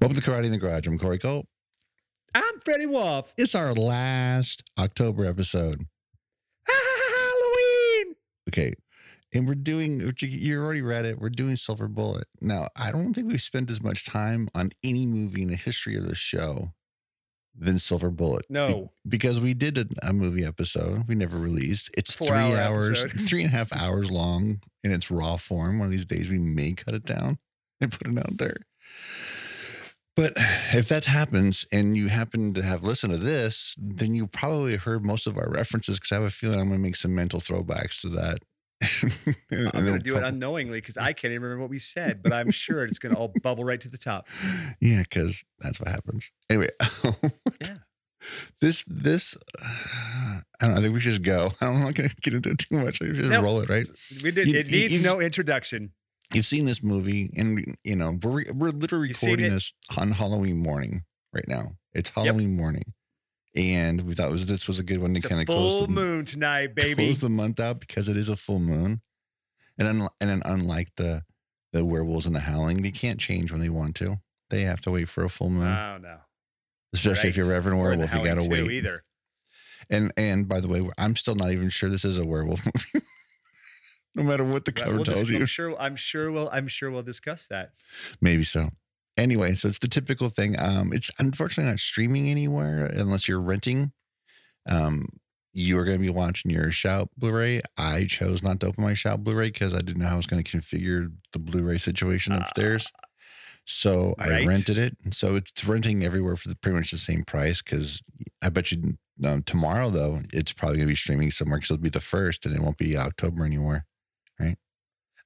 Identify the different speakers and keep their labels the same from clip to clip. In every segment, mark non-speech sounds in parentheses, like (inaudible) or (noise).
Speaker 1: Welcome to Karate in the Garage. I'm Corey Cole.
Speaker 2: I'm Freddie Wolf. (laughs)
Speaker 1: It's our last October episode.
Speaker 2: Halloween.
Speaker 1: Okay. And we're doing, which you- you already read it, we're doing Silver Bullet. Now, I don't think we've spent as much time on any movie in the history of the show than Silver Bullet.
Speaker 2: No,
Speaker 1: because we did a, a movie episode we never released. It's
Speaker 2: Four
Speaker 1: three
Speaker 2: hour
Speaker 1: hours,
Speaker 2: episode.
Speaker 1: three and a half hours long in its raw form. One of these days we may cut it down (laughs) and put it out there. But if that happens and you happen to have listened to this, then you probably heard most of our references because I have a feeling I'm going to make some mental throwbacks to that. (laughs)
Speaker 2: I'm going to do it unknowingly because I can't even remember what we said, but I'm sure it's going to all bubble right to the top.
Speaker 1: yeah, because that's what happens. Anyway, (laughs)
Speaker 2: Yeah.
Speaker 1: This this uh, I don't. know, I think we should just go. (laughs) I'm not going to get into it too much. We should just
Speaker 2: No.
Speaker 1: roll it, right?
Speaker 2: We did,
Speaker 1: You-
Speaker 2: it
Speaker 1: you-
Speaker 2: needs
Speaker 1: you-
Speaker 2: no introduction.
Speaker 1: You've seen this movie, and you know we're we're literally
Speaker 2: You've seen
Speaker 1: recording
Speaker 2: it?
Speaker 1: this on Halloween morning right now. It's Halloween morning, and we thought it was this was a good one to
Speaker 2: It's
Speaker 1: kind
Speaker 2: a
Speaker 1: of close
Speaker 2: full
Speaker 1: the
Speaker 2: moon tonight,
Speaker 1: (laughs)
Speaker 2: baby.
Speaker 1: close the month out because it is a full moon, and un- and then unlike the the werewolves and the howling, they can't change when they want to. They have to wait for a full moon,
Speaker 2: Oh, no.
Speaker 1: especially if
Speaker 2: right.
Speaker 1: you're Reverend
Speaker 2: Or in
Speaker 1: Werewolf. You
Speaker 2: Halloween
Speaker 1: got to
Speaker 2: two
Speaker 1: wait.
Speaker 2: Either.
Speaker 1: And and by the way, I'm still not even sure this is a werewolf (laughs) movie. no matter what the
Speaker 2: Well,
Speaker 1: cover
Speaker 2: we'll dis-
Speaker 1: tells you.
Speaker 2: I'm sure, I'm sure we'll, I'm sure we'll discuss that.
Speaker 1: Maybe so. Anyway, so it's the typical thing. Um, it's unfortunately not streaming anywhere unless you're renting. Um, you're going to be watching your Shout Blu-ray. I chose not to open my Shout Blu-ray because I didn't know how I was going to configure the Blu-ray situation
Speaker 2: Ah,
Speaker 1: upstairs. So I
Speaker 2: right.
Speaker 1: rented it. And so it's renting everywhere for the, pretty much the same price. Because I bet you um, tomorrow though it's probably going to be streaming somewhere because it'll be the first and it won't be October anywhere.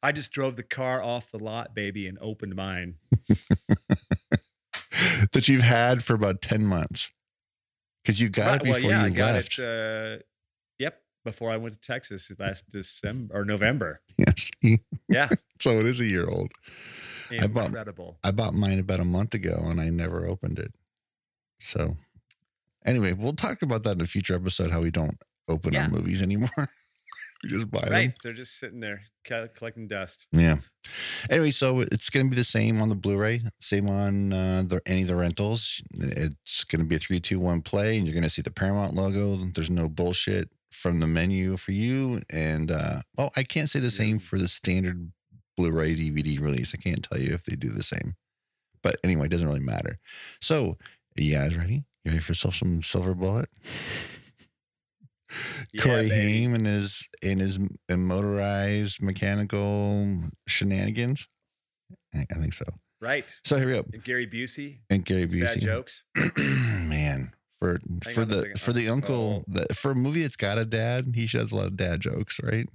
Speaker 2: I just drove the car off the lot, baby, and opened mine.
Speaker 1: (laughs) that you've had for about 10 months because you got it
Speaker 2: Right,
Speaker 1: before
Speaker 2: I
Speaker 1: you
Speaker 2: got
Speaker 1: left.
Speaker 2: it. Uh, yep, before I went to Texas last December or November.
Speaker 1: (laughs) Yes.
Speaker 2: Yeah.
Speaker 1: (laughs) so it is a year old. I bought-
Speaker 2: Incredible.
Speaker 1: I bought mine about a month ago and I never opened it. So, anyway, we'll talk about that in a future episode how we don't open
Speaker 2: Yeah.
Speaker 1: our movies anymore. (laughs) we just buy
Speaker 2: Right. They're just sitting there co- collecting dust.
Speaker 1: them. Yeah. Anyway, so it's going to be the same on the Blu-ray, same on uh, the, any of the rentals. It's going to be a three, two, one play, and you're going to see the Paramount logo. There's no bullshit from the menu for you. And uh, oh, I can't say the same
Speaker 2: No.
Speaker 1: for the standard Blu-ray DVD release. I can't tell you if they do the same. But anyway, it doesn't really matter. So, you guys ready? You ready for sil- some silver bullet? (laughs)
Speaker 2: Yeah,
Speaker 1: Corey
Speaker 2: baby.
Speaker 1: Haim and his and his m- motorized mechanical shenanigans. I I think so.
Speaker 2: Right.
Speaker 1: So here we go.
Speaker 2: And Gary Busey.
Speaker 1: And Gary
Speaker 2: Bad
Speaker 1: Busey,
Speaker 2: jokes.
Speaker 1: (clears throat) man, for
Speaker 2: Hang
Speaker 1: for
Speaker 2: on a
Speaker 1: the
Speaker 2: second.
Speaker 1: for the
Speaker 2: Oh.
Speaker 1: uncle that for a movie that's got a dad, he has a lot of dad jokes, right?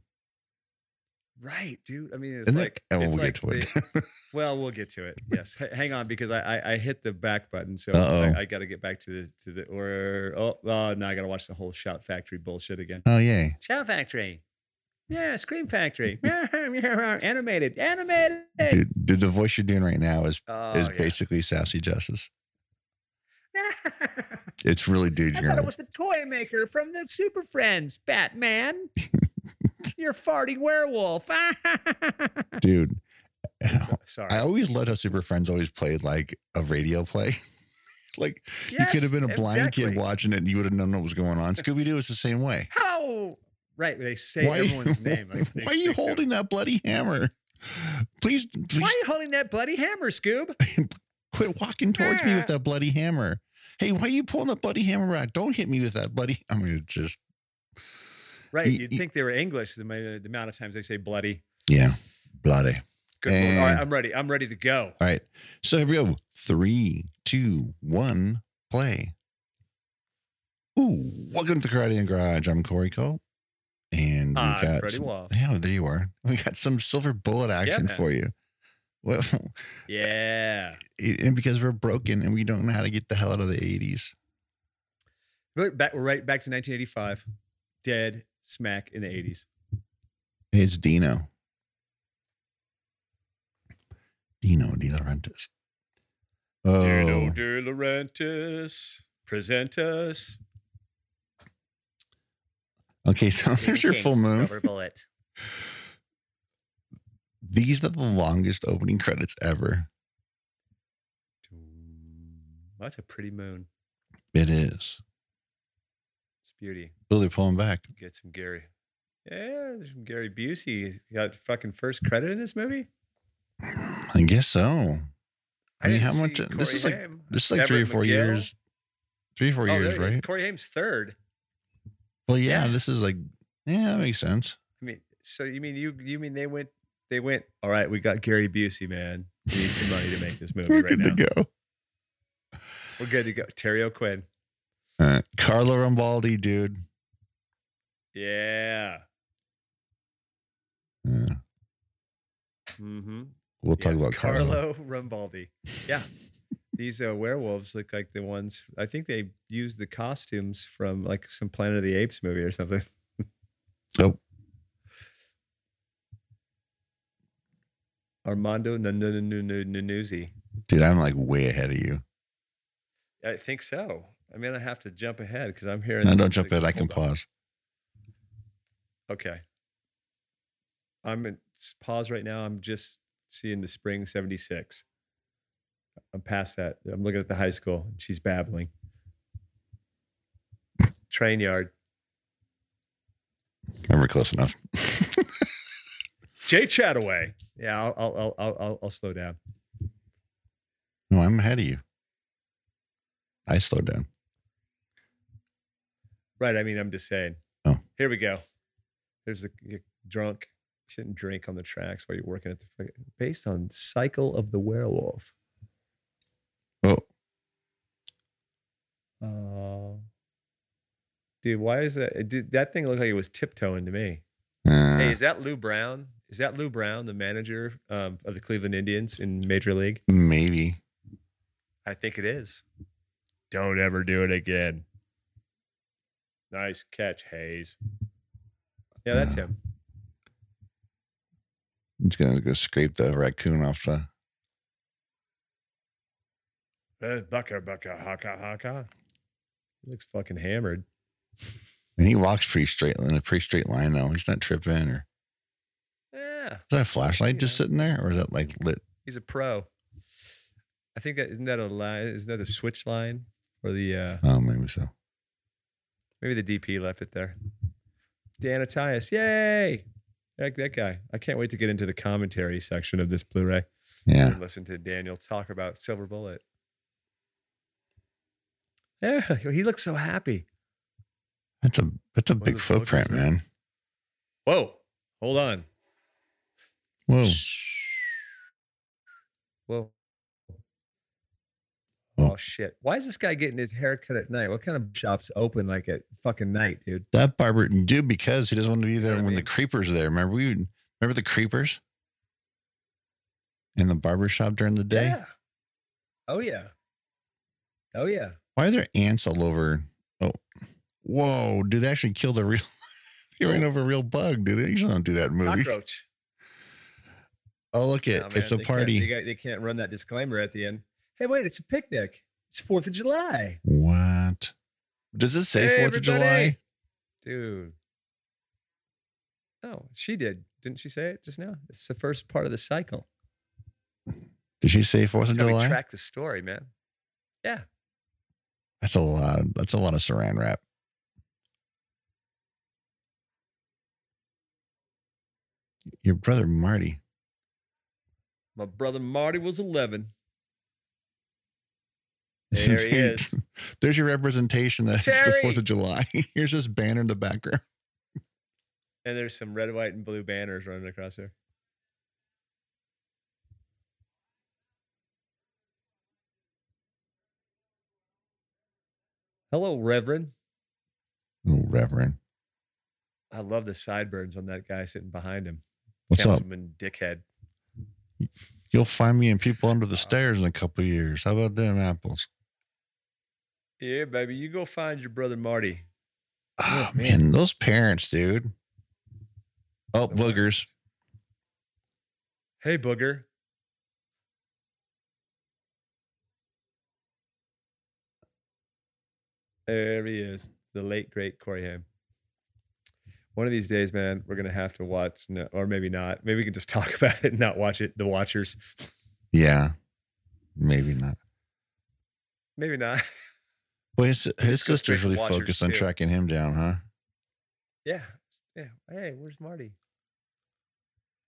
Speaker 2: Right, dude. I mean, it's
Speaker 1: Isn't
Speaker 2: like
Speaker 1: it? Oh,
Speaker 2: it's
Speaker 1: we'll
Speaker 2: like
Speaker 1: get to it.
Speaker 2: the- well, we'll get to it. Yes. H- hang on, because I, I I hit the back button, so
Speaker 1: Uh-oh.
Speaker 2: I, I got to get back to the to the or oh, oh now I got to watch the whole Shout Factory bullshit again.
Speaker 1: (laughs) oh yeah.
Speaker 2: Shout Factory. Yeah, Scream Factory. (laughs) animated, animated.
Speaker 1: Dude, dude, the voice you're doing right now is
Speaker 2: oh,
Speaker 1: is
Speaker 2: yeah.
Speaker 1: basically sassy justice.
Speaker 2: (laughs)
Speaker 1: It's really dude.
Speaker 2: I
Speaker 1: You're
Speaker 2: thought it
Speaker 1: right.
Speaker 2: was the toy maker from the Super Friends,
Speaker 1: (laughs)
Speaker 2: Batman. You're farting werewolf. (laughs)
Speaker 1: dude.
Speaker 2: Sorry.
Speaker 1: I always loved how Super Friends always played like a radio play. (laughs) like you could
Speaker 2: Yes,
Speaker 1: have been a blind kid
Speaker 2: exactly.
Speaker 1: watching it and you would have known what was going on. Scooby Doo is the same way.
Speaker 2: How? Right. They say
Speaker 1: why, (laughs)
Speaker 2: everyone's name.
Speaker 1: Why,
Speaker 2: Like, they
Speaker 1: why
Speaker 2: (laughs)
Speaker 1: are you
Speaker 2: stick to it.
Speaker 1: holding that bloody hammer? Please, please
Speaker 2: Why are you holding that bloody hammer, Scoob?
Speaker 1: quit walking towards me with that bloody hammer. Hey, why are you pulling that bloody hammer out? Don't hit me with that bloody. I mean, it's just
Speaker 2: Right.
Speaker 1: You-
Speaker 2: You'd
Speaker 1: you-
Speaker 2: think they were English the, ma- the amount of times they say bloody.
Speaker 1: yeah, bloody.
Speaker 2: Good Lord. All right.
Speaker 1: And-
Speaker 2: I'm ready. I'm ready to go.
Speaker 1: All right, so here we go. Three, two, one, play. Ooh, welcome to Karate and Garage. I'm Corey Cole, and we
Speaker 2: Ah,
Speaker 1: got
Speaker 2: Freddie
Speaker 1: some-
Speaker 2: Wolf.
Speaker 1: yeah, there you are. (laughs) We got some silver bullet action
Speaker 2: man.
Speaker 1: for you. Well, (laughs)
Speaker 2: Yeah.
Speaker 1: it- and because we're broken and we don't know how to get the hell out of the 80s.
Speaker 2: We're back, we're right back to 1985. Dead smack in the 80s.
Speaker 1: It's Dino. Dino De Laurentiis. Oh,
Speaker 2: Dino De Laurentiis,
Speaker 1: (laughs)
Speaker 2: present us.
Speaker 1: okay, so (laughs) here's your full moon.
Speaker 2: Silver bullet.
Speaker 1: These are the longest opening credits ever.
Speaker 2: that's a pretty moon.
Speaker 1: It is.
Speaker 2: It's beauty.
Speaker 1: Oh, they're pulling back.
Speaker 2: Get some Gary. Yeah, there's some Gary Busey He got fucking first credit in this movie.
Speaker 1: I guess so. I mean,
Speaker 2: didn't
Speaker 1: how much?
Speaker 2: see
Speaker 1: This
Speaker 2: Corey
Speaker 1: is like
Speaker 2: Haim.
Speaker 1: this is like three or
Speaker 2: Everett
Speaker 1: four
Speaker 2: McGill.
Speaker 1: years. Three or four
Speaker 2: Oh, there
Speaker 1: years,
Speaker 2: it is.
Speaker 1: right?
Speaker 2: Corey Haim's third.
Speaker 1: Well, yeah,
Speaker 2: Yeah.
Speaker 1: This is like yeah, that makes sense.
Speaker 2: I mean, so you mean you you mean they went they went all right? We got Gary Busey, man. We need some money to make this movie
Speaker 1: We're
Speaker 2: right
Speaker 1: good
Speaker 2: now.
Speaker 1: to go.
Speaker 2: We're good to go. Terry O'Quinn.
Speaker 1: Uh, Carlo Rambaldi, dude.
Speaker 2: Yeah.
Speaker 1: Yeah.
Speaker 2: Mm-hmm.
Speaker 1: We'll talk
Speaker 2: Yes,
Speaker 1: about Carlo.
Speaker 2: Carlo Rambaldi. Yeah. These uh, werewolves look like the ones I think they used the costumes from like some Planet of the Apes movie or something.
Speaker 1: Nope.
Speaker 2: Armando Nanuzzi.
Speaker 1: Dude, I'm like way ahead of you.
Speaker 2: I think so. I mean, I have to jump ahead because I'm hearing.
Speaker 1: No,
Speaker 2: the-
Speaker 1: don't jump
Speaker 2: the-
Speaker 1: in. I can
Speaker 2: hold on.
Speaker 1: pause.
Speaker 2: Okay. I'm in s- pause right now. I'm just seeing the spring 76. I'm past that. I'm looking at the high school. She's babbling. Train yard.
Speaker 1: And we're close enough. (laughs)
Speaker 2: Jay Chataway. Yeah, I'll I'll I'll I'll, I'll, I'll slow down.
Speaker 1: No, I'm ahead of you. I slowed down.
Speaker 2: Right. I mean, I'm just saying.
Speaker 1: Oh.
Speaker 2: Here we go. There's the you're drunk. You shouldn't drink on the tracks while you're working at the fucking- based on cycle of the werewolf.
Speaker 1: Oh,
Speaker 2: Uh, dude, why is that? Did, that thing looked like it was tiptoeing to me.
Speaker 1: uh,
Speaker 2: Hey, is that Lou Brown? Is that Lou Brown, the manager um, of the Cleveland Indians in Major League?
Speaker 1: maybe.
Speaker 2: I think it is. Don't ever do it again. Nice catch, Hayes. Yeah, that's
Speaker 1: Uh,
Speaker 2: him.
Speaker 1: It's gonna go scrape the raccoon off the.
Speaker 2: Uh, bucka, bucka, haka, haka. He looks fucking hammered.
Speaker 1: And he walks pretty straight in a pretty straight line though. He's not tripping or
Speaker 2: Yeah,
Speaker 1: is that a flashlight just
Speaker 2: Yeah.
Speaker 1: sitting there or is that like lit?
Speaker 2: he's a pro. I think that isn't that a line? Isn't that a switch line or the? uh
Speaker 1: Oh, maybe so.
Speaker 2: Maybe the DP left it there. Dan Atias, yay! Like that guy. I can't wait to get into the commentary section of this Blu-ray
Speaker 1: Yeah.
Speaker 2: and listen to Daniel talk about Silver Bullet. Yeah, (laughs) he looks so happy.
Speaker 1: That's a that's a
Speaker 2: What
Speaker 1: big
Speaker 2: the fuck is
Speaker 1: footprint,
Speaker 2: that?
Speaker 1: man.
Speaker 2: Whoa, hold on.
Speaker 1: Whoa.
Speaker 2: Whoa.
Speaker 1: Oh.
Speaker 2: Oh shit. Why is this guy getting his hair cut at night? What kind of shops open like at fucking night, dude?
Speaker 1: That barber dude because he doesn't want to be there
Speaker 2: what I
Speaker 1: when the
Speaker 2: mean?
Speaker 1: creepers are there. Remember we remember the creepers? In the barber shop during the day?
Speaker 2: Yeah. Oh yeah. Oh yeah.
Speaker 1: Why are there ants all over? Oh, whoa! Dude, they actually killed a real. (laughs) they ran over a real bug, dude. They usually don't do that in movies.
Speaker 2: Oh. Cockroach.
Speaker 1: (laughs) Oh, look it!
Speaker 2: Nah,
Speaker 1: it's a
Speaker 2: man, they can't- They,
Speaker 1: party.
Speaker 2: got- they can't run that disclaimer at the end. Hey, wait, it's a picnic. It's Fourth of July.
Speaker 1: What? Does it say
Speaker 2: Hey,
Speaker 1: Fourth of July?
Speaker 2: everybody. Dude. Oh, she did. Didn't she say it just now? It's the first part of the cycle.
Speaker 1: Did she say Fourth of
Speaker 2: That's how we
Speaker 1: July?
Speaker 2: track the story, man.
Speaker 1: That's a lot. That's a lot of saran wrap. Your brother Marty.
Speaker 2: My brother Marty
Speaker 1: (laughs)
Speaker 2: was 11. There he
Speaker 1: (laughs)
Speaker 2: is.
Speaker 1: There's your representation that it's the
Speaker 2: Terry!
Speaker 1: Fourth of July. (laughs) Here's this banner in the background.
Speaker 2: And there's some red, white, and blue banners running across there. Hello, Reverend.
Speaker 1: Oh, Reverend,
Speaker 2: I love the sideburns on that guy sitting behind him.
Speaker 1: what's up?
Speaker 2: Councilman Dickhead.
Speaker 1: You'll find me in people under the stairs in a couple of years. How about them apples?
Speaker 2: Yeah, baby, you go find your brother Marty.
Speaker 1: Oh man, those parents, dude. Oh, boogers.
Speaker 2: Hey, Booger. There he is, the late great Corey Haim. One of these days, man, we're gonna have to watch, no, or maybe not. Maybe we can just (laughs) talk about it and not watch it. The Watchers.
Speaker 1: Yeah. Maybe not.
Speaker 2: Maybe not. (laughs)
Speaker 1: Well, his, his
Speaker 2: goes straight
Speaker 1: sister's
Speaker 2: to
Speaker 1: really
Speaker 2: Watchers,
Speaker 1: focused on
Speaker 2: too.
Speaker 1: tracking him down, huh?
Speaker 2: Yeah. Yeah. Hey, where's Marty?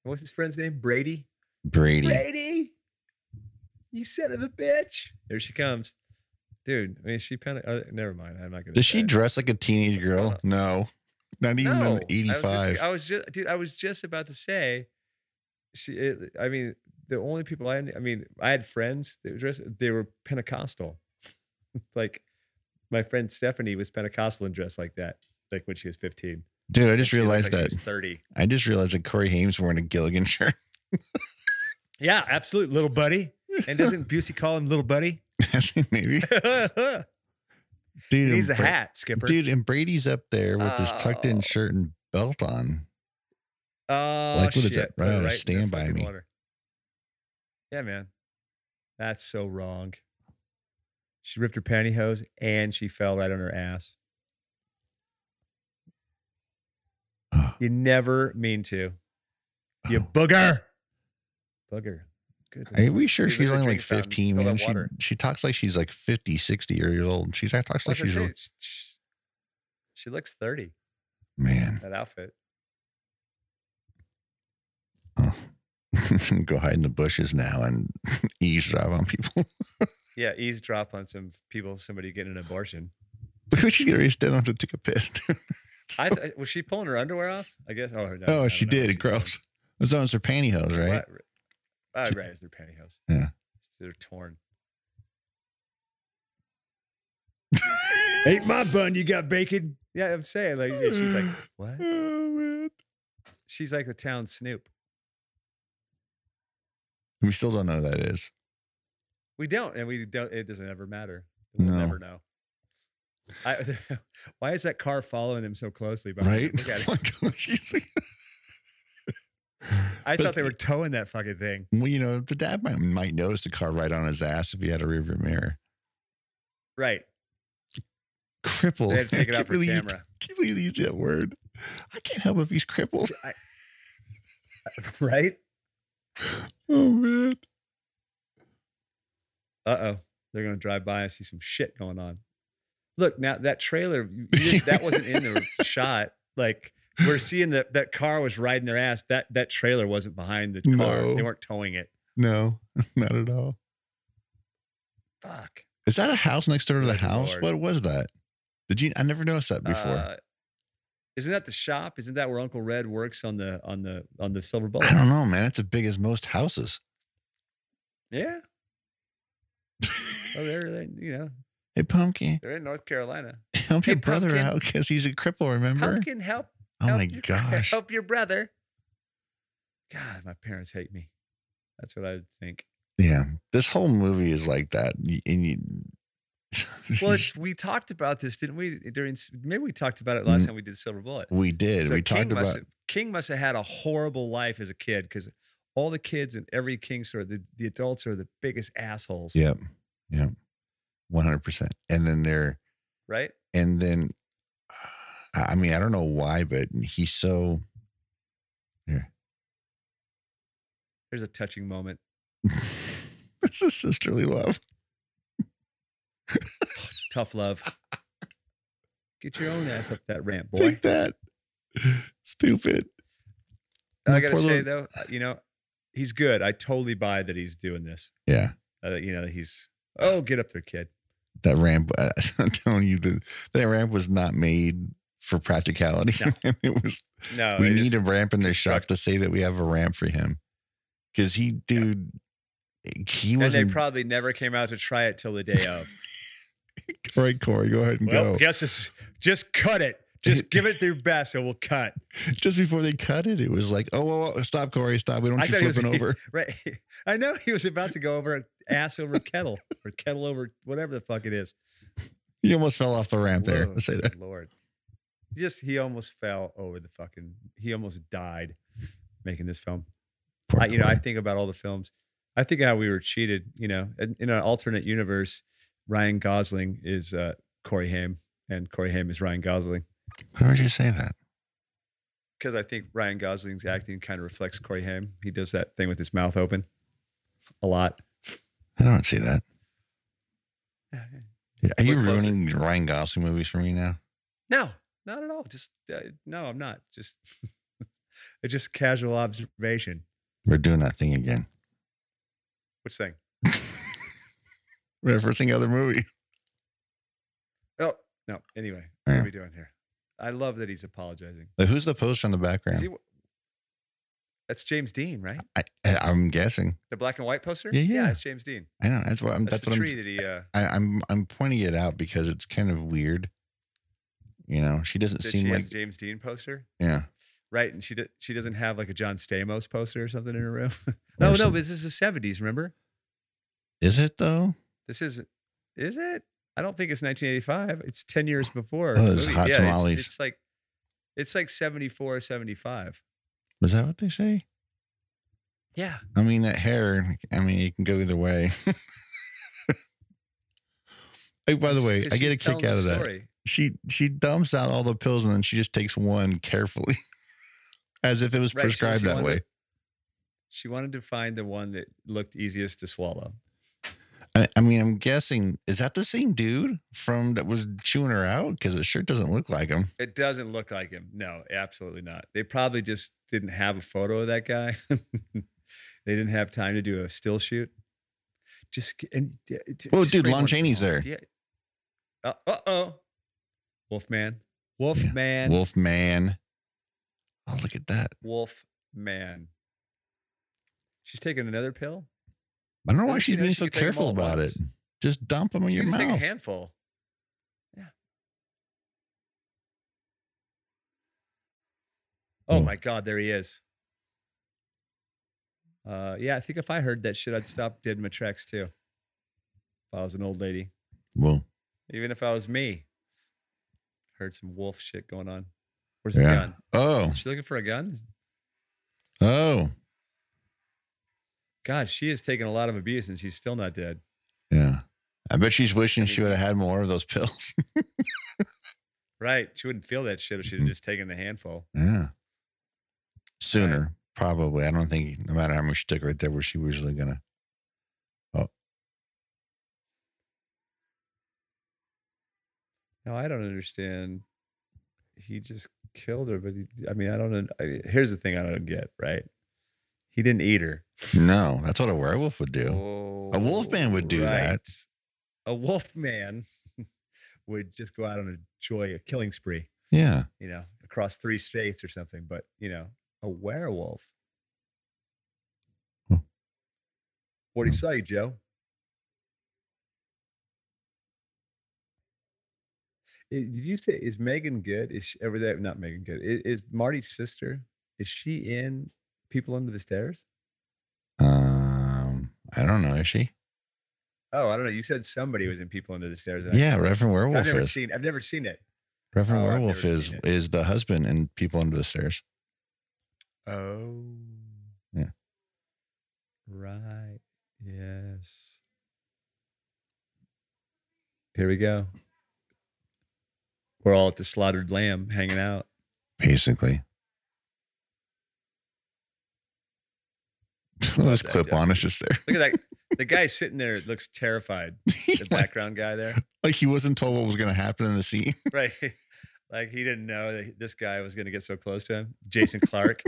Speaker 2: What's his friend's name? Brady?
Speaker 1: Brady.
Speaker 2: Brady, you son of a bitch. There she comes. Dude, I mean, she kind of, uh, never mind. I'm not going to.
Speaker 1: Does she dress like a teenage
Speaker 2: What's going
Speaker 1: girl?
Speaker 2: on?
Speaker 1: No, not even
Speaker 2: no,
Speaker 1: in '85.
Speaker 2: I was, just, I was just, dude, I was just about to say, she, it, I mean, the only people I, kn- I mean, I had friends that were dressed, they were Pentecostal. (laughs) like my friend Stephanie was Pentecostal and dressed like that, like when she was 15.
Speaker 1: Dude, I just
Speaker 2: She looked
Speaker 1: realized
Speaker 2: like she
Speaker 1: that.
Speaker 2: was 30.
Speaker 1: I just realized that Corey Haim's wearing a Gilligan (laughs) shirt.
Speaker 2: Yeah, absolutely. Little buddy.
Speaker 1: (laughs)
Speaker 2: And doesn't Busey call him little buddy? (laughs)
Speaker 1: Maybe,
Speaker 2: He's
Speaker 1: dude.
Speaker 2: a
Speaker 1: and Bra-
Speaker 2: hat, Skipper.
Speaker 1: dude. And Brady's up there with his tucked-in
Speaker 2: Oh.
Speaker 1: shirt and belt on.
Speaker 2: Oh,
Speaker 1: Like, what
Speaker 2: shit.
Speaker 1: is that?
Speaker 2: Put
Speaker 1: Right
Speaker 2: it
Speaker 1: out of
Speaker 2: in the
Speaker 1: Stand By
Speaker 2: fucking
Speaker 1: Me.
Speaker 2: water. Yeah, man. That's so wrong. She ripped her pantyhose and she fell right on her ass.
Speaker 1: Oh,
Speaker 2: You never mean to.
Speaker 1: oh.
Speaker 2: You booger. Booger. Good.
Speaker 1: Are we sure
Speaker 2: Dude,
Speaker 1: she's
Speaker 2: look at
Speaker 1: only like
Speaker 2: Drink Fountain.
Speaker 1: 15,
Speaker 2: Fill
Speaker 1: man?
Speaker 2: that
Speaker 1: She,
Speaker 2: water.
Speaker 1: she talks like she's like 50, 60 years old. She talks like
Speaker 2: Like I
Speaker 1: she's, a,
Speaker 2: said, sh- sh- she looks 30,
Speaker 1: man. (laughs)
Speaker 2: that outfit.
Speaker 1: Oh. Go hide in the bushes now and (laughs) eavesdrop on people. (laughs)
Speaker 2: Yeah, eavesdrop on some people, somebody getting an abortion.
Speaker 1: she's getting ready to stand up to take a (laughs) piss. (laughs)
Speaker 2: I th- was she pulling her underwear off? I guess. Oh, no, I
Speaker 1: oh, she
Speaker 2: don't know what
Speaker 1: did.
Speaker 2: she's doing.
Speaker 1: Gross. It was on her pantyhose, right?
Speaker 2: Right. Oh,
Speaker 1: Ju-
Speaker 2: right. It's their pantyhose.
Speaker 1: Yeah.
Speaker 2: They're torn.
Speaker 1: Ate my bun.
Speaker 2: You got bacon? Yeah, I'm saying. Like, yeah,
Speaker 1: (laughs)
Speaker 2: she's like, what?
Speaker 1: Oh, man.
Speaker 2: She's like the town Snoop.
Speaker 1: We still don't know who that is.
Speaker 2: We don't, and we don't. It doesn't ever matter. We'll
Speaker 1: No.
Speaker 2: never know. I, (laughs) why is that car following them so closely? behind
Speaker 1: right?
Speaker 2: them? Look at it.
Speaker 1: (laughs) Like, oh, she's like-
Speaker 2: I
Speaker 1: But-
Speaker 2: thought they were towing that fucking thing.
Speaker 1: Well, you know, the dad might, might notice the car right on his ass if he had a rearview mirror.
Speaker 2: Right.
Speaker 1: Crippled.
Speaker 2: They had to take
Speaker 1: I
Speaker 2: it out
Speaker 1: can't
Speaker 2: for
Speaker 1: really use- (laughs)
Speaker 2: camera.
Speaker 1: can't believe they use that word. I can't help if he's crippled. (laughs)
Speaker 2: Right.
Speaker 1: Oh man.
Speaker 2: Uh oh. They're gonna drive by and see some shit going on. Look now that trailer you- you didn't- that wasn't in
Speaker 1: (laughs)
Speaker 2: the shot. Like we're seeing that that car was riding their ass. That that trailer wasn't behind the car. They
Speaker 1: No.
Speaker 2: weren't towing it.
Speaker 1: No, (laughs) not at all.
Speaker 2: Fuck.
Speaker 1: Is that a house next door to the
Speaker 2: Good
Speaker 1: house?
Speaker 2: Lord.
Speaker 1: What was that? Did you I never noticed that before.
Speaker 2: Uh, isn't that the shop? Isn't that where Uncle Red works on the on the on the silver bullet?
Speaker 1: I don't know, man. It's as big as most houses. (laughs)
Speaker 2: Yeah. Oh, they're they- you know
Speaker 1: Hey, Pumpkin,
Speaker 2: they're in North Carolina.
Speaker 1: help
Speaker 2: Hey,
Speaker 1: your brother
Speaker 2: Pumpkin.
Speaker 1: out because he's a cripple, remember?
Speaker 2: Pumpkin help.
Speaker 1: oh
Speaker 2: help
Speaker 1: my
Speaker 2: your- (laughs)
Speaker 1: gosh.
Speaker 2: Help your brother. God, my parents hate me. That's what I would think.
Speaker 1: Yeah. This whole movie is like that. Y- And you, (laughs)
Speaker 2: well, it's, we talked about this, didn't we? During s- maybe we talked about it last time we did Silver Bullet.
Speaker 1: Mm-hmm. we did.
Speaker 2: So
Speaker 1: we
Speaker 2: King
Speaker 1: talked
Speaker 2: must
Speaker 1: about
Speaker 2: have- King must have had a horrible life as a kid because all the kids in every King store, the, the adults are the biggest assholes.
Speaker 1: Yep. Yep. 100%. And then they're
Speaker 2: Right?
Speaker 1: and then I I mean, I don't know why, but he's so (laughs)
Speaker 2: There's a touching moment.
Speaker 1: it's a sisterly love.
Speaker 2: Tough love. Get your own ass up that ramp, boy.
Speaker 1: Take that. Stupid.
Speaker 2: I
Speaker 1: that
Speaker 2: gotta
Speaker 1: poor
Speaker 2: say
Speaker 1: little-
Speaker 2: though, uh, you know, he's good. I totally buy that he's doing this.
Speaker 1: Yeah.
Speaker 2: Uh, you know, he's oh, get up there, kid.
Speaker 1: That ramp uh, (laughs) I'm telling you that that ramp was not made for practicality. (laughs) it was
Speaker 2: No,
Speaker 1: we
Speaker 2: it
Speaker 1: need
Speaker 2: is-
Speaker 1: a ramp in the shop
Speaker 2: construct-
Speaker 1: to say that we have a ramp for him. Cause he dude he
Speaker 2: And
Speaker 1: was
Speaker 2: they
Speaker 1: a
Speaker 2: probably never came out to try it till the day of.
Speaker 1: all right, Corey, go ahead and
Speaker 2: Well,
Speaker 1: go.
Speaker 2: guess it's just cut it. Just give it your best, and we'll cut.
Speaker 1: Just before they cut it, it was like, oh, whoa, whoa, stop, Corey, stop. We don't
Speaker 2: I
Speaker 1: want you
Speaker 2: thought he was-
Speaker 1: flipping
Speaker 2: (laughs)
Speaker 1: over.
Speaker 2: (laughs) Right? I know he was about to go over ass over kettle or kettle over whatever the fuck it is.
Speaker 1: He almost fell off the ramp there.
Speaker 2: Whoa,
Speaker 1: Let's say that.
Speaker 2: good Lord, just he almost fell over the fucking. He almost died making this film.
Speaker 1: Poor
Speaker 2: I, you know, I
Speaker 1: Corey.
Speaker 2: think about all the films. I think how we were cheated. You know, in, in an alternate universe, Ryan Gosling is uh, Corey Haim, and Corey Haim is Ryan Gosling.
Speaker 1: Why would you say that?
Speaker 2: because I think Ryan Gosling's acting kind of reflects Corey Haim. He does that thing with his mouth open a lot.
Speaker 1: I don't see that. Yeah, Are you
Speaker 2: We're closer.
Speaker 1: ruining Ryan Gosling movies for me now?
Speaker 2: No, not at all. Just uh, no, I'm not. Just (laughs) it's just casual observation.
Speaker 1: We're doing that thing again.
Speaker 2: Which thing?
Speaker 1: Referencing other movie. (laughs)
Speaker 2: Oh no. Anyway, what
Speaker 1: Yeah.
Speaker 2: are we doing here? I love that he's apologizing.
Speaker 1: Like, who's the poster in the
Speaker 2: Is
Speaker 1: background?
Speaker 2: he? That's James Dean, right?
Speaker 1: I, I, I'm guessing.
Speaker 2: The black and white poster.
Speaker 1: Yeah, yeah.
Speaker 2: It's James Dean.
Speaker 1: I know that's what I'm.
Speaker 2: That's,
Speaker 1: That's,
Speaker 2: the
Speaker 1: what
Speaker 2: tree
Speaker 1: I'm.
Speaker 2: that he. Uh,
Speaker 1: I, I'm. I'm pointing it out because it's kind of weird. You know, she doesn't
Speaker 2: that
Speaker 1: seem
Speaker 2: she
Speaker 1: like.
Speaker 2: has a James Dean poster.
Speaker 1: Yeah.
Speaker 2: Right, and she do, she doesn't have like a John Stamos poster or something in her room. (laughs) Oh, no, no,
Speaker 1: some-
Speaker 2: but this is the seventies. Remember,
Speaker 1: Is it though?
Speaker 2: this is is it? I don't think it's 1985. It's 10 years before.
Speaker 1: Oh,
Speaker 2: the
Speaker 1: it's
Speaker 2: movie.
Speaker 1: Hot
Speaker 2: it's-
Speaker 1: Tamales.
Speaker 2: It's, like it's like 74 75.
Speaker 1: Was that what they say?
Speaker 2: Yeah,
Speaker 1: I mean, that hair. I mean, it can go either way. (laughs) hey, by the way, I get a kick out of that. She she dumps out all the pills and then she just takes one carefully, (laughs) as if it was
Speaker 2: Right, she-
Speaker 1: prescribed
Speaker 2: she
Speaker 1: that
Speaker 2: wanted-
Speaker 1: way.
Speaker 2: She wanted to find the one that looked easiest to swallow.
Speaker 1: I, I mean, I'm guessing is that the same dude from that was chewing her out? Because it sure doesn't look like him.
Speaker 2: It doesn't look like him. No, absolutely not. They probably just didn't have a photo of that guy. (laughs) they didn't have time to do a still shoot. Just g- and d- d-
Speaker 1: Well,
Speaker 2: just
Speaker 1: dude,
Speaker 2: spray
Speaker 1: Lon
Speaker 2: one
Speaker 1: Chaney's
Speaker 2: alcohol.
Speaker 1: there.
Speaker 2: Yeah. Uh oh. Wolfman. Wolfman.
Speaker 1: Wolf man. Oh, look at that.
Speaker 2: Wolf Man. She's taking another pill.
Speaker 1: I don't know
Speaker 2: At
Speaker 1: why
Speaker 2: least
Speaker 1: she's
Speaker 2: you know
Speaker 1: being
Speaker 2: she
Speaker 1: so
Speaker 2: could take 'em
Speaker 1: careful
Speaker 2: all at
Speaker 1: about
Speaker 2: once.
Speaker 1: it. Just dump them in
Speaker 2: She
Speaker 1: your
Speaker 2: can just take a
Speaker 1: mouth.
Speaker 2: handful. Yeah. Oh
Speaker 1: Hmm.
Speaker 2: Oh my God, there he is. Uh, yeah, I think if I heard that shit, I'd stop dead in my tracks too. If I was an old lady,
Speaker 1: Well,
Speaker 2: even if I was me, heard some wolf shit going on. Where's the
Speaker 1: yeah.
Speaker 2: gun?
Speaker 1: Oh,
Speaker 2: Is she looking for a gun?
Speaker 1: oh,
Speaker 2: God, she has taken a lot of abuse and she's still not dead.
Speaker 1: yeah. I bet she's wishing
Speaker 2: I
Speaker 1: she
Speaker 2: mean-
Speaker 1: would have had more of those (laughs) pills.
Speaker 2: Right. She wouldn't feel that shit if she'd have
Speaker 1: Mhm.
Speaker 2: just taken the handful.
Speaker 1: yeah. Sooner, probably. I don't think, no matter how much she took right there, where she was really going to.
Speaker 2: No, I don't understand. He just killed her, but he, I mean, I don't. un- I, here's the thing I don't get. Right? He didn't eat her.
Speaker 1: No, that's what a werewolf would do.
Speaker 2: Oh,
Speaker 1: A wolf man would do that.
Speaker 2: A wolf man (laughs) would just go out on a joy, a killing spree.
Speaker 1: Yeah.
Speaker 2: You know, across three states or something. But you know, a werewolf.
Speaker 1: Hmm.
Speaker 2: What do you
Speaker 1: Hmm.
Speaker 2: say, Joe? I- Did you say is Megan good? Is she, over there? Not Megan good. Is, is Marty's sister? Is she in People Under the Stairs?
Speaker 1: Um, I don't know. Is she?
Speaker 2: Oh, I don't know. You said somebody was in People Under the Stairs. and I-
Speaker 1: Yeah, Reverend
Speaker 2: I've
Speaker 1: Werewolf
Speaker 2: never
Speaker 1: is.
Speaker 2: seen. I've never seen it.
Speaker 1: Reverend
Speaker 2: Oh, I've
Speaker 1: Werewolf
Speaker 2: never
Speaker 1: is
Speaker 2: seen it.
Speaker 1: is the husband and people under the stairs.
Speaker 2: Oh.
Speaker 1: Yeah.
Speaker 2: Right. Yes. Here we go. We're all at the slaughtered lamb hanging out. (laughs)
Speaker 1: Basically. This
Speaker 2: that
Speaker 1: clip on is just
Speaker 2: (laughs)
Speaker 1: there. (laughs)
Speaker 2: Look at that. the guy sitting there looks terrified. The background guy there.
Speaker 1: like he wasn't told what was gonna happen in the scene. (laughs)
Speaker 2: Right. (laughs) Like he didn't know that this guy was going to get so close to him.
Speaker 1: (laughs)
Speaker 2: Jason Clark.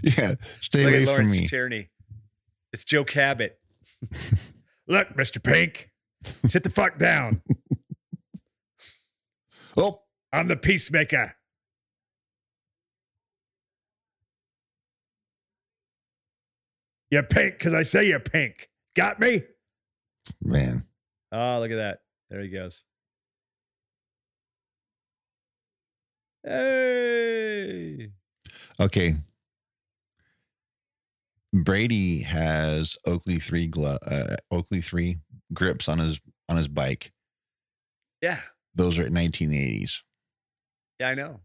Speaker 1: yeah. Stay
Speaker 2: Look
Speaker 1: away
Speaker 2: at
Speaker 1: from
Speaker 2: Lawrence
Speaker 1: me.
Speaker 2: Tierney. It's Joe
Speaker 1: (laughs)
Speaker 2: Cabot. Look, Mr. Pink, sit the fuck down.
Speaker 1: oh,
Speaker 2: I'm the peacemaker.
Speaker 3: You're pink because I say you're pink. Got me?
Speaker 1: man.
Speaker 2: Oh, look at that. There he goes. Hey.
Speaker 1: Okay. Brady has Oakley three glo- uh, Oakley three grips on his on his bike.
Speaker 2: Yeah.
Speaker 1: Those are 1980s.
Speaker 2: Yeah, I know.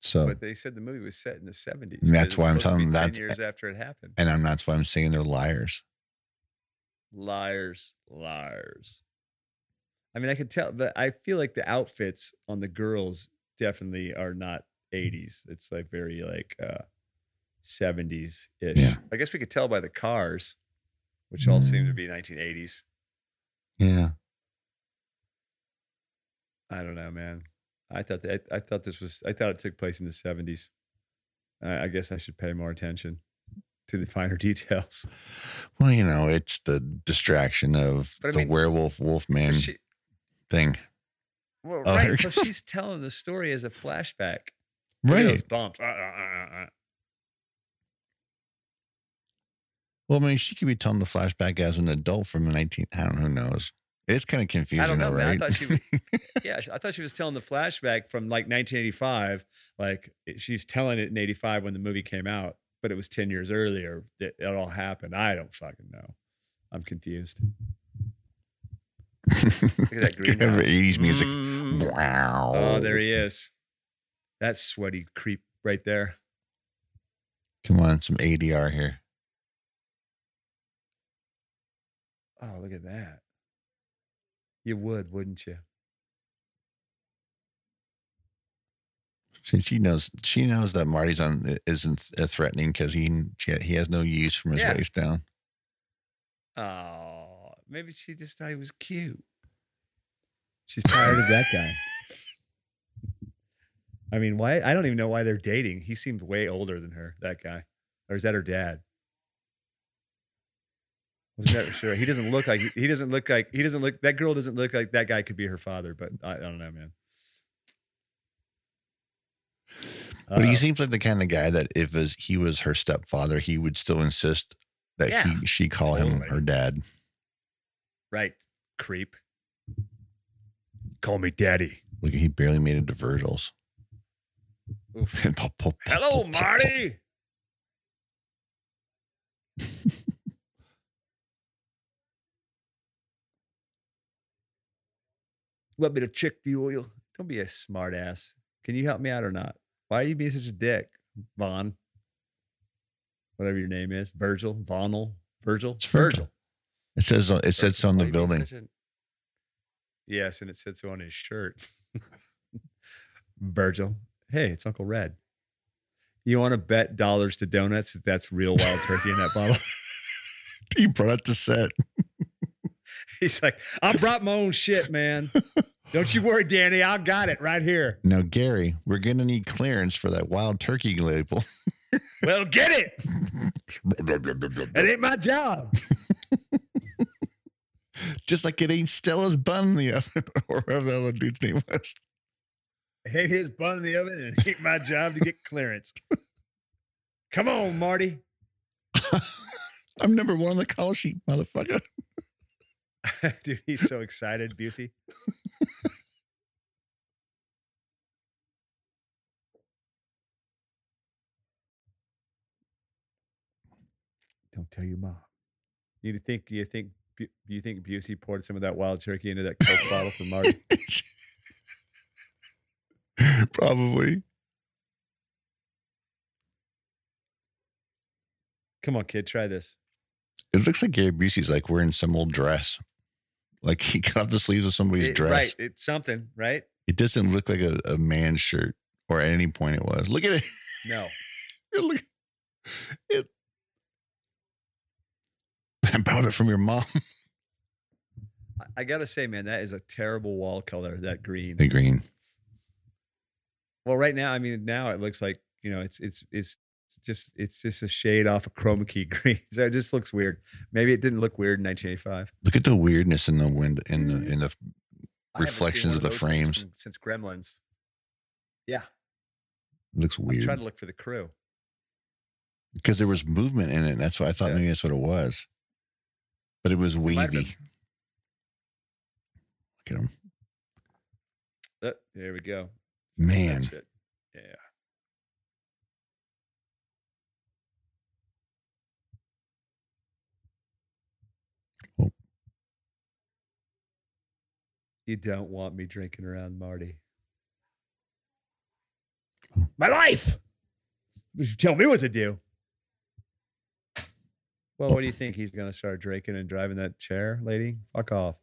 Speaker 1: So
Speaker 2: But they said the movie was set in the 70s.
Speaker 1: Oh. And that's
Speaker 2: 'cause it's
Speaker 1: why I'm
Speaker 2: supposed to
Speaker 1: telling
Speaker 2: be
Speaker 1: them
Speaker 2: 10
Speaker 1: that's-
Speaker 2: years after it happened.
Speaker 1: and I'm that's why I'm saying they're liars.
Speaker 2: Liars, liars. I mean, I could tell that I feel like the outfits on the girls definitely are not 80s. It's like very like uh 70s ish.
Speaker 1: Yeah.
Speaker 2: I
Speaker 1: Mm.
Speaker 2: guess we could tell by the cars, which all seem to be 1980s.
Speaker 1: Yeah.
Speaker 2: I don't know, man. I thought that I, I thought this was I thought it took place in the seventies. I, I guess I should pay more attention to the finer (laughs) details.
Speaker 1: Well, you know, it's the distraction of
Speaker 2: But I
Speaker 1: the
Speaker 2: mean-
Speaker 1: werewolf wolfman
Speaker 2: She-
Speaker 1: thing.
Speaker 2: well,
Speaker 1: Oh,
Speaker 2: right.
Speaker 1: here it (laughs)
Speaker 2: So
Speaker 1: comes.
Speaker 2: she's telling the story as a flashback. Look at those
Speaker 1: Right.
Speaker 2: bumps. Ah, ah, ah, ah, ah.
Speaker 1: Well, I mean, she could be telling the flashback as an adult from the 19. I don't know. Who knows? It's kind of confusing,
Speaker 2: I don't know.
Speaker 1: though,
Speaker 2: man.
Speaker 1: right? (laughs)
Speaker 2: I thought she was, yeah, I thought she was telling the flashback from like 1985. Like it- she's telling it in 85 when the movie came out, but it was 10 years earlier that it all happened. I don't fucking know. I'm confused. Look at that
Speaker 1: Could have
Speaker 2: greenhouse.
Speaker 1: 80s music.
Speaker 2: Mm.
Speaker 1: Wow.
Speaker 2: Oh, there he is. That sweaty creep right there.
Speaker 1: Come on, some ADR here.
Speaker 2: Oh, look at that. You would, wouldn't you?
Speaker 1: She, she knows. She knows that Marty's on isn't uh, threatening because he he has no use from his
Speaker 2: Yeah.
Speaker 1: waist down.
Speaker 2: Oh, maybe she just thought he was cute. She's tired of that guy. I mean, why? I don't even know why they're dating. He seemed way older than her, that guy. Or is that her dad? Was that sure? He doesn't look like he doesn't look like he doesn't look that girl doesn't look like that guy could be her father, but I, I don't know, man.
Speaker 1: But
Speaker 2: Uh,
Speaker 1: he seems like the kind of guy that if as he was her stepfather, he would still insist that
Speaker 2: Yeah.
Speaker 1: he she call him
Speaker 2: Totally.
Speaker 1: her dad.
Speaker 2: right, creep. Call me daddy.
Speaker 1: Look, he barely made it to Virgil's. (laughs)
Speaker 2: Oof.
Speaker 1: Pop, pop, pop,
Speaker 2: Hello,
Speaker 1: pop, pop, pop.
Speaker 2: Marty. (laughs) Want me to check the oil? Don't be a smart ass. Can you help me out or not? Why are you being such a dick, Vaughn? Whatever your name is, Virgil, Vonal, Virgil,
Speaker 1: It's Virgil. It says it says
Speaker 2: Virgil,
Speaker 1: on
Speaker 2: why
Speaker 1: the
Speaker 2: you being
Speaker 1: building.
Speaker 2: such a- Yes, and it said so on his shirt. (laughs) Virgil, hey, it's Uncle Red. You want to bet dollars to donuts that that's real wild turkey
Speaker 1: (laughs)
Speaker 2: in that bottle? (laughs)
Speaker 1: He brought out the set.
Speaker 2: He's like, I brought my own shit, man.
Speaker 1: (laughs)
Speaker 3: Don't you worry, Danny. I got it right here.
Speaker 1: Now, Gary, we're gonna need clearance for that wild turkey
Speaker 2: (laughs)
Speaker 1: label.
Speaker 3: Well, get it. It ain't my job.
Speaker 1: Just like it ain't Stella's bun in the oven, (laughs) or whatever that one dude's name was. (laughs)
Speaker 3: It ain't his bun in the oven, and it ain't my job to get
Speaker 1: (laughs)
Speaker 3: clearance. Come on, Marty.
Speaker 1: I'm number one on the call sheet, motherfucker.
Speaker 2: (laughs)
Speaker 1: (laughs)
Speaker 2: Dude, he's so excited, Busey. Don't tell your mom. You think you think Bu- you think Busey poured some of that wild turkey into that Coke bottle for Marty?
Speaker 1: (laughs) Probably.
Speaker 2: Come on, kid, try this.
Speaker 1: It looks like Gary Busey's like wearing some old dress. Like he cut off the sleeves of somebody's
Speaker 2: It-
Speaker 1: dress.
Speaker 2: right, it's something, right?
Speaker 1: It doesn't look like a, a man's shirt, or at any point it was. Look at it. (laughs)
Speaker 2: No,
Speaker 1: Look. It. I bought it from your mom.
Speaker 2: I, I gotta say, man, that is a terrible wall color. That green.
Speaker 1: The green.
Speaker 2: Well, right now, I mean, now it looks like you know, it's it's it's it's just it's just a shade off a chroma key (laughs) green. So it just looks weird. Maybe it didn't look weird in 1985.
Speaker 1: Look at the weirdness in the wind in the in the
Speaker 2: I haven't seen
Speaker 1: Reflections
Speaker 2: one
Speaker 1: of the
Speaker 2: those things
Speaker 1: frames.
Speaker 2: from- since Gremlins. Yeah,
Speaker 1: looks
Speaker 2: I'm trying
Speaker 1: weird
Speaker 2: to look for the crew.
Speaker 1: because there was movement in it. That's why I thought
Speaker 2: Yeah.
Speaker 1: maybe that's what it was. But it was
Speaker 2: might have
Speaker 1: wavy.
Speaker 2: been.
Speaker 1: Look at him,
Speaker 2: Uh, there we go. That's that
Speaker 1: man.
Speaker 2: shit. Yeah.
Speaker 1: Oh.
Speaker 2: You don't want me drinking around Marty.
Speaker 3: My life.
Speaker 2: You Tell me what to do. Well, what do you think? He's gonna start drinking and driving that chair, lady? Fuck off.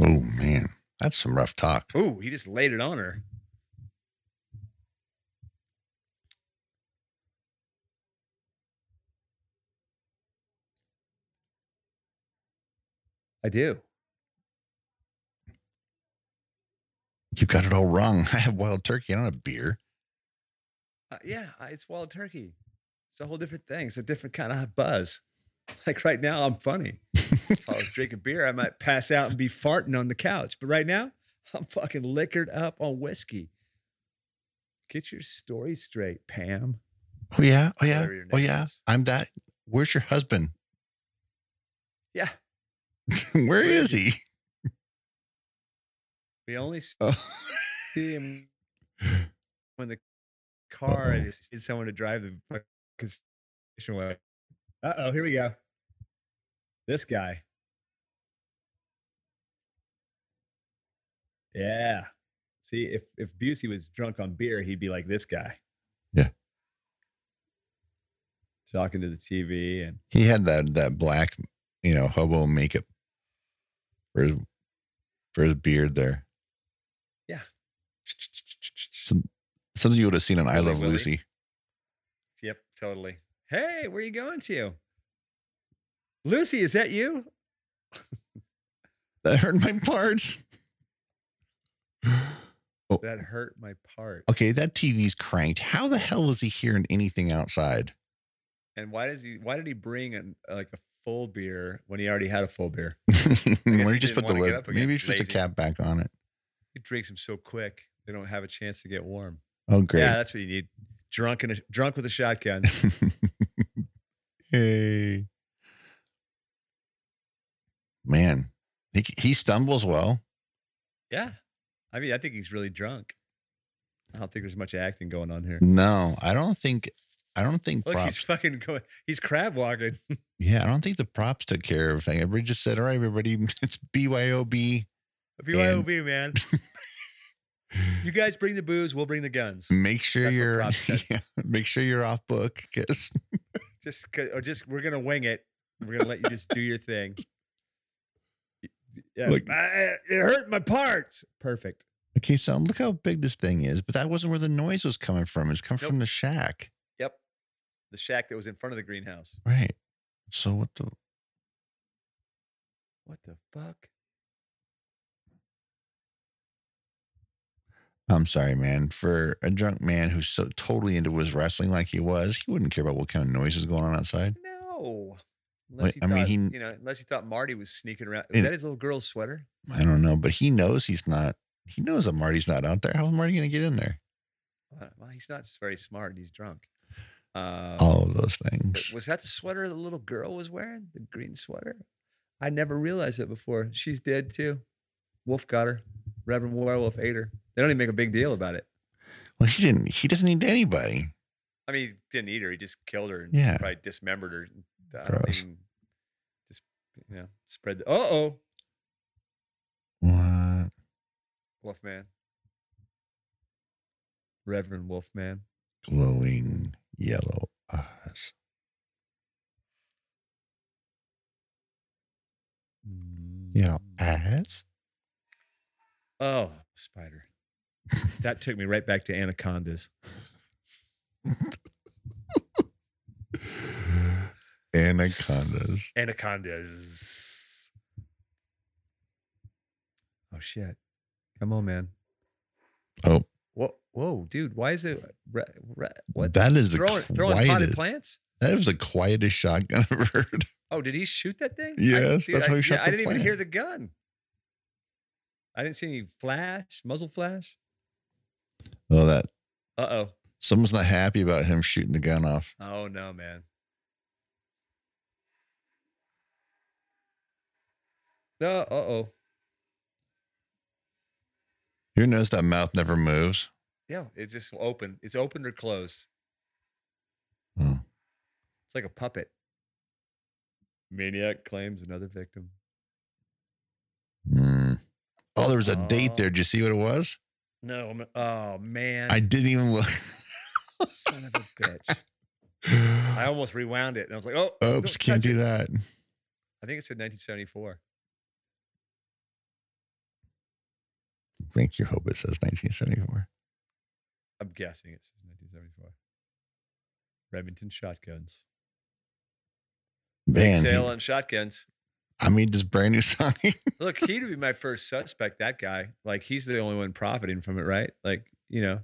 Speaker 1: Oh man, that's some rough talk.
Speaker 2: Ooh, he just laid it on her. I do.
Speaker 1: You got it all wrong. (laughs) I have wild turkey. I don't have beer.
Speaker 2: Uh, yeah, I- it's wild turkey. It's a whole different thing. It's a different kind of buzz. (laughs) Like right now, I'm funny. if I was drinking beer, I might pass out and be farting on the couch. But right now, I'm fucking liquored up on whiskey. Get your story straight, Pam.
Speaker 1: Oh yeah. Oh yeah.
Speaker 2: Whatever your
Speaker 1: Oh
Speaker 2: name
Speaker 1: yeah.
Speaker 2: is.
Speaker 1: I'm that. Where's your husband?
Speaker 2: Yeah.
Speaker 1: (laughs) Where is he?
Speaker 2: We only see
Speaker 1: Oh. (laughs)
Speaker 2: him when the car
Speaker 1: Uh-oh.
Speaker 2: I just need someone to drive the fucking station away.
Speaker 3: Uh oh, here we go. This guy. Yeah.
Speaker 2: See, if if Busey was drunk on beer, he'd be like this guy.
Speaker 1: Yeah.
Speaker 2: Talking to the TV and
Speaker 1: He had that that black, you know, hobo makeup for his for his beard there. Something you would have seen on I
Speaker 2: Really,
Speaker 1: Love
Speaker 2: Willie?
Speaker 1: Lucy.
Speaker 2: Yep, totally. Hey, where you going to? Lucy, is that you?
Speaker 1: That hurt my parts.
Speaker 2: That hurt my part.
Speaker 1: Okay, that TV's cranked. How the hell is he hearing anything outside? (laughs)
Speaker 2: And why does he why did he bring an, uh, like a full beer when he already had a full beer?
Speaker 1: Why don't
Speaker 2: he
Speaker 1: you just
Speaker 2: didn't
Speaker 1: put the
Speaker 2: wanna get
Speaker 1: lid?
Speaker 2: up again,
Speaker 1: Maybe you should put the
Speaker 2: lazy.
Speaker 1: cap back on it.
Speaker 2: He drinks them so quick they don't have a chance to get warm.
Speaker 1: Oh, great.
Speaker 2: Yeah, that's what you need. Drunk and a, drunk with a (laughs) shotgun.
Speaker 1: (laughs) hey. Man, he, he stumbles well.
Speaker 2: yeah. I mean, I think he's really drunk. I don't think there's much acting going on (laughs) here.
Speaker 1: No, I don't think. I don't think
Speaker 2: Look, he's
Speaker 1: props.
Speaker 2: fucking going. He's crab walking. (laughs)
Speaker 1: Yeah, I don't think the props took care of everything. Everybody just said, "All right, everybody, (laughs) it's BYOB."
Speaker 2: BYOB, man. you guys bring the booze. We'll bring the (laughs) guns.
Speaker 1: Make sure
Speaker 2: That's what
Speaker 1: you're
Speaker 2: props said.
Speaker 1: (laughs) yeah, make sure you're off book because
Speaker 2: Just 'cause- or just we're gonna wing it. We're gonna let you just do your (laughs) thing. Yeah,
Speaker 1: Look-
Speaker 2: I- it hurt my parts. Perfect.
Speaker 1: (laughs) okay, so look how big this thing is, but that wasn't where the noise was coming from. It's coming from the shack,
Speaker 2: Yep. The shack that was in front of the greenhouse.
Speaker 1: right? So what the
Speaker 2: What the fuck?
Speaker 1: I'm sorry, man. For a drunk man who's so totally into his wrestling like he was, he wouldn't care about what kind of noise is going on outside.
Speaker 2: No.
Speaker 1: Wait,
Speaker 2: Unless he
Speaker 1: I
Speaker 2: thought,
Speaker 1: mean, he-
Speaker 2: you know, unless he thought Marty was sneaking around.
Speaker 1: It-
Speaker 2: Is that his little girl's sweater?
Speaker 1: I don't know, but he knows he's not. He knows that Marty's not out there. How's Marty going to get in there?
Speaker 2: Uh, Well, he's not just very smart. and He's drunk. Uh,
Speaker 1: All of those
Speaker 2: But
Speaker 1: things.
Speaker 2: Was that the sweater the little girl was wearing? The green sweater? I never realized it before. She's dead too. Wolf got her. Reverend Werewolf ate her. They don't even make a big deal about it.
Speaker 1: Well, he didn't. He doesn't need anybody.
Speaker 2: I mean, he didn't eat her. He just killed her and
Speaker 1: Yeah.
Speaker 2: probably dismembered her. I don't
Speaker 1: Gross.
Speaker 2: even, just, you know, spread the. Uh oh,
Speaker 1: What?
Speaker 2: Wolfman. Reverend Wolfman.
Speaker 1: Glowing yellow eyes. Yellow eyes.
Speaker 2: Oh, spider. that took me right back to anacondas.
Speaker 1: Anacondas.
Speaker 2: Anacondas. Oh shit! Come on, man.
Speaker 1: Oh.
Speaker 2: Whoa, whoa, dude! Why is it? Re, re, what?
Speaker 1: That is the
Speaker 2: throwing,
Speaker 1: quietest.
Speaker 2: throwing potted plants?
Speaker 1: that is the quietest shotgun (laughs) I've ever heard.
Speaker 2: Oh, did he shoot that thing? I-
Speaker 1: Yes,
Speaker 2: dude,
Speaker 1: that's
Speaker 2: I,
Speaker 1: how he shot
Speaker 2: I
Speaker 1: the
Speaker 2: didn't even hear
Speaker 1: plant.
Speaker 2: the gun. I didn't see any flash, muzzle flash.
Speaker 1: Oh, that
Speaker 2: Uh oh.
Speaker 1: someone's not happy about him shooting the gun off.
Speaker 2: Oh no, man. No, uh oh.
Speaker 1: You notice that mouth never moves.
Speaker 2: Yeah, it's just open. It's open or closed.
Speaker 1: Oh.
Speaker 2: It's like a puppet. Maniac claims another victim.
Speaker 1: Mm. Oh, there was a date
Speaker 2: Oh.
Speaker 1: there. Did you see what it was?
Speaker 2: No, I'm, oh
Speaker 1: (laughs)
Speaker 2: man,
Speaker 1: I didn't even look.
Speaker 2: son of a bitch! (laughs) I almost rewound it, and I was like, "Oh, don't
Speaker 1: (laughs) Oops, can't
Speaker 2: touch
Speaker 1: do
Speaker 2: it.
Speaker 1: that.
Speaker 2: I think it said 1974.
Speaker 1: Thank you. Hope it says 1974.
Speaker 2: I'm guessing it says 1974. Remington shotguns. Big
Speaker 1: Man,
Speaker 2: sale
Speaker 1: he,
Speaker 2: on shotguns.
Speaker 1: I made this brand (laughs) new sign.
Speaker 2: Look, he'd be my first suspect. That guy, like, he's the only one profiting from it, right? Like, you know,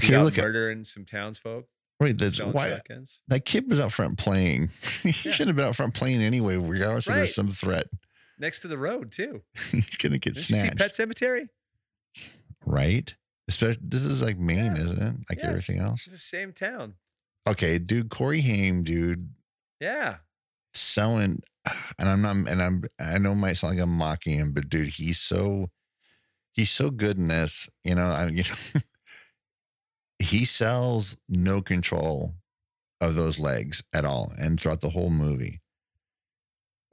Speaker 2: he's
Speaker 1: okay,
Speaker 2: out
Speaker 1: look at
Speaker 2: murdering some townsfolk,
Speaker 1: wait. This
Speaker 2: selling
Speaker 1: why
Speaker 2: shotguns.
Speaker 1: that kid was out front playing. (laughs) he
Speaker 2: Yeah.
Speaker 1: should have been out front playing anyway. Regardless, if
Speaker 2: Right.
Speaker 1: there's some threat, (laughs)
Speaker 2: next to the road too.
Speaker 1: he's gonna get
Speaker 2: Did you see
Speaker 1: snatched,
Speaker 2: Pet Cemetery?
Speaker 1: right? Especially this is like Maine,
Speaker 2: Yeah.
Speaker 1: isn't it? Like
Speaker 2: Yes.
Speaker 1: everything else.
Speaker 2: It's the same town.
Speaker 1: Okay, dude, Corey Haim, dude,
Speaker 2: Yeah,
Speaker 1: selling, and I'm not, and I'm, I know it might sound like I'm mocking him, but dude, he's so, he's so good in this. You know, I, (laughs) you know, he sells no control of those legs at all, and throughout the whole movie,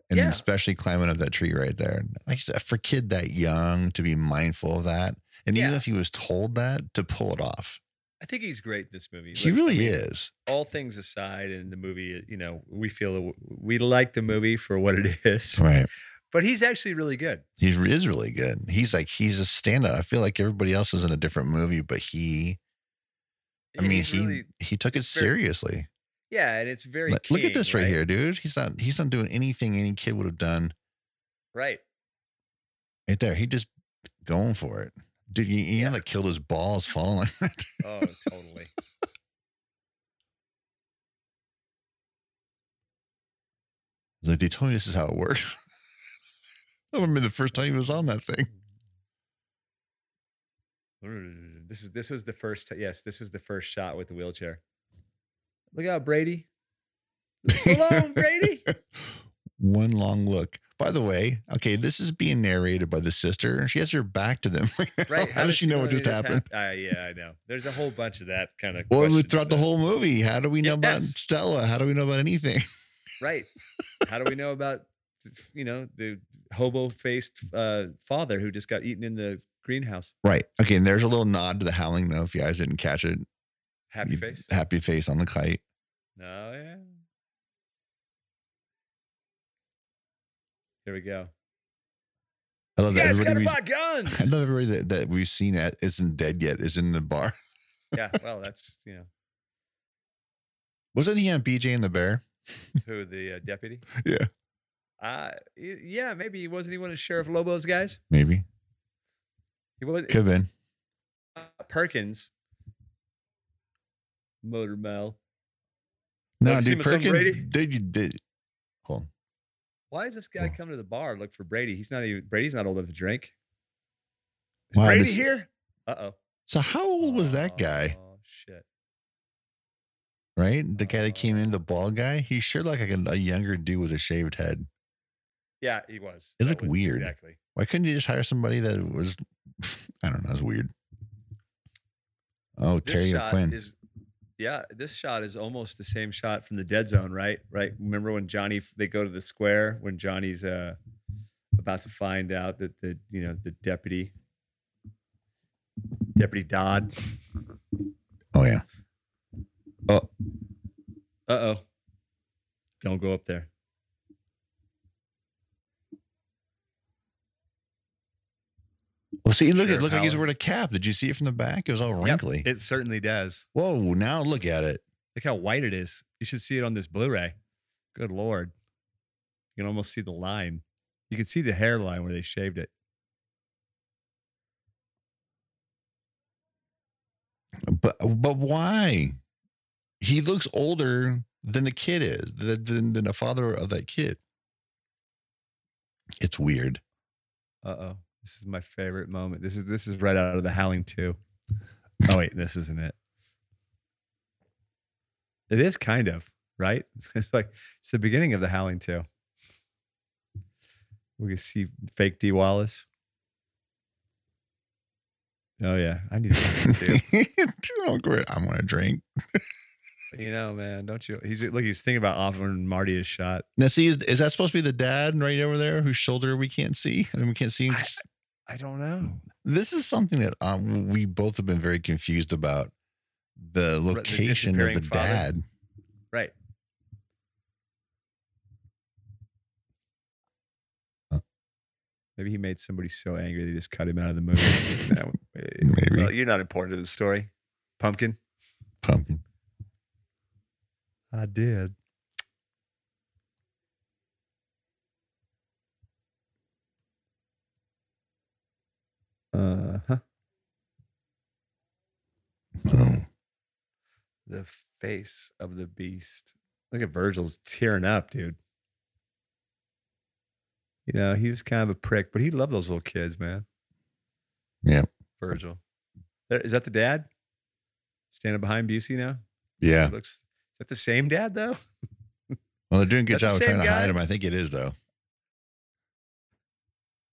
Speaker 1: and
Speaker 2: Yeah.
Speaker 1: especially climbing up that tree right there. Like I said, for a kid that young to be mindful of that, and even
Speaker 2: Yeah.
Speaker 1: if he was told that to pull it off,
Speaker 2: I think he's great. in This movie,
Speaker 1: he
Speaker 2: Like, I
Speaker 1: really
Speaker 2: mean,
Speaker 1: is.
Speaker 2: All things aside, in the movie, you know, we feel we like the movie for what it (laughs) is,
Speaker 1: Right.
Speaker 2: but he's actually really good.
Speaker 1: He re- is really good. He's like he's a standout. I feel like everybody else is in a different movie, but he. I mean,
Speaker 2: He's
Speaker 1: he
Speaker 2: really-
Speaker 1: he took it
Speaker 2: he's very
Speaker 1: seriously.
Speaker 2: yeah, and it's very.
Speaker 1: Like, look at
Speaker 2: king,
Speaker 1: this right, here, dude. He's not he's not doing anything any kid would have done
Speaker 2: Right.
Speaker 1: right there. He just going for it, dude. You, you know that killed his balls falling. (laughs) like that?
Speaker 2: Oh, totally.
Speaker 1: He's like they told me this is how it works. (laughs) I remember the first time he was on that thing.
Speaker 2: Mm, This is this was the first. Yes, this was the first shot with the wheelchair. Look out, Brady. Leave us Alone, Brady.
Speaker 1: One long look. By the way, okay, this is being narrated by the sister, and she has her back to them.
Speaker 2: (laughs)
Speaker 1: (laughs)
Speaker 2: Right.
Speaker 1: How, does she know what
Speaker 2: any
Speaker 1: just
Speaker 2: of this
Speaker 1: happened?
Speaker 2: hap- Uh, yeah, I know. There's a whole bunch of that kind of.
Speaker 1: Well, throughout the whole movie, how do we know about
Speaker 2: Yes.
Speaker 1: Stella? How do we know about anything? (laughs)
Speaker 2: Right. How do we know about, you know, the hobo faced uh, father who just got eaten in the greenhouse?
Speaker 1: Right. Okay. And there's a little nod to the howling, though, if you guys didn't catch it.
Speaker 2: Happy face.
Speaker 1: Happy face on the kite.
Speaker 2: No, yeah. Here we go.
Speaker 1: I love
Speaker 2: You
Speaker 1: that.
Speaker 2: guys gotta
Speaker 1: Everybody we,
Speaker 2: buy
Speaker 1: (laughs)
Speaker 2: guns.
Speaker 1: I love everybody that, that we've seen that isn't dead yet is in the bar. (laughs)
Speaker 2: yeah, well, that's you know
Speaker 1: Wasn't he on BJ and the Bear?
Speaker 2: who the uh, deputy.
Speaker 1: Yeah.
Speaker 2: Uh y- yeah, maybe he wasn't he one of Sheriff Lobo's guys.
Speaker 1: Maybe.
Speaker 2: He was
Speaker 1: Could have been.
Speaker 2: uh, Perkins. Motor Mel.
Speaker 1: No,
Speaker 2: Have you seen
Speaker 1: dude,
Speaker 2: my son Brady?
Speaker 1: Perkins. Dude, you did. Hold on.
Speaker 2: Why is this guy
Speaker 1: Whoa.
Speaker 2: come to the bar and look for Brady? He's not even Brady's not old enough to drink.
Speaker 1: Wow,
Speaker 3: Brady
Speaker 1: this-
Speaker 3: here?
Speaker 2: Uh oh.
Speaker 1: So, how old was that guy,
Speaker 2: Oh shit.
Speaker 1: right? The guy that came in, the bald guy? He sure looked like a, a younger dude with a shaved head.
Speaker 2: Yeah, he was.
Speaker 1: It
Speaker 2: That
Speaker 1: looked
Speaker 2: was-
Speaker 1: weird.
Speaker 2: Exactly.
Speaker 1: Why couldn't you just hire somebody that was, (laughs) I don't know, it's weird. Oh,
Speaker 2: This
Speaker 1: Terry
Speaker 2: shot
Speaker 1: O'Quinn.
Speaker 2: is yeah, this shot is almost the same shot from the dead zone, right? Right. Remember when Johnny they go to the square when Johnny's uh about to find out that the you know the deputy deputy Dodd.
Speaker 1: oh yeah, Oh,
Speaker 2: Uh oh. Don't go up there.
Speaker 1: well, see, look at
Speaker 2: Sure,
Speaker 1: look like he's
Speaker 2: Howard.
Speaker 1: wearing a cap. Did you see it from the back? It was all
Speaker 2: Yep,
Speaker 1: wrinkly.
Speaker 2: it certainly does.
Speaker 1: Whoa! Now look at it.
Speaker 2: Look how white it is. You should see it on this Blu-ray. Good lord. You can almost see the line. You can see the hairline where they shaved it.
Speaker 1: But but why? He looks older than the kid is than than, than the father of that kid. It's weird.
Speaker 2: Uh oh. This is my favorite moment. This is this is right out of the Howling Two. Oh wait, this isn't it. It is kind of right. (laughs) It's like it's the beginning of the Howling Two. We can see fake D Wallace. Oh yeah, I need to find it
Speaker 1: (laughs)
Speaker 2: too.
Speaker 1: oh, great. I'm gonna drink.
Speaker 2: you know, man, don't you? He's look. He's thinking about offering Marty a shot.
Speaker 1: Now see, is, is that supposed to be the dad right over there whose shoulder we can't see and we can't see? Him?
Speaker 2: I- I don't know.
Speaker 1: This is something that um, we both have been very confused about the location of
Speaker 2: disappearing
Speaker 1: the
Speaker 2: father?
Speaker 1: dad.
Speaker 2: Right.
Speaker 1: Huh.
Speaker 2: Maybe he made somebody so angry they just cut him out of the movie. (laughs) eh, Nah, w-
Speaker 1: Maybe.
Speaker 2: Well, you're not important to the story. Pumpkin.
Speaker 1: Pumpkin.
Speaker 2: I did. Uh huh.
Speaker 1: Oh,
Speaker 2: The face of the beast. Look at Virgil's tearing up, dude. You know, he was kind of a prick, but he loved those little kids, man.
Speaker 1: Yeah.
Speaker 2: Virgil. There- Is that the dad? Standing behind Busey now?
Speaker 1: yeah.
Speaker 2: He looks is that the same dad though? (laughs)
Speaker 1: Well, they're doing a good
Speaker 2: That's the
Speaker 1: job of
Speaker 2: same
Speaker 1: trying to hide
Speaker 2: guy?
Speaker 1: him. I think it is though.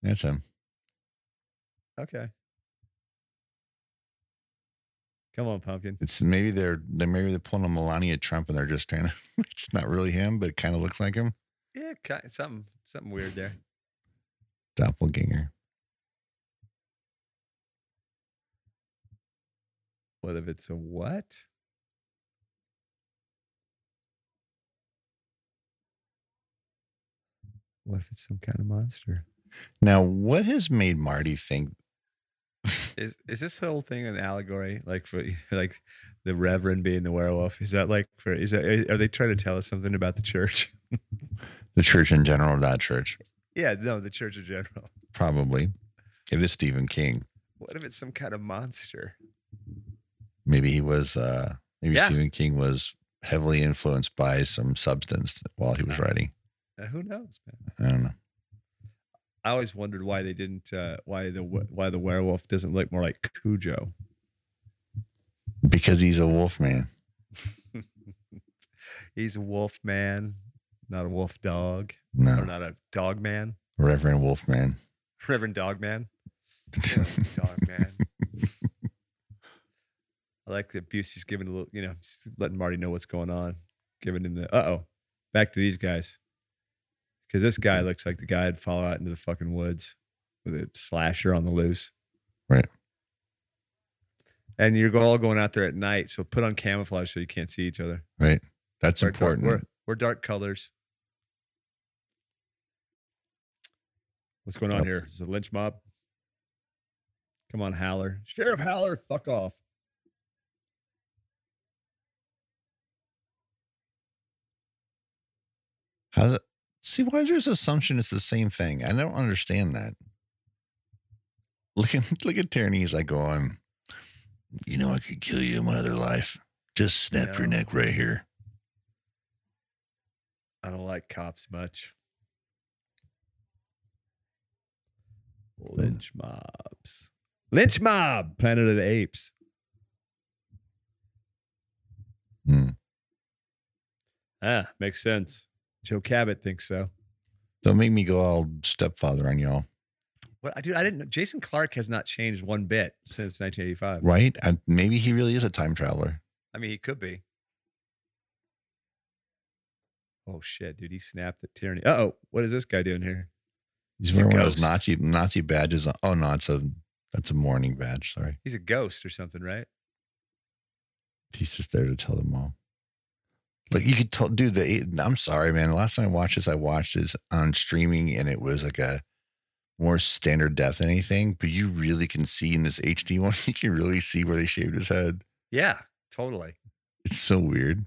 Speaker 1: That's him.
Speaker 2: Okay. Come on, pumpkin.
Speaker 1: It's maybe they're they maybe they're pulling a Melania Trump and they're just trying to. (laughs) It's not really him, but it kind of looks like him.
Speaker 2: Yeah, ki something something weird there.
Speaker 1: Doppelganger.
Speaker 2: What if it's a what? What if it's some kind of monster?
Speaker 1: Now, what has made Marty think?
Speaker 2: Is is this whole thing an allegory? Like for (laughs) like the Reverend being the werewolf? Is that like for is that are they trying to tell us something about the church? (laughs)
Speaker 1: The church in general, that church,
Speaker 2: yeah, no, the church in general.
Speaker 1: probably. If it's Stephen King,
Speaker 2: What if it's some kind of monster?
Speaker 1: maybe he was. uh Maybe
Speaker 2: Yeah.
Speaker 1: Stephen King was heavily influenced by some substance while he was writing.
Speaker 2: Uh, who knows, man?
Speaker 1: I don't know.
Speaker 2: I always wondered why they didn't, uh, why the we- why the werewolf doesn't look more like Cujo.
Speaker 1: Because he's a wolf man.
Speaker 2: He's a wolf man, not a wolf dog, or
Speaker 1: No,
Speaker 2: not a dog man. (laughs)
Speaker 1: Reverend Wolf man.
Speaker 2: Reverend Dog Man. Reverend dog man. I like that Busey's giving a little, you know, just letting Marty know what's going on, giving him the uh oh. Back to these guys, because this guy looks like the guy I'd follow out into the fucking woods with a slasher on the loose.
Speaker 1: Right.
Speaker 2: And you're go- all going out there at night, so put on camouflage so you can't see each other.
Speaker 1: right. (laughs) That's
Speaker 2: Wear dark-
Speaker 1: important.
Speaker 2: wear- wear dark colors. What's going on
Speaker 1: Yep.
Speaker 2: here? Is it a lynch mob? Come on, Howler. Sheriff Howler, fuck off.
Speaker 1: How does see why is there this assumption it's the same thing? I don't understand that. Look at (laughs) look at Tyranny. He's like going, you know, I could kill you in my other life. Just snap your
Speaker 2: Yeah.
Speaker 1: neck right here.
Speaker 2: I don't like cops much. Lynch mobs. Lynch mob, Planet of the Apes.
Speaker 1: Hmm.
Speaker 2: Ah, makes sense. Joe Cabot thinks so.
Speaker 1: Don't make me go all stepfather on y'all.
Speaker 2: Well, I dude, I didn't know. Jason Clark has not changed one bit since 1985.
Speaker 1: Right? I, maybe he really is a time traveler.
Speaker 2: I mean, he could be. Oh shit, dude! He snapped at tyranny. Uh oh, what is this guy doing here?
Speaker 1: He's
Speaker 2: He's a
Speaker 1: wearing one of those
Speaker 2: ghost.
Speaker 1: Nazi Nazi badges. on- Oh no, it's a that's a mourning badge. Sorry.
Speaker 2: He's a ghost or something, right?
Speaker 1: He's just there to tell them all. Like you could tell, dude. The I'm sorry, man. The last time I watched this, I watched this on streaming, and it was like a more standard depth than anything. But you really can see in this HD one, (laughs) you can really see where they shaved his head.
Speaker 2: Yeah, totally.
Speaker 1: It's so weird.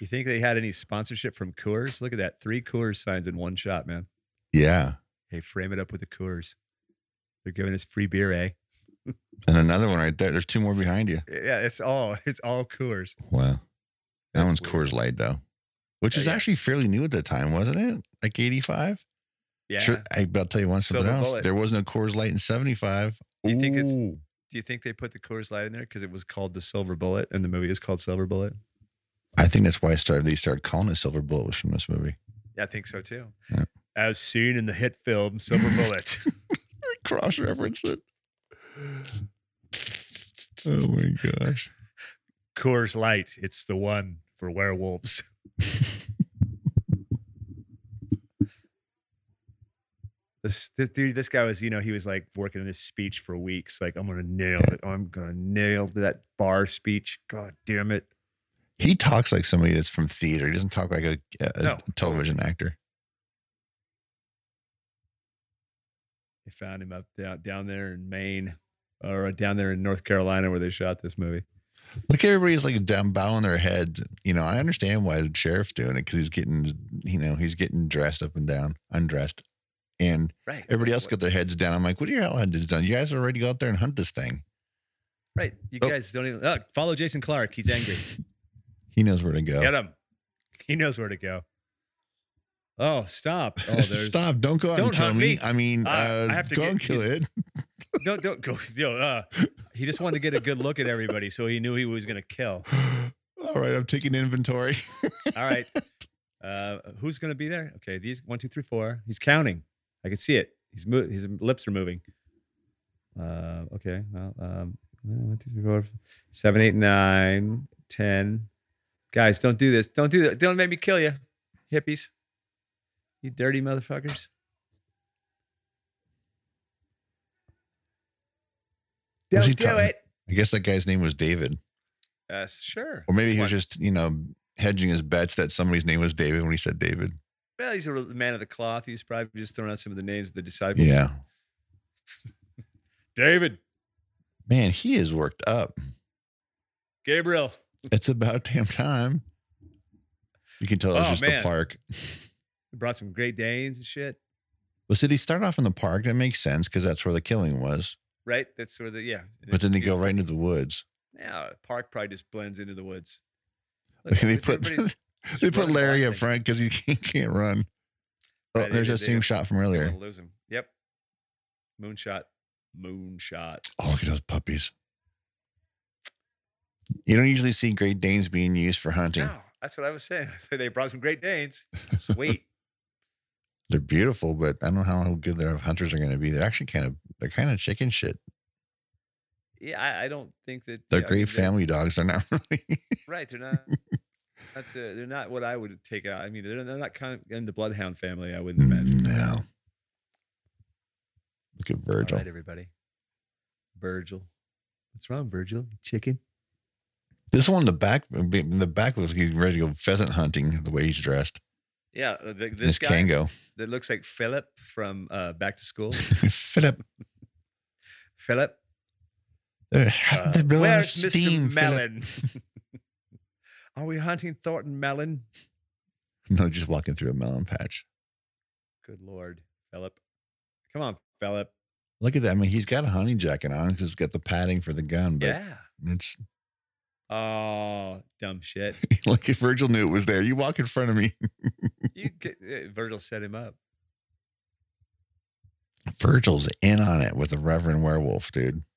Speaker 2: You think they had any sponsorship from Coors? Look at that, three Coors signs in one shot, man.
Speaker 1: Yeah,
Speaker 2: Hey, frame it up with the Coors. They're giving us free beer, eh?
Speaker 1: and another one right there. There's two more behind you.
Speaker 2: Yeah, it's all (laughs) it's all Coors.
Speaker 1: Wow, that
Speaker 2: That's
Speaker 1: one's
Speaker 2: weird. Oh,
Speaker 1: Coors Light though, which
Speaker 2: Yeah,
Speaker 1: is
Speaker 2: yeah.
Speaker 1: actually fairly new at the time, wasn't it? Like '85.
Speaker 2: Yeah.
Speaker 1: I, but I'll tell you one something
Speaker 2: Silver
Speaker 1: else.
Speaker 2: bullet.
Speaker 1: There was no Coors Light in '75.
Speaker 2: You think it's-
Speaker 1: Ooh.
Speaker 2: Do you think they put the Coors Light in there because it was called the Silver Bullet and the movie is called Silver Bullet?
Speaker 1: I think that's why I started. They started calling it Silver Bullet was from this movie. (laughs)
Speaker 2: I think so too.
Speaker 1: Yeah.
Speaker 2: As seen in the hit film Silver Bullet.
Speaker 1: Cross referenced it. Oh my
Speaker 2: (laughs)
Speaker 1: gosh!
Speaker 2: Coors Light. It's the one for werewolves. (laughs) This, this dude, this guy was, you know, he was like working on his speech for weeks. Like, I'm gonna nail it. I'm gonna nail that bar speech. God damn it!
Speaker 1: He talks like somebody that's from theater. He doesn't talk like a, a
Speaker 2: No.
Speaker 1: television actor.
Speaker 2: They found him up down, down there in Maine, or down there in North Carolina where they shot this movie.
Speaker 1: Look, everybody's like down bowing their heads. You know, I understand why the sheriff's doing it because he's getting, you know, he's getting dressed up and down, undressed And
Speaker 2: Right.
Speaker 1: everybody else got their heads down. I'm like, what are your hell heads down? You guys already go out there and hunt this thing.
Speaker 2: Right. You
Speaker 1: Oh.
Speaker 2: guys don't even oh, follow Jason Clark. He's angry.
Speaker 1: (laughs) He knows where to go. (laughs)
Speaker 2: Get him. He knows where to go. Oh,
Speaker 1: (laughs)
Speaker 2: stop. Oh, there's
Speaker 1: Stop. Don't go out
Speaker 2: Don't
Speaker 1: and kill
Speaker 2: hunt
Speaker 1: me.
Speaker 2: me.
Speaker 1: I mean,
Speaker 2: Uh,
Speaker 1: uh,
Speaker 2: I have to
Speaker 1: go
Speaker 2: get-
Speaker 1: and kill it. (laughs)
Speaker 2: don't don't go. Yo, uh, he just wanted to get a good look at everybody, so he knew he was gonna kill.
Speaker 1: All right, I'm taking inventory. (laughs)
Speaker 2: All right. Uh, who's gonna be there? Okay, these one, two, three, four. He's counting. I can see it. He's mo- his lips are moving. Uh, okay. Well, um, one, two, three, four, f- seven, eight, nine, ten. Guys, don't do this. Don't do that. Don't make me kill you, hippies. You dirty motherfuckers.
Speaker 1: Was he
Speaker 2: Don't do
Speaker 1: talking-
Speaker 2: it.
Speaker 1: I guess that guy's name was David,
Speaker 2: Uh, sure.
Speaker 1: or maybe he
Speaker 2: Why
Speaker 1: was just you know hedging his bets that somebody's name was David when he said David.
Speaker 2: Well, he's a real man of the cloth. He's probably just throwing out some of the names of the disciples.
Speaker 1: Yeah,
Speaker 2: David,
Speaker 1: man, he is worked up.
Speaker 2: Gabriel.
Speaker 1: It's about (laughs) damn time. You can tell it was
Speaker 2: Oh,
Speaker 1: just the
Speaker 2: man.
Speaker 1: park.
Speaker 2: Brought some Great Danes and shit.
Speaker 1: Well, so he started off in the park. That makes sense because that's where the killing was.
Speaker 2: Right? That's where the, yeah.
Speaker 1: But then they go right into the woods.
Speaker 2: Now, park probably just blends into
Speaker 1: (laughs)
Speaker 2: the woods.
Speaker 1: they put (laughs)
Speaker 2: everybody's
Speaker 1: they
Speaker 2: just
Speaker 1: put
Speaker 2: running
Speaker 1: Larry up
Speaker 2: blindly.
Speaker 1: front because he (laughs) can't, can't run. Oh,
Speaker 2: Right, they
Speaker 1: there's
Speaker 2: did,
Speaker 1: that
Speaker 2: they
Speaker 1: same
Speaker 2: did.
Speaker 1: shot from
Speaker 2: Don't
Speaker 1: earlier.
Speaker 2: wanna lose him. Yep. Moonshot. Moonshot.
Speaker 1: Oh, look at those puppies. You don't usually see Great Danes being used for hunting.
Speaker 2: No, that's what I was saying. (laughs) I said they brought some Great Danes.
Speaker 1: (laughs)
Speaker 2: Sweet.
Speaker 1: They're beautiful, but I don't know how good their hunters are going to be. They're actually kind of they're kind of chicken shit.
Speaker 2: yeah, I, I don't think that
Speaker 1: They're
Speaker 2: yeah, I mean,
Speaker 1: great family dogs. They're not (laughs) really.
Speaker 2: Right,
Speaker 1: (laughs)
Speaker 2: they're not. not uh, they're not what I would take out. I mean, they're, they're not kind of in the bloodhound family. I wouldn't imagine.
Speaker 1: no. Look at Virgil.
Speaker 2: All right, everybody. Virgil, what's wrong, Virgil? Chicken?
Speaker 1: This one in the back, in the back was getting ready to go pheasant hunting. The way he's dressed,
Speaker 2: Yeah, uh, th-
Speaker 1: this,
Speaker 2: this guy
Speaker 1: Kango. (laughs)
Speaker 2: that looks like Philip from uh, Back to School.
Speaker 1: Philip,
Speaker 2: Philip,
Speaker 1: they're having
Speaker 2: uh,
Speaker 1: to blow out
Speaker 2: where's
Speaker 1: the steam,
Speaker 2: Mr.
Speaker 1: Philip.
Speaker 2: Melon? (laughs) Are we hunting Thornton Melon?
Speaker 1: No, just walking through a melon patch.
Speaker 2: Good lord, Philip! Come on, Philip!
Speaker 1: Look at that. I mean, he's got a hunting jacket on because it's got the padding for the gun, but
Speaker 2: yeah.
Speaker 1: it's (laughs)
Speaker 2: Oh, dumb shit!
Speaker 1: like if Virgil knew it was there, you walk in front of me. (laughs)
Speaker 2: You (laughs) get, uh, Virgil set him up.
Speaker 1: Virgil's in on it with the Reverend Werewolf, dude. (laughs)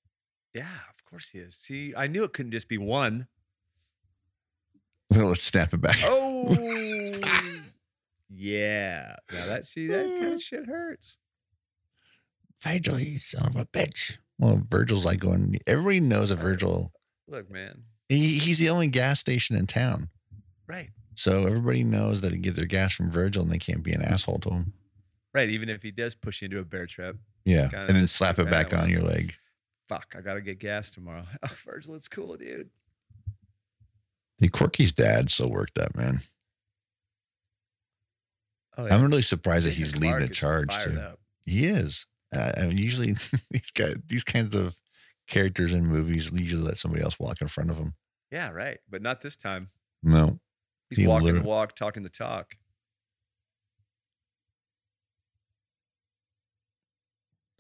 Speaker 2: Yeah, of course he is. See, I knew it couldn't just be one.
Speaker 1: Let's snap it back.
Speaker 2: Oh, (laughs) yeah. Now that see that
Speaker 1: (laughs)
Speaker 2: kind of shit hurts.
Speaker 1: Virgil, you son of a bitch. Well, Virgil's like going, everybody knows a Virgil.
Speaker 2: Look, man.
Speaker 1: He, he's the only gas station in town.
Speaker 2: Right,
Speaker 1: So everybody knows that they get their gas from Virgil and they can't be an asshole to him.
Speaker 2: right. Even if he does push you into a bear trap,
Speaker 1: Yeah.
Speaker 2: kinda
Speaker 1: And then
Speaker 2: just
Speaker 1: slap
Speaker 2: like
Speaker 1: it back
Speaker 2: that.
Speaker 1: on your leg.
Speaker 2: fuck, I gotta get gas tomorrow. (laughs) Oh, Virgil, it's cool, dude.
Speaker 1: The Quirky's dad's so worked up, man.
Speaker 2: Oh,
Speaker 1: I'm really surprised that he's
Speaker 2: Jason
Speaker 1: leading
Speaker 2: Clarke
Speaker 1: the
Speaker 2: is
Speaker 1: charge,
Speaker 2: fired
Speaker 1: too.
Speaker 2: up.
Speaker 1: He is. Uh, I mean, usually (laughs) these guys, these kinds of characters in movies usually let somebody else walk in front of them.
Speaker 2: Yeah, right. But not this time.
Speaker 1: No.
Speaker 2: He's
Speaker 1: He
Speaker 2: walking
Speaker 1: literally-
Speaker 2: the walk, talking the talk.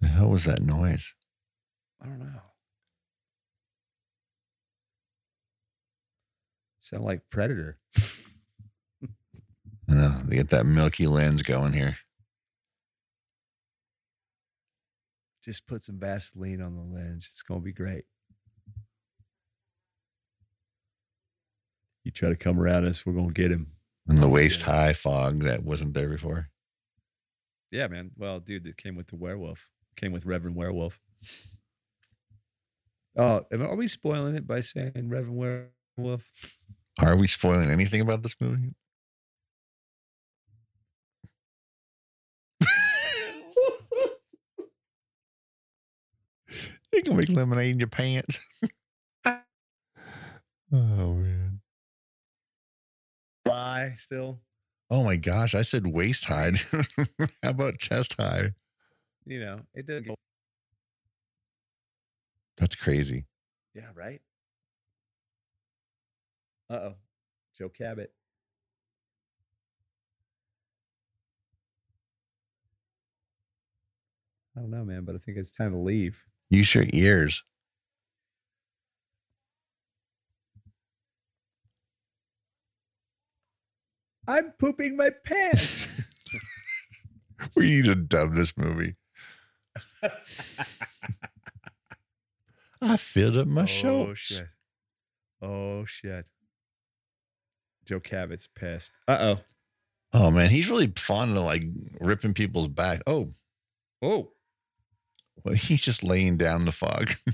Speaker 1: The hell was that noise?
Speaker 2: I don't know. Sound like Predator.
Speaker 1: I know. They get that milky lens going here.
Speaker 2: Just put some Vaseline on the lens. It's gonna be great. You try to come around us, we're gonna get him.
Speaker 1: And the
Speaker 2: Oh,
Speaker 1: waist
Speaker 2: yeah.
Speaker 1: high fog that wasn't there before.
Speaker 2: Yeah, man. Well, dude, that came with the werewolf. Came with Reverend Werewolf. Oh, am I- are we spoiling it by saying Reverend Werewolf?
Speaker 1: Are we spoiling anything about this movie? (laughs) you can make lemonade in your pants. (laughs) oh man.
Speaker 2: Why still?
Speaker 1: Oh my gosh, I said waist high. (laughs) How about chest high?
Speaker 2: You know, it does. not
Speaker 1: That's crazy.
Speaker 2: Yeah, right. Uh oh, Joe Cabot. I don't know, man, but I think it's time to leave.
Speaker 1: Use your ears.
Speaker 3: I'm pooping my pants.
Speaker 1: (laughs) We need to dub this movie. I filled up (laughs) my shorts.
Speaker 2: Oh, shit. Oh shit. Joe Cabot's pissed. Uh
Speaker 1: Oh man, he's really fond of like ripping people's back. Oh,
Speaker 2: oh. Oh.
Speaker 1: well, (laughs) he's just laying down in the fog. (laughs)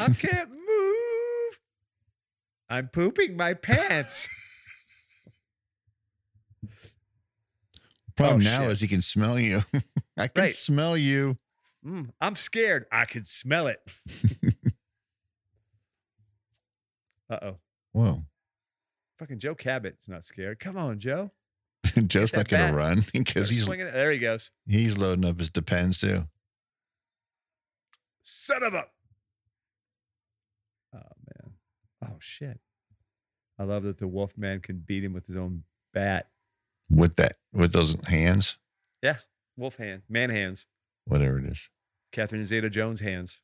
Speaker 2: I can't move. I'm pooping my pants.
Speaker 1: Problem
Speaker 2: Oh,
Speaker 1: now
Speaker 2: shit.
Speaker 1: is he can smell you. (laughs) I can
Speaker 2: Right.
Speaker 1: smell you. (laughs)
Speaker 2: Mm, I'm scared. I can smell it. uh oh.
Speaker 1: Whoa. (laughs)
Speaker 2: Fucking Joe Cabot's not scared. Come on, Joe.
Speaker 1: Joe's not
Speaker 2: that
Speaker 1: gonna
Speaker 2: bat.
Speaker 1: run (laughs) because
Speaker 2: Start
Speaker 1: he's
Speaker 2: swinging it. There he goes.
Speaker 1: he's loading up his depends too.
Speaker 2: Set him up. Oh man. Oh shit. I love that the Wolfman can beat him with his own bat.
Speaker 1: With that with those hands,
Speaker 2: Wolf hand, man hands.
Speaker 1: whatever it is.
Speaker 2: Catherine Zeta Jones hands.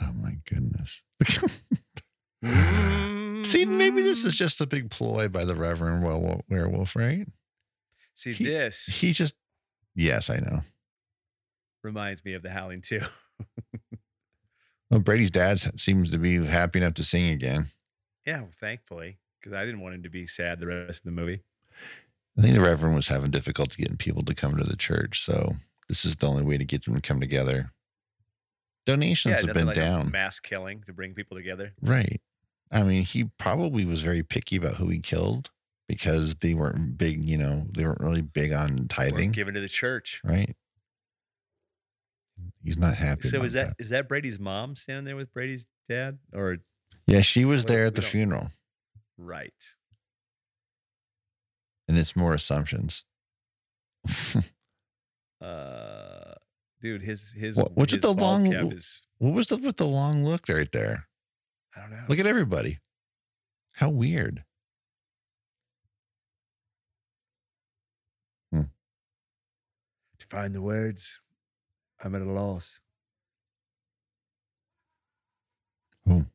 Speaker 1: Oh my goodness. (gasps) (laughs) See, maybe this
Speaker 2: Mm. Mm-hmm.
Speaker 1: is just a big ploy by the Reverend Wel- Werewolf, right?
Speaker 2: See,
Speaker 1: he-
Speaker 2: this
Speaker 1: He just, yes, I know.
Speaker 2: reminds me of the Howling too. (laughs)
Speaker 1: Well, Brady's dad seems to be happy enough to sing again.
Speaker 2: Yeah, well, thankfully, because I didn't want him to be sad the rest of the movie.
Speaker 1: I think the Reverend was having difficulty getting people to come to the church, so this is the only way to get them to come together. Donations
Speaker 2: yeah,
Speaker 1: have
Speaker 2: nothing
Speaker 1: been
Speaker 2: like a
Speaker 1: down,
Speaker 2: mass killing to bring people together.
Speaker 1: right? I mean, he probably was very picky about who he killed because they weren't big, you know, they weren't really big on
Speaker 2: or
Speaker 1: tithing,
Speaker 2: given to the church.
Speaker 1: right? He's not happy.
Speaker 2: So
Speaker 1: about
Speaker 2: is that is that Brady's mom standing there with Brady's dad? Or
Speaker 1: Yeah, she was
Speaker 2: What if
Speaker 1: there at
Speaker 2: we
Speaker 1: the
Speaker 2: don't-
Speaker 1: funeral,
Speaker 2: right?
Speaker 1: and it's more assumptions. (laughs)
Speaker 2: Uh, dude, his his
Speaker 1: What- what's with
Speaker 2: his
Speaker 1: the
Speaker 2: bald
Speaker 1: long-
Speaker 2: cap is
Speaker 1: what was the with the long look right there?
Speaker 2: I don't know.
Speaker 1: Look at everybody. How weird.
Speaker 2: to find the words, I'm at a loss.
Speaker 1: Oh.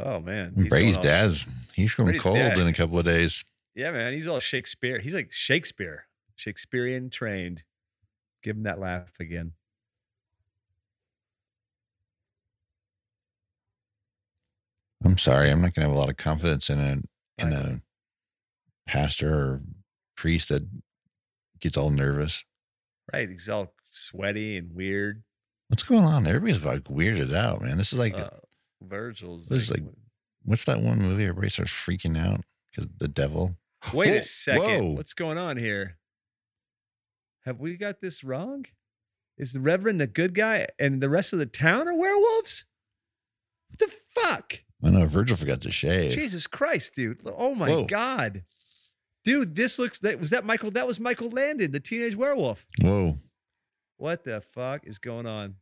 Speaker 2: Oh man,
Speaker 1: And
Speaker 2: he's going
Speaker 1: Brady's
Speaker 2: all-
Speaker 1: dad's he's going
Speaker 2: Brady's
Speaker 1: cold
Speaker 2: dad.
Speaker 1: in a couple of days.
Speaker 2: Yeah, man, he's all Shakespeare. He's like Shakespeare, Shakespearean trained. Give him that laugh again.
Speaker 1: I'm sorry, I'm not gonna have a lot of confidence in a in
Speaker 2: I
Speaker 1: a pastor or priest that gets all nervous.
Speaker 2: Right, he's all sweaty and weird.
Speaker 1: What's going on? Everybody's like weirded out, man. This is like
Speaker 2: Uh, Virgil's
Speaker 1: this is
Speaker 2: like,
Speaker 1: like- what's that one movie everybody starts freaking out because the devil.
Speaker 2: wait
Speaker 1: Whoa,
Speaker 2: a second,
Speaker 1: whoa.
Speaker 2: what's going on here? Have we got this wrong? Is the Reverend the good guy and the rest of the town are werewolves? What the fuck?
Speaker 1: I know Virgil forgot to shave.
Speaker 2: Jesus Christ, dude. Oh my
Speaker 1: Whoa.
Speaker 2: God. Dude, this looks that was that Michael that was Michael Landon, the teenage werewolf.
Speaker 1: Whoa.
Speaker 2: What the fuck is going on?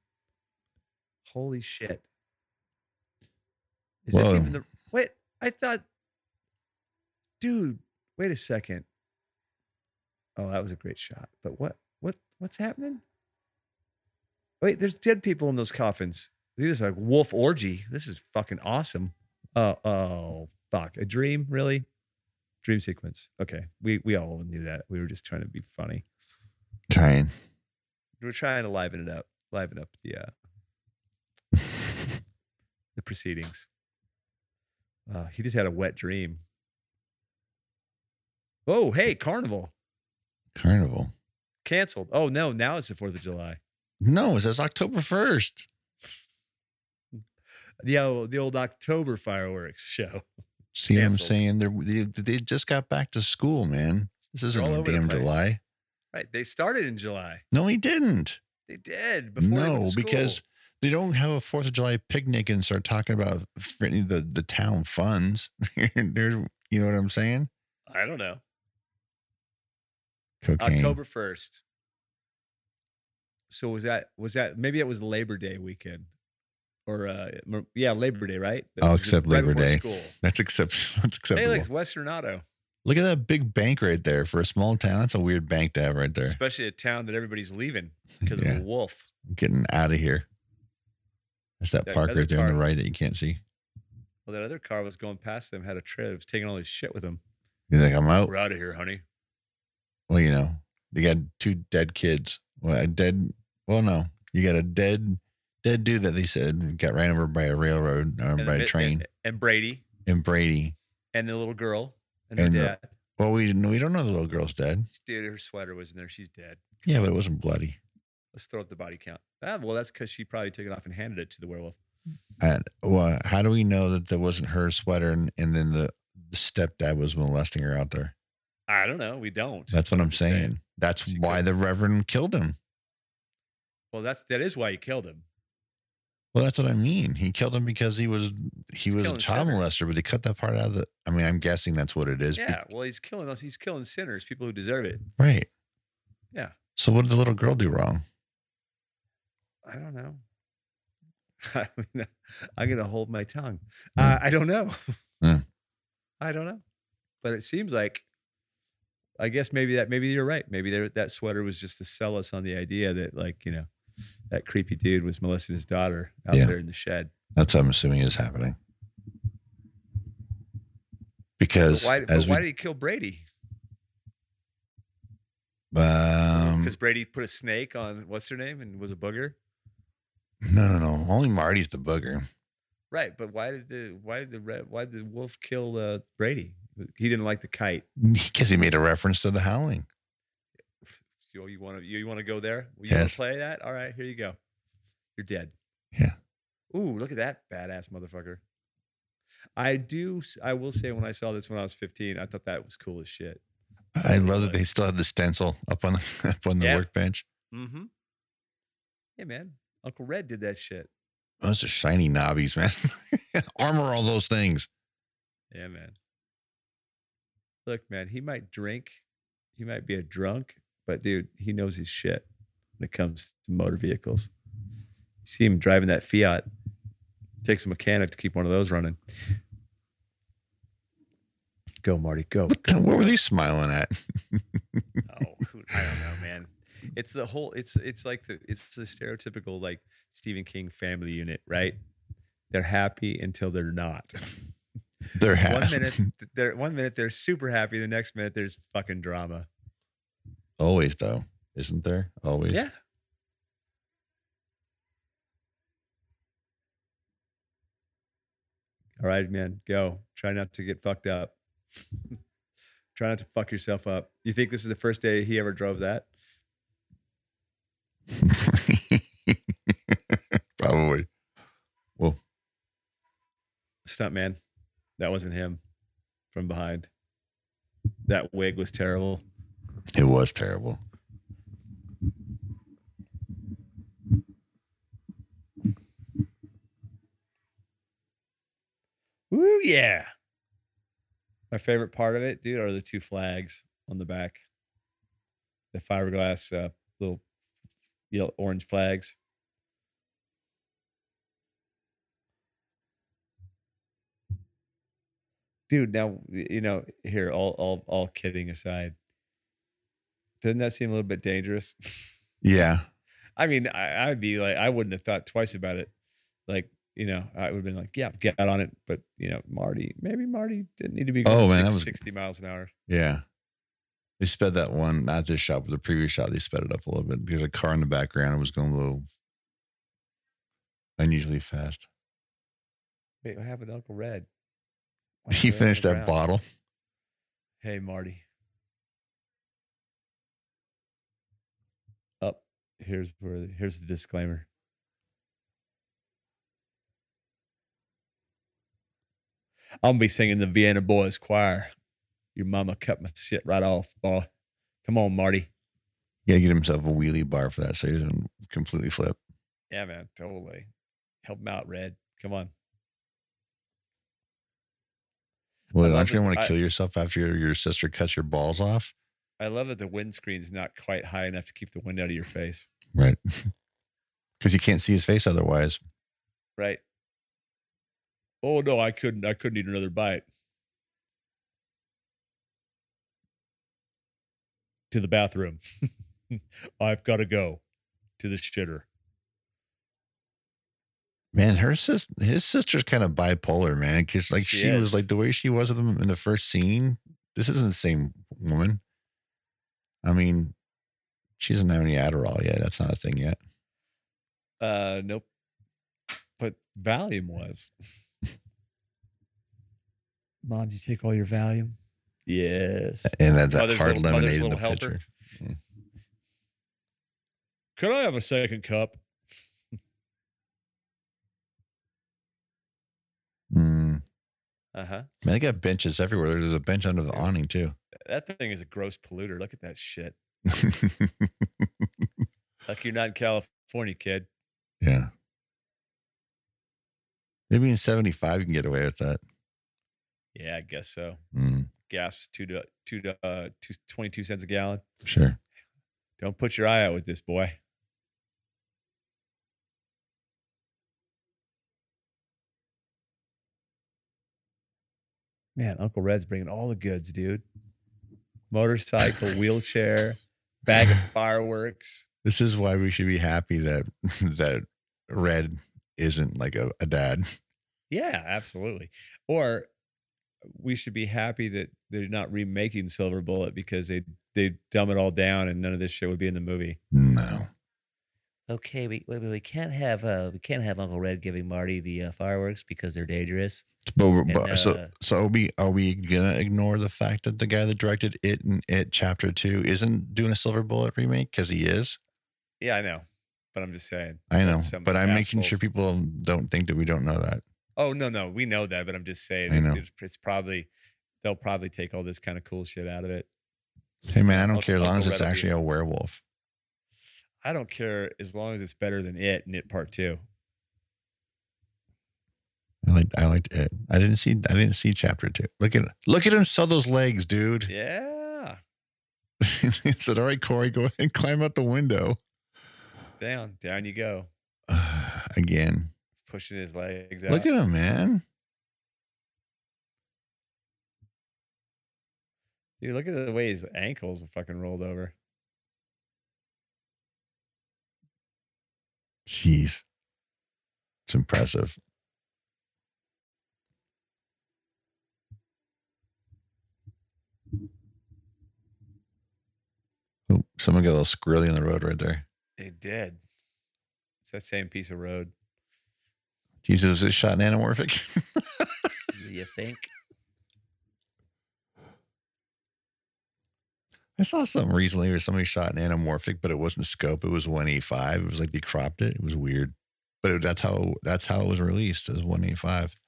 Speaker 2: Holy shit. Is this
Speaker 1: Whoa.
Speaker 2: even the wait? I thought dude, wait a second. Oh, that was a great shot. But what what what's happening? Wait, there's dead people in those coffins. This is like wolf orgy. This is fucking awesome. Oh, oh fuck. A dream, really? Dream sequence. Okay. We we all knew that. We were just trying to be funny
Speaker 1: Trying. (laughs)
Speaker 2: we're trying to liven it up, liven up the uh, the proceedings. Uh, he just had a wet dream. Oh, hey, carnival
Speaker 1: Carnival.
Speaker 2: canceled. Oh no, now it's the Fourth of July.
Speaker 1: No, it says October first.
Speaker 2: The old, the old October fireworks show.
Speaker 1: See what I'm
Speaker 2: Canceled.
Speaker 1: saying? They're, they they just got back to school, man. This isn't
Speaker 2: all
Speaker 1: no
Speaker 2: over the
Speaker 1: damn
Speaker 2: place.
Speaker 1: July.
Speaker 2: Right, they started in July.
Speaker 1: No, he didn't.
Speaker 2: They did before. they went
Speaker 1: no,
Speaker 2: to
Speaker 1: because
Speaker 2: school.
Speaker 1: they don't have a Fourth of July picnic and start talking about fr- the the town funds. (laughs) They're, you know what I'm saying?
Speaker 2: I don't know.
Speaker 1: Cocaine.
Speaker 2: October first. So was that was that maybe it was Labor Day weekend, or uh, m- yeah Labor Day right? That
Speaker 1: I'll
Speaker 2: was
Speaker 1: accept Labor
Speaker 2: before
Speaker 1: Day.
Speaker 2: School.
Speaker 1: That's accept. (laughs) That's acceptable.
Speaker 2: Hey, look, it's Western Auto.
Speaker 1: Look at that big bank right there for a small town. That's a weird bank to have right there.
Speaker 2: especially a town that everybody's leaving because
Speaker 1: Yeah.
Speaker 2: of a wolf.
Speaker 1: I'm getting out of here. That's that
Speaker 2: That
Speaker 1: park
Speaker 2: other
Speaker 1: right there on the
Speaker 2: park.
Speaker 1: right that you can't see.
Speaker 2: Well, that other car was going past them, had a trailer, was taking all his shit with him.
Speaker 1: You're like, I'm out.
Speaker 2: We're out of here, honey.
Speaker 1: Well, you know, they got two dead kids. Well, a dead. Well, no, you got a dead, dead dude that they said got ran over by a railroad or by
Speaker 2: a
Speaker 1: a
Speaker 2: bit-
Speaker 1: train.
Speaker 2: And, and Brady
Speaker 1: And Brady.
Speaker 2: and the little girl and their
Speaker 1: And the-
Speaker 2: dad.
Speaker 1: Well, we didn't. We don't know the little girl's dead.
Speaker 2: Dude, her sweater was in there. She's dead.
Speaker 1: Yeah, but it wasn't bloody.
Speaker 2: Let's throw up the body count. Ah, well, that's because she probably took it off and handed it to the werewolf.
Speaker 1: And well, how do we know that there wasn't her sweater and, and then the, the stepdad was molesting her out there?
Speaker 2: I don't know. We don't.
Speaker 1: That's what I'm
Speaker 2: Just saying.
Speaker 1: saying. That's
Speaker 2: She
Speaker 1: why the Reverend killed him.
Speaker 2: Well, that's that is why he killed him.
Speaker 1: Well, that's what I mean. He killed him because he was he
Speaker 2: He's
Speaker 1: was a
Speaker 2: killing
Speaker 1: child
Speaker 2: sinners.
Speaker 1: molester, but they cut that part out of the. I mean, I'm guessing that's what it is. be-
Speaker 2: Yeah. Well, he's killing us. He's killing sinners, people who deserve it.
Speaker 1: Right.
Speaker 2: Yeah.
Speaker 1: So what did the little girl do wrong?
Speaker 2: I don't know. (laughs) I mean, I'm gonna hold my tongue. Uh, I don't know. (laughs)
Speaker 1: Yeah.
Speaker 2: I don't know. But it seems like, I guess maybe that maybe you're right. Maybe there, that sweater was just to sell us on the idea that like you know, that creepy dude was molesting his daughter out
Speaker 1: Yeah.
Speaker 2: there in the shed.
Speaker 1: That's what I'm assuming is happening.
Speaker 2: But
Speaker 1: Because
Speaker 2: why? But
Speaker 1: as
Speaker 2: why
Speaker 1: we,
Speaker 2: did he kill Brady?
Speaker 1: um,
Speaker 2: Because Brady put a snake on what's her name and was a booger.
Speaker 1: no, no, no, only Marty's the booger. (laughs)
Speaker 2: Right, but why did the why did the red, why did the wolf kill uh, Brady? He didn't like the kite.
Speaker 1: Because he made a reference to the howling.
Speaker 2: you, you want to you, want to go there? You want
Speaker 1: Yes.
Speaker 2: to play that? All right, here you go. You're dead.
Speaker 1: Yeah.
Speaker 2: Ooh, look at that badass motherfucker. I do. s- I will say, when I saw this when I was 15, I thought that was cool as shit.
Speaker 1: I love that they still have the stencil up on the (laughs) up on the
Speaker 2: Yeah.
Speaker 1: workbench.
Speaker 2: Mm-hmm. Yeah, man. Uncle Red did that shit.
Speaker 1: Those are shiny knobbies, man. (laughs) Armor all those things.
Speaker 2: Yeah, man. Look, man. He might drink. He might be a drunk, but dude, he knows his shit when it comes to motor vehicles. You see him driving that Fiat. Takes a mechanic to keep one of those running. Go, Marty. Go.
Speaker 1: What, the, what were they smiling at? (laughs)
Speaker 2: oh, who- I don't know, man. It's the whole. It's it's like the it's the stereotypical like Stephen King family unit, right? They're happy until they're not. (laughs)
Speaker 1: They're happy. (laughs)
Speaker 2: one minute th- they're one minute they're super happy. The next minute there's fucking drama.
Speaker 1: Always though, isn't there? Always.
Speaker 2: Yeah. All right, man, go. Try not to get fucked up. (laughs) Try not to fuck yourself up. You think this is the first day he ever drove that?
Speaker 1: (laughs) Probably.
Speaker 2: Stuntman. That wasn't him from behind. That wig was terrible.
Speaker 1: It was terrible.
Speaker 2: Woo yeah. My favorite part of it, dude, are the two flags on the back. The fiberglass uh, little yellow orange flags. Dude, now y- you know, here, all all all kidding aside. Doesn't that seem a little bit dangerous? (laughs)
Speaker 1: Yeah.
Speaker 2: I mean, I, I'd be like, I wouldn't have thought twice about it. Like, you know, I would have been like, yeah, get on it. But you know, Marty, maybe Marty didn't need to be going
Speaker 1: Oh, man, that
Speaker 2: six-
Speaker 1: was-
Speaker 2: sixty miles an hour.
Speaker 1: Yeah. They sped that one, not this shot, but the previous shot, they sped it up a little bit. There's a car in the background. It was going a little unusually fast.
Speaker 2: Wait, what happened to Uncle Red? Why is
Speaker 1: He
Speaker 2: Red on
Speaker 1: finished
Speaker 2: the
Speaker 1: that
Speaker 2: ground?
Speaker 1: bottle.
Speaker 2: Hey, Marty. Up Oh, here's where the, here's the disclaimer. I'll be singing the Vienna Boys Choir. Your mama cut my shit right off, boy. Come on, Marty.
Speaker 1: He had to get himself a wheelie bar for that so he doesn't completely flip.
Speaker 2: Yeah, man, totally. Help him out, Red. Come on.
Speaker 1: Well,
Speaker 2: love
Speaker 1: aren't you
Speaker 2: it.
Speaker 1: going to want to
Speaker 2: I-
Speaker 1: kill yourself after your, your sister cuts your balls off?
Speaker 2: I love that the windscreen's not quite high enough to keep the wind out of your face.
Speaker 1: (laughs) Right. Because you can't see his face otherwise.
Speaker 2: Right. Oh no, I couldn't. I couldn't eat another bite.
Speaker 3: to the bathroom. (laughs) I've got to go to the shitter.
Speaker 1: Man, her sis, his sister's kind of bipolar, man. Because like she,
Speaker 2: She
Speaker 1: was
Speaker 2: is.
Speaker 1: like the way she was with him in the first scene. This isn't the same woman. I mean, she doesn't have any Adderall yet. That's not a thing yet.
Speaker 2: Uh, nope. But Valium was. (laughs) Mom, did you take all your Valium? Yes.
Speaker 1: And that's that
Speaker 2: Mother's
Speaker 1: hard
Speaker 2: little-
Speaker 1: lemonade
Speaker 2: mother's
Speaker 1: in the
Speaker 2: little helper.
Speaker 1: picture.
Speaker 3: Could I have a second cup?
Speaker 1: Mm.
Speaker 2: Uh huh.
Speaker 1: Man, they got benches everywhere. There's a bench under the awning too. (laughs)
Speaker 2: That thing is a gross polluter. Look at that shit. Like you're not in California, kid.
Speaker 1: yeah. Maybe in '75 you can get away with that.
Speaker 2: Yeah, I guess so.
Speaker 1: Mm,
Speaker 2: Gas was two to two to uh, two, 22 cents a gallon.
Speaker 1: sure.
Speaker 2: Don't put your eye out with this boy. Man, Uncle Red's bringing all the goods, dude. Motorcycle, wheelchair, bag of fireworks.
Speaker 1: This is why we should be happy that (laughs) that Red isn't like a, a dad.
Speaker 2: Yeah, absolutely. Or we should be happy that they're not remaking Silver Bullet because they they dumb it all down and none of this shit would be in the movie.
Speaker 1: No.
Speaker 4: okay, we, we we can't have uh we can't have Uncle Red giving Marty the uh, fireworks because they're dangerous.
Speaker 1: But, we're-
Speaker 4: And,
Speaker 1: but so
Speaker 4: uh,
Speaker 1: so are we are we gonna ignore the fact that the guy that directed it and it chapter two isn't doing a silver bullet remake because he is.
Speaker 2: Yeah, I know. But I'm just saying.
Speaker 1: I know,
Speaker 2: some
Speaker 1: but I'm making sure
Speaker 2: assholes.
Speaker 1: people don't think that we don't know that.
Speaker 2: Oh no, no, we know that, but I'm just saying
Speaker 1: I
Speaker 2: it-
Speaker 1: know.
Speaker 2: It's, it's probably they'll probably take all this kind of cool shit out of it.
Speaker 1: Hey man, I don't
Speaker 2: Uncle-
Speaker 1: care as long as
Speaker 2: Uncle
Speaker 1: it's
Speaker 2: Red'll be-
Speaker 1: actually a werewolf.
Speaker 2: I don't care as long as it's better than it and it part two.
Speaker 1: I like I liked it. I didn't see I didn't see chapter two. Look at look at him sell those legs, dude.
Speaker 2: Yeah,
Speaker 1: (laughs) he said, "All right, Corey, go ahead and climb out the window (sighs)
Speaker 2: down, down you go,
Speaker 1: again."
Speaker 2: pushing his legs out.
Speaker 1: Look at him, man.
Speaker 2: Dude, look at the way his ankles are fucking rolled over.
Speaker 1: Jeez, it's impressive. Oh, someone got a little squirrely in the road right there.
Speaker 2: It did. It's that same piece of road.
Speaker 1: Jesus, was this shot in anamorphic? (laughs)
Speaker 4: Do you think?
Speaker 1: I saw something recently where somebody shot an anamorphic, but it wasn't scope. It was 185. It was like they cropped it. It was weird, but it, that's how that's how it was released as 185.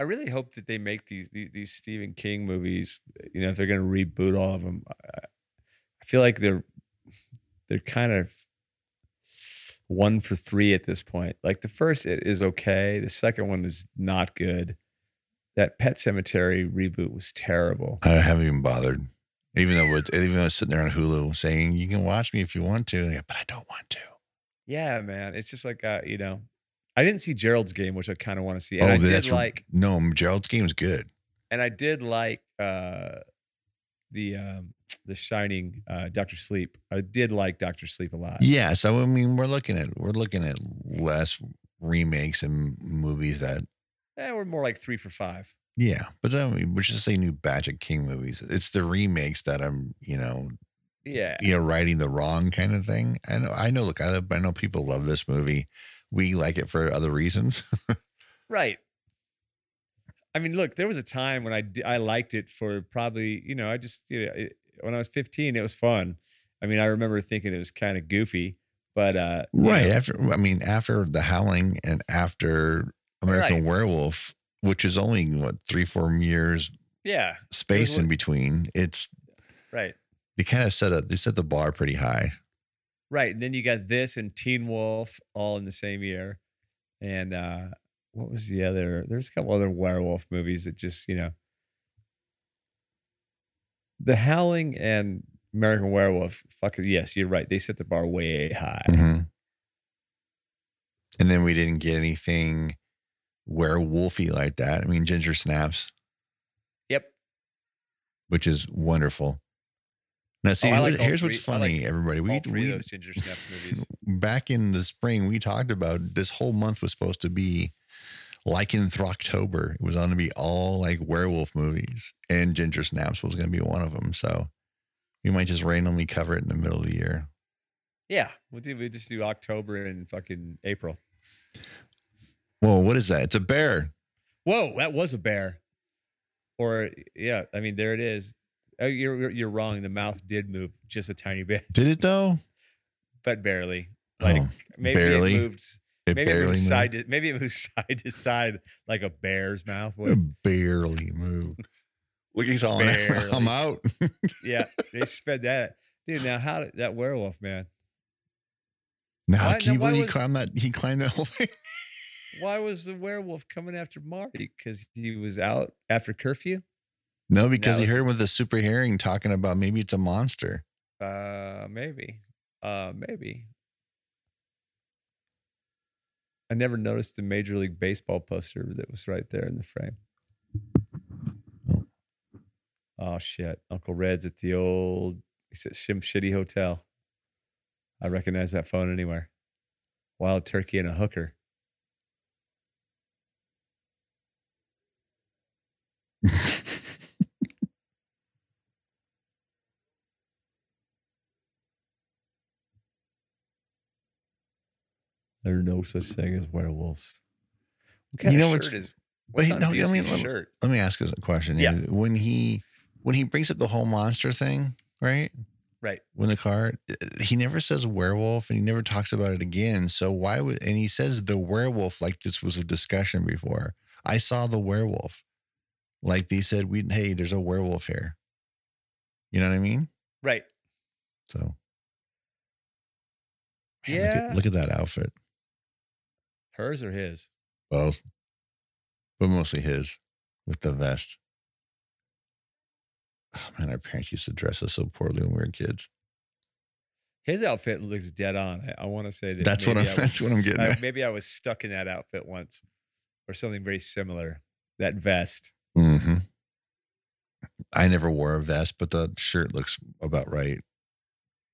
Speaker 2: I really hope that they make these these, these Stephen King movies. You know, if they're going to reboot all of them, I, I feel like they're they're kind of one for three at this point. Like the first it is okay. The second one is not good. That Pet Cemetery reboot was terrible.
Speaker 1: I haven't even bothered, even though it, even though it's sitting there on Hulu saying you can watch me if you want to, Yeah, but I don't want to.
Speaker 2: Yeah, man. It's just like uh, you know, I didn't see Gerald's game, which I kind of want to see.
Speaker 1: Oh,
Speaker 2: And I
Speaker 1: but
Speaker 2: did
Speaker 1: that's-
Speaker 2: like
Speaker 1: No, Gerald's game is good.
Speaker 2: and I did like uh the um the shining uh Doctor Sleep. I did like Doctor Sleep a lot.
Speaker 1: Yeah, so I mean, we're looking at we're looking at less remakes and movies that
Speaker 2: Eh, we're more like three for five.
Speaker 1: yeah, but I mean, which is a new batch of King movies. It's the remakes that I'm you know
Speaker 2: Yeah.
Speaker 1: you know, righting the wrong kind of thing. I know, I know, look, I, I know people love this movie. We like it for other reasons.
Speaker 2: Right. I mean, look, there was a time when I di- I liked it for probably, you know, I just you know, it, when I was 15, it was fun. I mean, I remember thinking it was kind of goofy, but uh you know,
Speaker 1: After, I mean, after The Howling and after American
Speaker 2: Right.
Speaker 1: Werewolf, which is only what three, four years
Speaker 2: yeah,
Speaker 1: space
Speaker 2: what-
Speaker 1: in between, it's
Speaker 2: right.
Speaker 1: they kind of set up, they set the bar pretty high.
Speaker 2: Right. And then you got this and Teen Wolf all in the same year. And uh what was the other? There's a couple other werewolf movies that just, you know. The Howling and American Werewolf, fucking yes, you're right. They set the bar way high.
Speaker 1: Mhm. And then we didn't get anything werewolfy like that. I mean, Ginger Snaps.
Speaker 2: Yep.
Speaker 1: which is wonderful. Now, see,
Speaker 2: Oh, I like all
Speaker 1: here's what's
Speaker 2: three- I like
Speaker 1: funny, everybody. We,
Speaker 2: All three
Speaker 1: we
Speaker 2: of those Ginger
Speaker 1: (laughs)
Speaker 2: Snaps movies.
Speaker 1: back in the spring, we talked about this whole month was supposed to be like in October. It was going to be all like werewolf movies, and Ginger Snaps was going to be one of them. So we might just randomly cover it in the middle of the year.
Speaker 2: Yeah, we did. We just do October and fucking April.
Speaker 1: Whoa, what is that? It's a bear.
Speaker 2: Whoa, that was a bear. Or yeah, I mean there it is. Oh, you're you're- you're wrong. The mouth did move just a tiny bit, (laughs)
Speaker 1: Did it though?
Speaker 2: but barely. Like
Speaker 1: Oh,
Speaker 2: maybe
Speaker 1: barely?
Speaker 2: it moved.
Speaker 1: it
Speaker 2: Maybe it
Speaker 1: barely
Speaker 2: moved
Speaker 1: moved.
Speaker 2: side. To, maybe it moved (laughs) side to side like a bear's mouth would.
Speaker 1: It barely moved. Look, he's all
Speaker 2: Barely.
Speaker 1: (laughs) I'm out. (laughs)
Speaker 2: yeah, they sped that, dude. Now how did that werewolf man?
Speaker 1: Now,
Speaker 2: Why-
Speaker 1: can you
Speaker 2: now, why
Speaker 1: believe he
Speaker 2: was-
Speaker 1: climbed that? He climbed that whole thing. (laughs)
Speaker 2: Why was the werewolf coming after Marty? Because he was out after curfew.
Speaker 1: No, because he
Speaker 2: was-
Speaker 1: heard with the super hearing talking about maybe it's a monster. (laughs)
Speaker 2: Uh, maybe. Uh, maybe. I never noticed the Major League Baseball poster that was right there in the frame. Oh shit! Uncle Red's at the old he's at Shim Shitty Hotel. I recognize that phone anywhere. Wild turkey and a hooker. There are no such thing as werewolves. What kind
Speaker 1: You
Speaker 2: of
Speaker 1: know,
Speaker 2: shirt
Speaker 1: it's-
Speaker 2: is?
Speaker 1: Wait,
Speaker 2: on
Speaker 1: no, I
Speaker 2: Busey's
Speaker 1: mean, let-
Speaker 2: shirt.
Speaker 1: let me ask you a question.
Speaker 2: Yeah.
Speaker 1: When he when he brings up the whole monster thing, right?
Speaker 2: Right.
Speaker 1: When the car, he never says werewolf, and he never talks about it again. So why would? And he says the werewolf like this was a discussion before. I saw the werewolf, like they said we. Hey, there's a werewolf here. You know what I mean?
Speaker 2: Right.
Speaker 1: So. Man, look at-
Speaker 2: Yeah.
Speaker 1: look at that outfit.
Speaker 2: Hers or his?
Speaker 1: Well, but mostly his with the vest. Oh man, our parents used to dress us so poorly when we were kids.
Speaker 2: His outfit looks dead on. I, I want to say that.
Speaker 1: That's what
Speaker 2: maybe
Speaker 1: I'm-
Speaker 2: I
Speaker 1: (laughs) that's what I'm getting
Speaker 2: I-
Speaker 1: at.
Speaker 2: maybe I was stuck in that outfit once, or something very similar. That vest.
Speaker 1: Mm-hmm. I never wore a vest, but the shirt looks about right.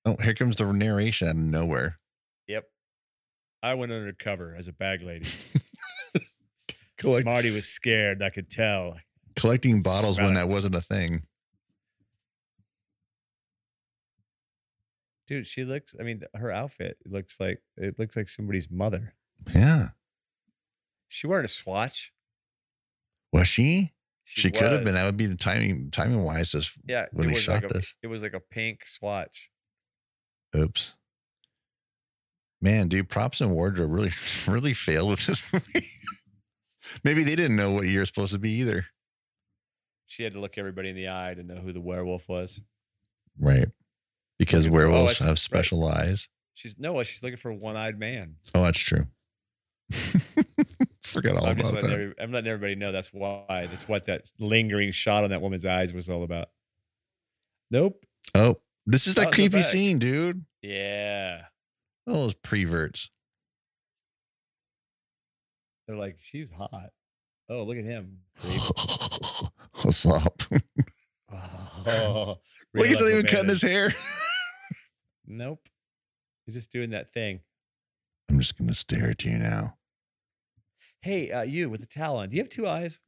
Speaker 1: Oh, here comes the narration out of nowhere. (laughs)
Speaker 2: Yep. I went undercover as a bag lady.
Speaker 1: Collect,
Speaker 2: Marty was scared. I could tell.
Speaker 1: collecting bottles when that
Speaker 2: Sprouts.
Speaker 1: wasn't a thing.
Speaker 2: Dude, she looks. I mean, her outfit looks like it looks like somebody's mother.
Speaker 1: Yeah.
Speaker 2: She wearing a swatch.
Speaker 1: Was she? She, could have been.
Speaker 2: was.
Speaker 1: That would be the timing, timing wise, just
Speaker 2: Yeah,
Speaker 1: when
Speaker 2: it
Speaker 1: they
Speaker 2: was
Speaker 1: shot
Speaker 2: like a,
Speaker 1: this.
Speaker 2: It was like a pink swatch.
Speaker 1: Oops. Man, dude, props and wardrobe really, (laughs) really failed with this movie. (laughs) Maybe they didn't know what year it's supposed to be either.
Speaker 2: She had to look everybody in the eye to know who the werewolf was.
Speaker 1: Right. Because werewolves
Speaker 2: Oh, it's-
Speaker 1: have special eyes.
Speaker 2: She's no, she's looking for a one-eyed man.
Speaker 1: Oh, that's true. (laughs) Forgot all
Speaker 2: I'm just
Speaker 1: about
Speaker 2: letting
Speaker 1: that.
Speaker 2: every, I'm letting everybody know that's why. That's what that lingering shot on that woman's eyes was all about. Nope.
Speaker 1: oh, this is
Speaker 2: Oh,
Speaker 1: that
Speaker 2: the
Speaker 1: creepy
Speaker 2: back.
Speaker 1: scene, dude.
Speaker 2: Yeah.
Speaker 1: All those preverts.
Speaker 2: They're like, she's hot. Oh, look
Speaker 1: (laughs)
Speaker 2: at him. (laughs) creep.
Speaker 1: What's (laughs) up?
Speaker 2: Oh,
Speaker 1: Look, he's
Speaker 2: realized
Speaker 1: not
Speaker 2: what
Speaker 1: even
Speaker 2: man
Speaker 1: cutting
Speaker 2: it
Speaker 1: his
Speaker 2: is.
Speaker 1: hair. (laughs)
Speaker 2: Nope. He's just doing that thing.
Speaker 1: I'm just going to stare at you now.
Speaker 2: Hey, uh, you with the towel on. Do you have two eyes?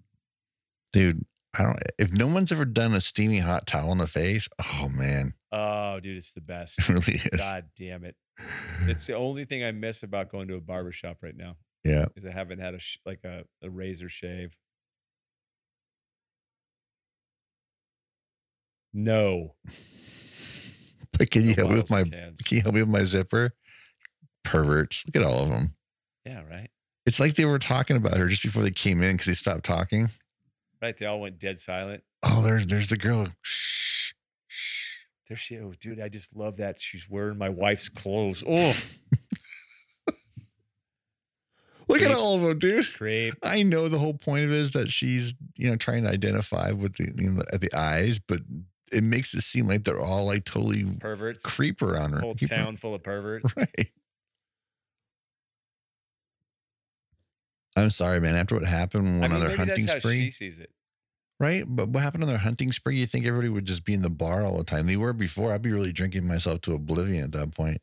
Speaker 1: Dude, I don't, if no one's ever done a steamy hot towel in the face, oh man, (laughs)
Speaker 2: Oh, dude, it's the best.
Speaker 1: it really is. (laughs)
Speaker 2: God damn it. It's the only thing I miss about going to a barber shop right now.
Speaker 1: Yeah.
Speaker 2: is I haven't had a sh- like a, a razor shave. No.
Speaker 1: But can you
Speaker 2: No
Speaker 1: help me with
Speaker 2: bottles
Speaker 1: my
Speaker 2: and
Speaker 1: can
Speaker 2: cans.
Speaker 1: you help me with my zipper? Perverts. Look at all of them.
Speaker 2: Yeah, right.
Speaker 1: It's like they were talking about her just before they came in because they stopped talking.
Speaker 2: Right. They all went dead silent.
Speaker 1: Oh, there's there's the girl. Shh. Shh.
Speaker 2: There she oh dude, I just love that. She's wearing my wife's clothes. Oh
Speaker 1: Look at
Speaker 2: Creep.
Speaker 1: all of them, dude. (laughs)
Speaker 2: creep.
Speaker 1: I know the whole point of it is that she's, you know, trying to identify with the you know, at the eyes, but it makes it seem like they're all like totally
Speaker 2: Perverts.
Speaker 1: creeper on her.
Speaker 2: Whole
Speaker 1: Keep her-
Speaker 2: town full of perverts.
Speaker 1: Right. I'm sorry, man. After what happened,
Speaker 2: I
Speaker 1: one
Speaker 2: mean,
Speaker 1: other
Speaker 2: maybe
Speaker 1: hunting
Speaker 2: that's how
Speaker 1: spree.
Speaker 2: she sees it.
Speaker 1: Right? But what happened on their hunting spree? You think everybody would just be in the bar all the time? They were before. I'd be really drinking myself to oblivion at that point.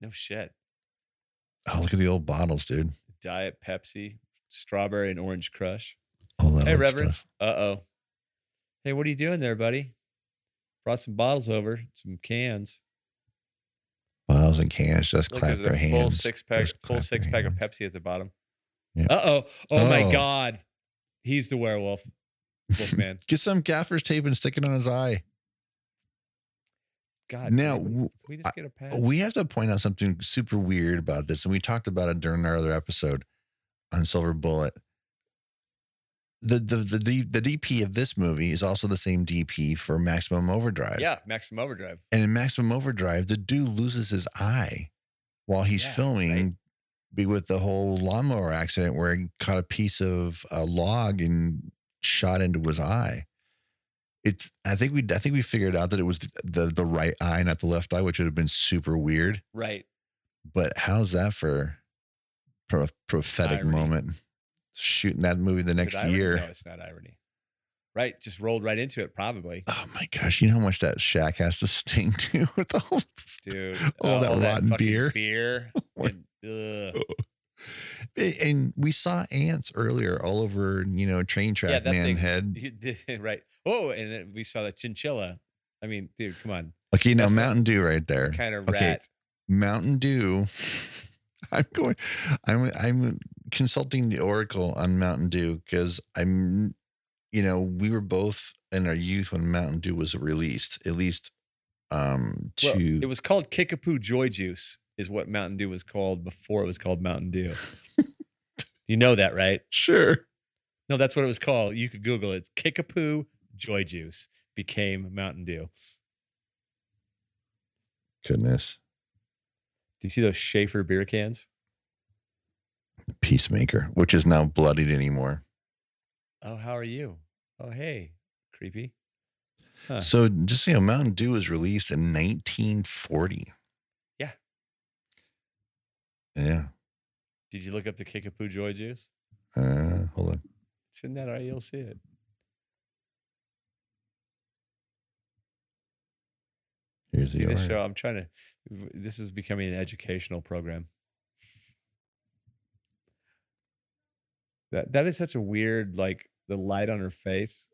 Speaker 2: No shit.
Speaker 1: Oh, look at the old bottles, dude.
Speaker 2: Diet Pepsi, strawberry and orange crush.
Speaker 1: All that
Speaker 2: Hey,
Speaker 1: old
Speaker 2: Reverend.
Speaker 1: stuff.
Speaker 2: Uh oh. Hey, what are you doing there, buddy? Brought some bottles over, some cans.
Speaker 1: Bottles and cans just
Speaker 2: Look,
Speaker 1: clap
Speaker 2: there's
Speaker 1: their
Speaker 2: a
Speaker 1: hands.
Speaker 2: full six pack,
Speaker 1: Just
Speaker 2: full
Speaker 1: clap
Speaker 2: six
Speaker 1: your
Speaker 2: pack of
Speaker 1: hands.
Speaker 2: Pepsi at the bottom.
Speaker 1: Yeah.
Speaker 2: Uh oh. Oh my
Speaker 1: Oh.
Speaker 2: God. He's the werewolf.
Speaker 1: (laughs)
Speaker 2: Wolfman.
Speaker 1: Get some gaffer's tape and stick it on his eye.
Speaker 2: God.
Speaker 1: Now,
Speaker 2: damn,
Speaker 1: w-
Speaker 2: can we just get a pass.
Speaker 1: We have to point out something super weird about this, and we talked about it during our other episode on Silver Bullet. The the the, D- the DP of this movie is also the same DP for Maximum Overdrive.
Speaker 2: yeah, Maximum Overdrive.
Speaker 1: And in Maximum Overdrive, the dude loses his eye while he's
Speaker 2: Yeah,
Speaker 1: filming
Speaker 2: right.
Speaker 1: be with the whole lawnmower accident where he caught a piece of a log and shot into his eye. It's I think we I think we figured out that it was the the, the right eye, not the left eye, which would have been super weird.
Speaker 2: Right.
Speaker 1: But how's that for pro- prophetic
Speaker 2: Irony.
Speaker 1: moment? Shooting that movie the
Speaker 2: Is it
Speaker 1: next
Speaker 2: irony?
Speaker 1: year.
Speaker 2: No, it's not irony. Right. Just rolled right into it, probably.
Speaker 1: Oh my gosh, you know how much that shack has to sting (laughs) too with the whole
Speaker 2: Dude. oh,
Speaker 1: All that rotten
Speaker 2: fucking
Speaker 1: beer. (laughs) Oh
Speaker 2: Beer.
Speaker 1: What?
Speaker 2: and, ugh.
Speaker 1: And- And we saw ants earlier all over, you know, train track,
Speaker 2: that
Speaker 1: man
Speaker 2: thing-
Speaker 1: head.
Speaker 2: (laughs) You did, right. Oh, and then we saw the chinchilla. I mean, dude, come on.
Speaker 1: Okay, now
Speaker 2: that's not-
Speaker 1: Mountain Dew right there.
Speaker 2: Kind of
Speaker 1: Okay.
Speaker 2: rat.
Speaker 1: Mountain Dew. (laughs) I'm going. I'm I'm consulting the Oracle on Mountain Dew because I'm, you know, we were both in our youth when Mountain Dew was released. At least, um,
Speaker 2: Well,
Speaker 1: two.
Speaker 2: it was called Kickapoo Joy Juice, is what Mountain Dew was called before it was called
Speaker 1: (laughs)
Speaker 2: Mountain Dew. you know that, right?
Speaker 1: sure.
Speaker 2: No, that's what it was called. You could Google it. It's Kickapoo Joy Juice became Mountain Dew.
Speaker 1: Goodness,
Speaker 2: Do you see those Schaefer beer cans?
Speaker 1: Peacemaker, which is now bloodied anymore.
Speaker 2: Oh, how are you? Oh, hey, creepy. Huh.
Speaker 1: So just so you know, Mountain Dew was released in 1940.
Speaker 2: Yeah.
Speaker 1: Yeah.
Speaker 2: Did you look up the Kickapoo Joy Juice?
Speaker 1: Uh, hold on.
Speaker 2: It's in that or you'll see it.
Speaker 1: Here's
Speaker 2: See
Speaker 1: the
Speaker 2: this
Speaker 1: order.
Speaker 2: show. I'm trying to. This is becoming an educational program. That that is such a weird like the light on her face.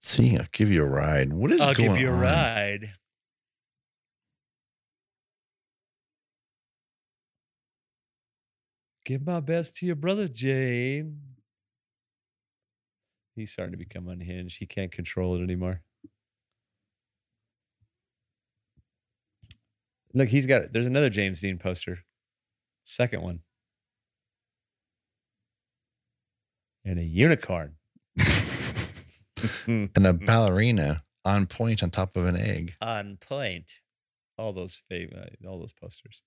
Speaker 1: See, I'll give you a ride. What is
Speaker 2: I'll
Speaker 1: going
Speaker 2: give you a
Speaker 1: on?
Speaker 2: ride. Give my best to your brother Jane. He's starting to become unhinged. He can't control it anymore. Look, he's got. There's another James Dean poster. Second one. And a unicorn.
Speaker 1: (laughs) And a ballerina on point on top of an egg.
Speaker 4: On point.
Speaker 2: all those fam- uh, all those posters.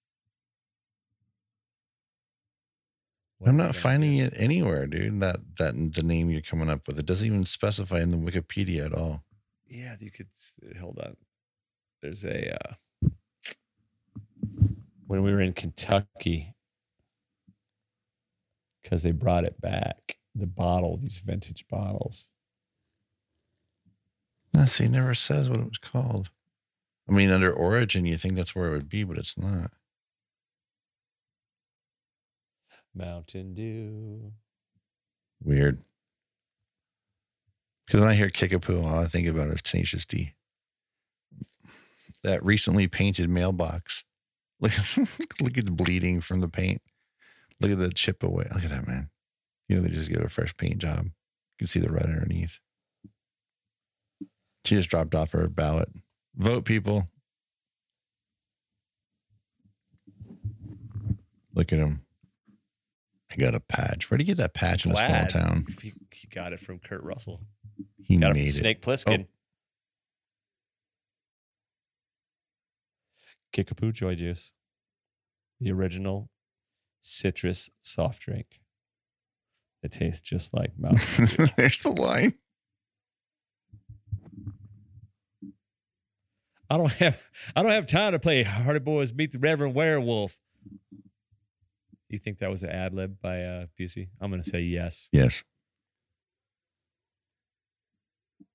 Speaker 1: I'm not finding it anywhere, dude. That that the name you're coming up with. It doesn't even specify in the Wikipedia at all.
Speaker 2: Yeah, you could s- hold on. There's a uh, when we were in Kentucky because they brought it back the bottle, these vintage bottles.
Speaker 1: No, Ah, see, it never says what it was called. I mean, under origin, you think that's where it would be, but it's not.
Speaker 2: Mountain Dew.
Speaker 1: Weird. Because when I hear Kickapoo, all I think about is Tenacious D. That recently painted mailbox. Look, look at (laughs) the bleeding from the paint. Look at the chip away. Look at that, man. You know, they just give it a fresh paint job. You can see the red underneath. She just dropped off her ballot. Vote, people. Look at him. I got a patch. Where'd you get that patch in a small
Speaker 2: Glad.
Speaker 1: town?
Speaker 2: He, he got it from Kurt Russell.
Speaker 1: He
Speaker 2: Got it Oh. from
Speaker 1: made it.
Speaker 2: Snake Plissken. Kickapoo Joy Juice, the original citrus soft drink. It tastes just like (laughs) Mountain.
Speaker 1: (laughs) There's the line.
Speaker 2: I don't have I don't have time to play Hardy Boys Meet the Reverend Werewolf. you think that was an ad lib by uh, Busey? I'm going to say yes.
Speaker 1: Yes.
Speaker 2: (laughs)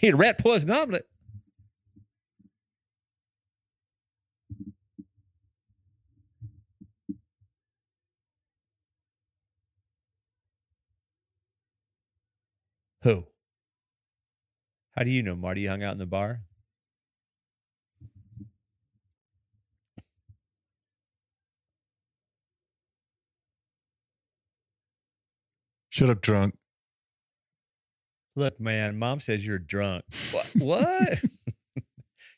Speaker 2: He rat poison omelet. Who? How do you know, Marty? You hung out in the bar?
Speaker 1: Shut up, drunk.
Speaker 2: Look, man, mom says you're drunk. What? what? (laughs)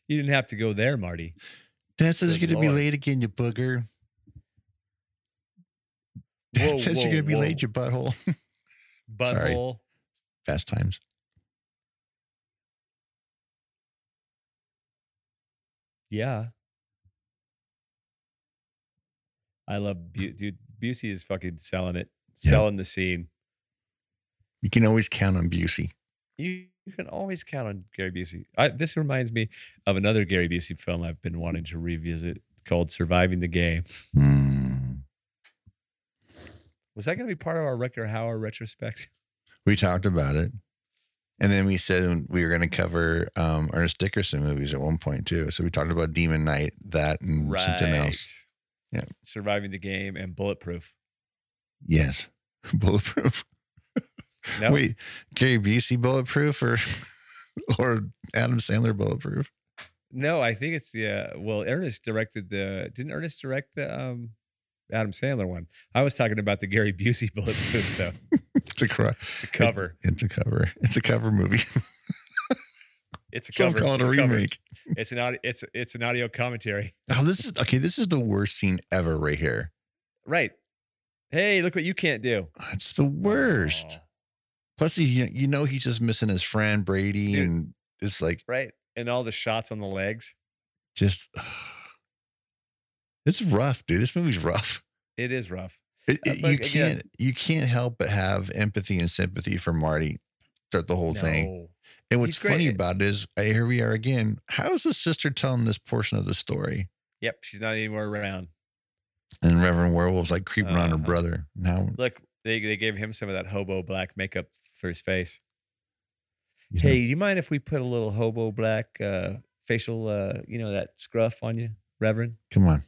Speaker 2: you didn't have to go there, Marty.
Speaker 1: Dad says
Speaker 2: Good
Speaker 1: you're going to be
Speaker 2: Lord.
Speaker 1: late again, you booger. Dad
Speaker 2: Whoa,
Speaker 1: says
Speaker 2: whoa,
Speaker 1: you're going to be
Speaker 2: whoa.
Speaker 1: late, you butthole. Sorry.
Speaker 2: Butthole.
Speaker 1: Fast times.
Speaker 2: Yeah. I love Bu- dude. Busey is fucking selling it,
Speaker 1: Yeah.
Speaker 2: selling the scene.
Speaker 1: You can always count on Busey.
Speaker 2: You, you can always count on Gary Busey. I, this reminds me of another Gary Busey film I've been wanting to revisit called Surviving the Game.
Speaker 1: Hmm.
Speaker 2: Was that going to be part of our Rucker Hauer retrospect?
Speaker 1: We talked about it. And then we said we were going to cover um, Ernest Dickerson movies at one point, too. So we talked about Demon Knight, that, and Mm, something else. Yeah.
Speaker 2: Surviving the Game and Bulletproof.
Speaker 1: Yes. (laughs) Bulletproof.
Speaker 2: No,
Speaker 1: Wait, Gary Busey bulletproof or (laughs) or Adam Sandler bulletproof? (laughs)
Speaker 2: no, I think it's yeah. Well, Ernest directed the. Didn't Ernest direct the um, Adam Sandler one? I was talking about the Gary Busey (laughs) Bulletproof though.
Speaker 1: It's a cry.
Speaker 2: It's a cover.
Speaker 1: It's a cover. (laughs) It's a cover movie.
Speaker 2: It's a
Speaker 1: Some
Speaker 2: cover.
Speaker 1: call it
Speaker 2: it's
Speaker 1: a
Speaker 2: cover.
Speaker 1: remake.
Speaker 2: It's an audio. It's it's an audio commentary.
Speaker 1: Oh, this is okay. This is the worst scene ever, right here.
Speaker 2: Right. Hey, look what you can't do.
Speaker 1: It's the worst.
Speaker 2: Aw,
Speaker 1: Plus, he, you know, he's just missing his friend Brady,
Speaker 2: Dude.
Speaker 1: and it's like
Speaker 2: right. And all the shots on the legs.
Speaker 1: just. (sighs) It's rough, dude. This movie's rough.
Speaker 2: It is rough.
Speaker 1: It,
Speaker 2: Uh,
Speaker 1: it-
Speaker 2: but
Speaker 1: you
Speaker 2: again-
Speaker 1: can't you can't help but have empathy and sympathy for Marty throughout the whole thing.
Speaker 2: No.
Speaker 1: And what's
Speaker 2: He's great.
Speaker 1: funny about it is, uh, here we are again. How is the sister telling this portion of the story?
Speaker 2: Yep. She's not anywhere around.
Speaker 1: And Reverend Werewolf's like creeping on her
Speaker 2: Uh-huh.
Speaker 1: brother. Now
Speaker 2: Look, they they gave him some of that hobo black makeup for his face.
Speaker 1: he's
Speaker 2: Hey, do you mind if we put a little hobo black uh, facial, uh, you know, that scruff on you, Reverend?
Speaker 1: not- come on.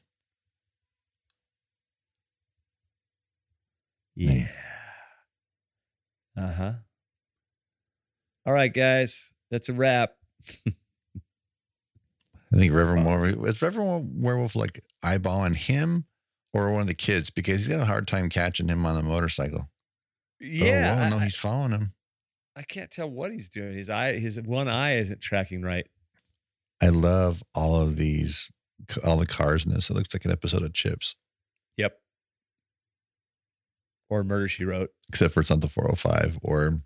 Speaker 2: Yeah. Uh huh. All right, guys. That's a wrap.
Speaker 1: I think Reverend Werewolf is Reverend Werewolf like eyeballing him or one of the kids because he's got a hard time catching him on the motorcycle. Oh,
Speaker 2: Yeah. I-
Speaker 1: well, no,
Speaker 2: I-
Speaker 1: he's following him.
Speaker 2: I can't tell what he's doing. His eye, his one eye isn't tracking right.
Speaker 1: I love all of these, all the cars in this. It looks like an episode of Chips,
Speaker 2: Yep. Or murder she wrote.
Speaker 1: except for it's not the 405 or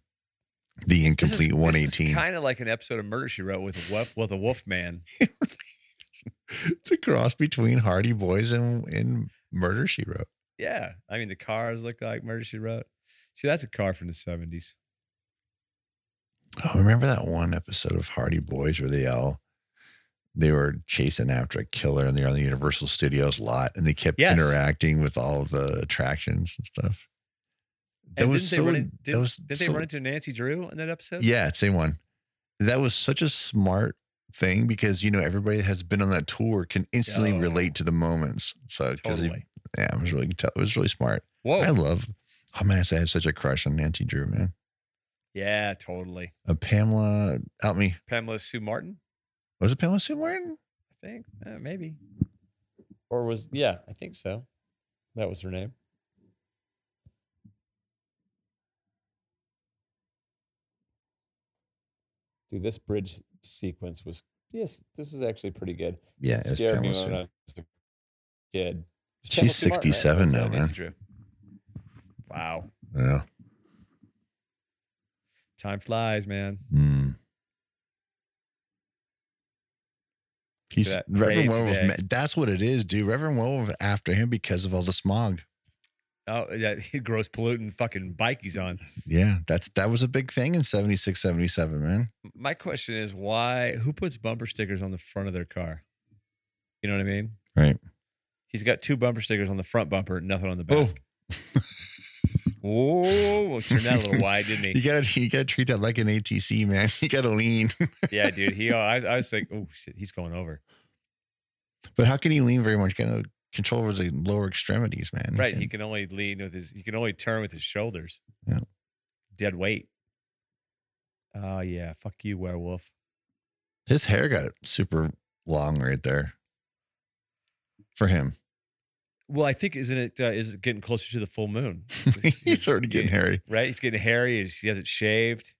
Speaker 1: the incomplete 118.
Speaker 2: Kind of like an episode of Murder She Wrote with a wolf, with a wolf man.
Speaker 1: (laughs) it's a cross between Hardy Boys and, and Murder She Wrote.
Speaker 2: Yeah, I mean the cars look like Murder She Wrote. See, that's a car from the seventies.
Speaker 1: Oh, remember that one episode of Hardy Boys where they all they were chasing after a killer and they're on the Universal Studios lot and they kept
Speaker 2: Yes.
Speaker 1: interacting with all of the attractions and stuff. That
Speaker 2: And
Speaker 1: was
Speaker 2: didn't
Speaker 1: so.
Speaker 2: they run in, did,
Speaker 1: that was
Speaker 2: did they
Speaker 1: so-
Speaker 2: run into Nancy Drew in that episode?
Speaker 1: Yeah, same one. That was such a smart thing because you know everybody that has been on that tour can instantly
Speaker 2: Oh.
Speaker 1: relate to the moments. So 'cause they-
Speaker 2: totally.
Speaker 1: yeah, it was really it was really smart.
Speaker 2: Whoa.
Speaker 1: I love. Oh man, I had such a crush on Nancy Drew, man.
Speaker 2: yeah, totally.
Speaker 1: Uh, Pamela, help me.
Speaker 2: Pamela Sue Martin,
Speaker 1: Was it Pamela Sue Martin?
Speaker 2: I think. Uh, maybe. Or was yeah, I think so. That was her name. Dude, this bridge sequence was yes, this is actually pretty good.
Speaker 1: Yeah, it was
Speaker 2: Scared me
Speaker 1: Pamela
Speaker 2: when I
Speaker 1: Sue.
Speaker 2: was a kid. It's
Speaker 1: She's
Speaker 2: Pamela Sue Martin, right?
Speaker 1: 67 now,
Speaker 2: That's
Speaker 1: man.
Speaker 2: Nancy Drew. Wow,
Speaker 1: Yeah.
Speaker 2: time flies, man.
Speaker 1: Mm. He's
Speaker 2: that
Speaker 1: Reverend
Speaker 2: raised
Speaker 1: Werewolf.
Speaker 2: egg.
Speaker 1: ma- That's what it is, dude. Reverend Werewolf after him because of all the smog.
Speaker 2: Oh, (laughs) that gross pollutant fucking bike he's on.
Speaker 1: Yeah, that's that was a big thing in 76, 77, man.
Speaker 2: My question is why? Who puts bumper stickers on the front of their car? You know what I mean?
Speaker 1: Right.
Speaker 2: He's got two bumper stickers on the front bumper, nothing on the back. (laughs) Oh, well, turned out a little wide, didn't
Speaker 1: (laughs) You
Speaker 2: he?
Speaker 1: gotta you gotta treat that like an ATC, man. (laughs) You gotta lean.
Speaker 2: Yeah, dude. He, I, I was like, oh shit, he's going over.
Speaker 1: But how can he lean very much? Kind of control over the lower extremities, man.
Speaker 2: Right.
Speaker 1: Can,
Speaker 2: He can only lean with his. He can only turn with his shoulders.
Speaker 1: Yeah.
Speaker 2: Dead weight. Oh yeah, fuck you, werewolf.
Speaker 1: his hair got super long right there. For him, (laughs)
Speaker 2: Well, I think isn't it uh, is it getting closer to the full moon?
Speaker 1: (laughs) he's already getting hairy.
Speaker 2: Right, he's getting hairy. He's, he hasn't shaved.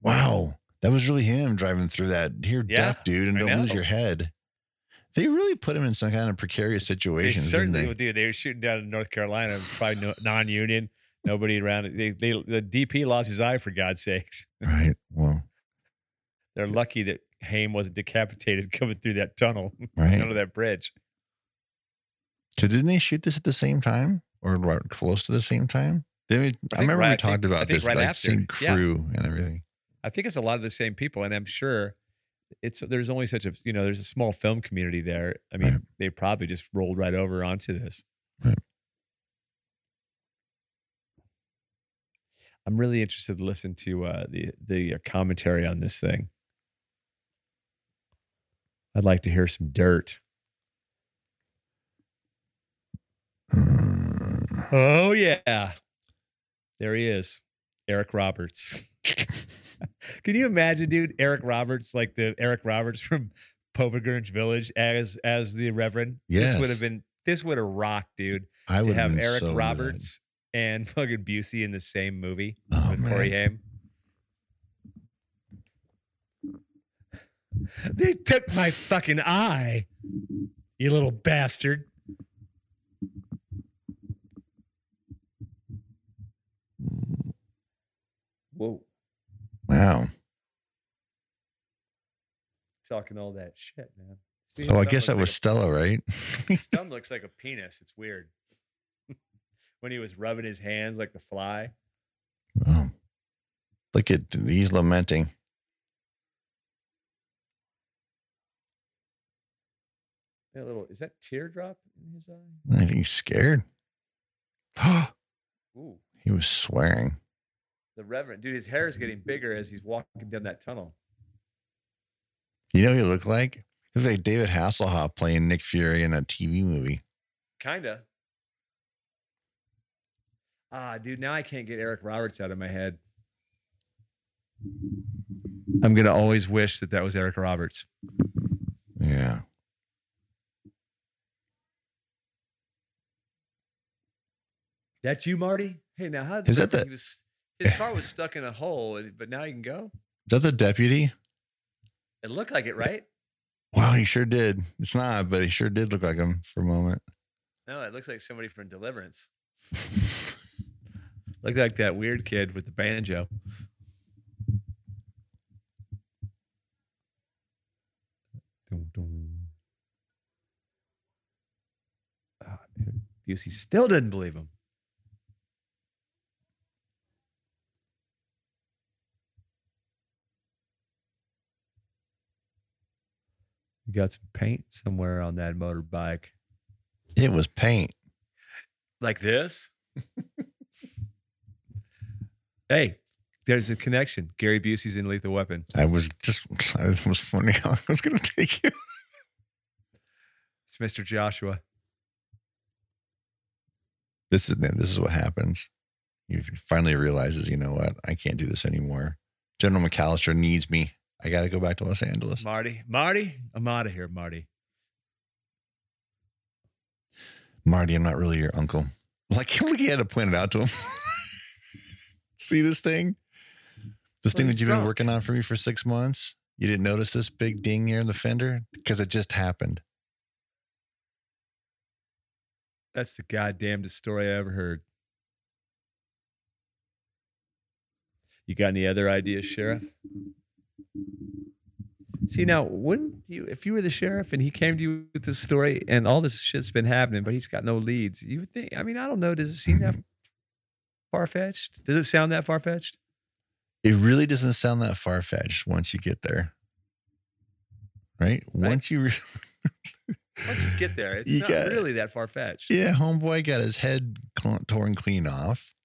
Speaker 1: Wow, that was really him driving through that. Here,
Speaker 2: Yeah,
Speaker 1: duck, dude, and
Speaker 2: I
Speaker 1: don't lose
Speaker 2: know.
Speaker 1: your head. They really put him in some kind of precarious
Speaker 2: They
Speaker 1: situation, didn't
Speaker 2: certainly
Speaker 1: they?
Speaker 2: would (laughs) do. They were shooting down in North Carolina, it was probably no, non-union. Nobody around. They, they, the DP lost his eye for God's sakes.
Speaker 1: Right. Well,
Speaker 2: They're lucky that Haim wasn't decapitated (laughs) coming through that tunnel
Speaker 1: right.
Speaker 2: under that bridge.
Speaker 1: So didn't they shoot this at the same time or right close to the same time? Did we, I,
Speaker 2: think
Speaker 1: remember
Speaker 2: right- I
Speaker 1: we talked
Speaker 2: think- I
Speaker 1: about
Speaker 2: think
Speaker 1: this,
Speaker 2: right
Speaker 1: like
Speaker 2: after,
Speaker 1: same
Speaker 2: yeah.
Speaker 1: crew and everything.
Speaker 2: I think it's a lot of the same people, and I'm sure it's there's only such a you know there's a small film community there. I mean,
Speaker 1: Right.
Speaker 2: they probably just rolled right over onto this.
Speaker 1: Right.
Speaker 2: I'm really interested to listen to uh, the the uh, commentary on this thing. I'd like to hear some dirt.
Speaker 1: Uh,
Speaker 2: Oh yeah, there he is, Eric Roberts. (laughs) Can you imagine, dude? Eric Roberts, like the Eric Roberts from Povergrinch Village, as as the Reverend. this would
Speaker 1: Yes.
Speaker 2: have been this would have rocked, dude.
Speaker 1: I
Speaker 2: To
Speaker 1: would
Speaker 2: have
Speaker 1: been
Speaker 2: Eric
Speaker 1: so good.
Speaker 2: Roberts and fucking Busey in the same movie
Speaker 1: Oh,
Speaker 2: with
Speaker 1: man.
Speaker 2: Corey Haim. They took my fucking eye, you little bastard. Whoa.
Speaker 1: Wow. Oh,
Speaker 2: talking all that shit, man.
Speaker 1: Oh, I guess that was Stella, right? (laughs)
Speaker 2: his thumb looks like a penis. It's weird. (laughs) when he was rubbing his hands like the fly.
Speaker 1: Wow. Oh. Look at he's lamenting.
Speaker 2: That little is that teardrop in his eye?
Speaker 1: I think he's
Speaker 2: (gasps)
Speaker 1: scared. (gasps)
Speaker 2: Ooh.
Speaker 1: he was swearing.
Speaker 2: The reverend dude, his hair is getting bigger as he's walking down that tunnel.
Speaker 1: You know who he looked like? He looked like David Hasselhoff playing Nick Fury in that TV movie.
Speaker 2: Kinda. Ah, dude, now I can't get Eric Roberts out of my head. I'm gonna always wish that that was Eric Roberts.
Speaker 1: Yeah.
Speaker 2: That you, Marty? Hey, now how
Speaker 1: Is that the-
Speaker 2: he was, his car was stuck in a hole, and- but now you can go.
Speaker 1: Is that the deputy?
Speaker 2: It looked like it, right?
Speaker 1: Wow, he sure did. It's not, but he sure did look like him for a moment.
Speaker 2: No, it looks like somebody from Deliverance. (laughs) Looked like that weird kid with the banjo. Dun, dun. Ah, Busey still didn't believe him. You got some paint somewhere on that motorbike.
Speaker 1: It was paint.
Speaker 2: Like this? hey, there's a connection. Gary Busey's in Lethal Weapon.
Speaker 1: I was just, (laughs) I was funny how I was going to take you.
Speaker 2: It's Mr. Joshua.
Speaker 1: This is, this is what happens. He finally realizes, you know what? I can't do this anymore. General McAllister needs me. I got to go back to Los Angeles.
Speaker 2: Marty. Marty? I'm out of here, Marty.
Speaker 1: Marty, I'm not really your uncle. (laughs) Like, look, he had to point it out to him. (laughs) See this thing? This
Speaker 2: Well,
Speaker 1: thing that
Speaker 2: he's
Speaker 1: you've been
Speaker 2: drunk.
Speaker 1: working on for me for six months? You didn't notice this big ding here in the fender? Because it just happened.
Speaker 2: That's the goddamnedest story I ever heard. You got any other ideas, Sheriff? See now, wouldn't you if you were the sheriff and he came to you with this story and all this shit's been happening, but he's got no leads, you would think I mean, I don't know, does it seem that far fetched? Does it sound that far fetched?
Speaker 1: It really doesn't sound that far (laughs) fetched once you get there. Right? Once you re-
Speaker 2: Once you get there, it's
Speaker 1: You
Speaker 2: not
Speaker 1: got-
Speaker 2: really that far fetched,
Speaker 1: Yeah, homeboy got his head cl- torn clean off.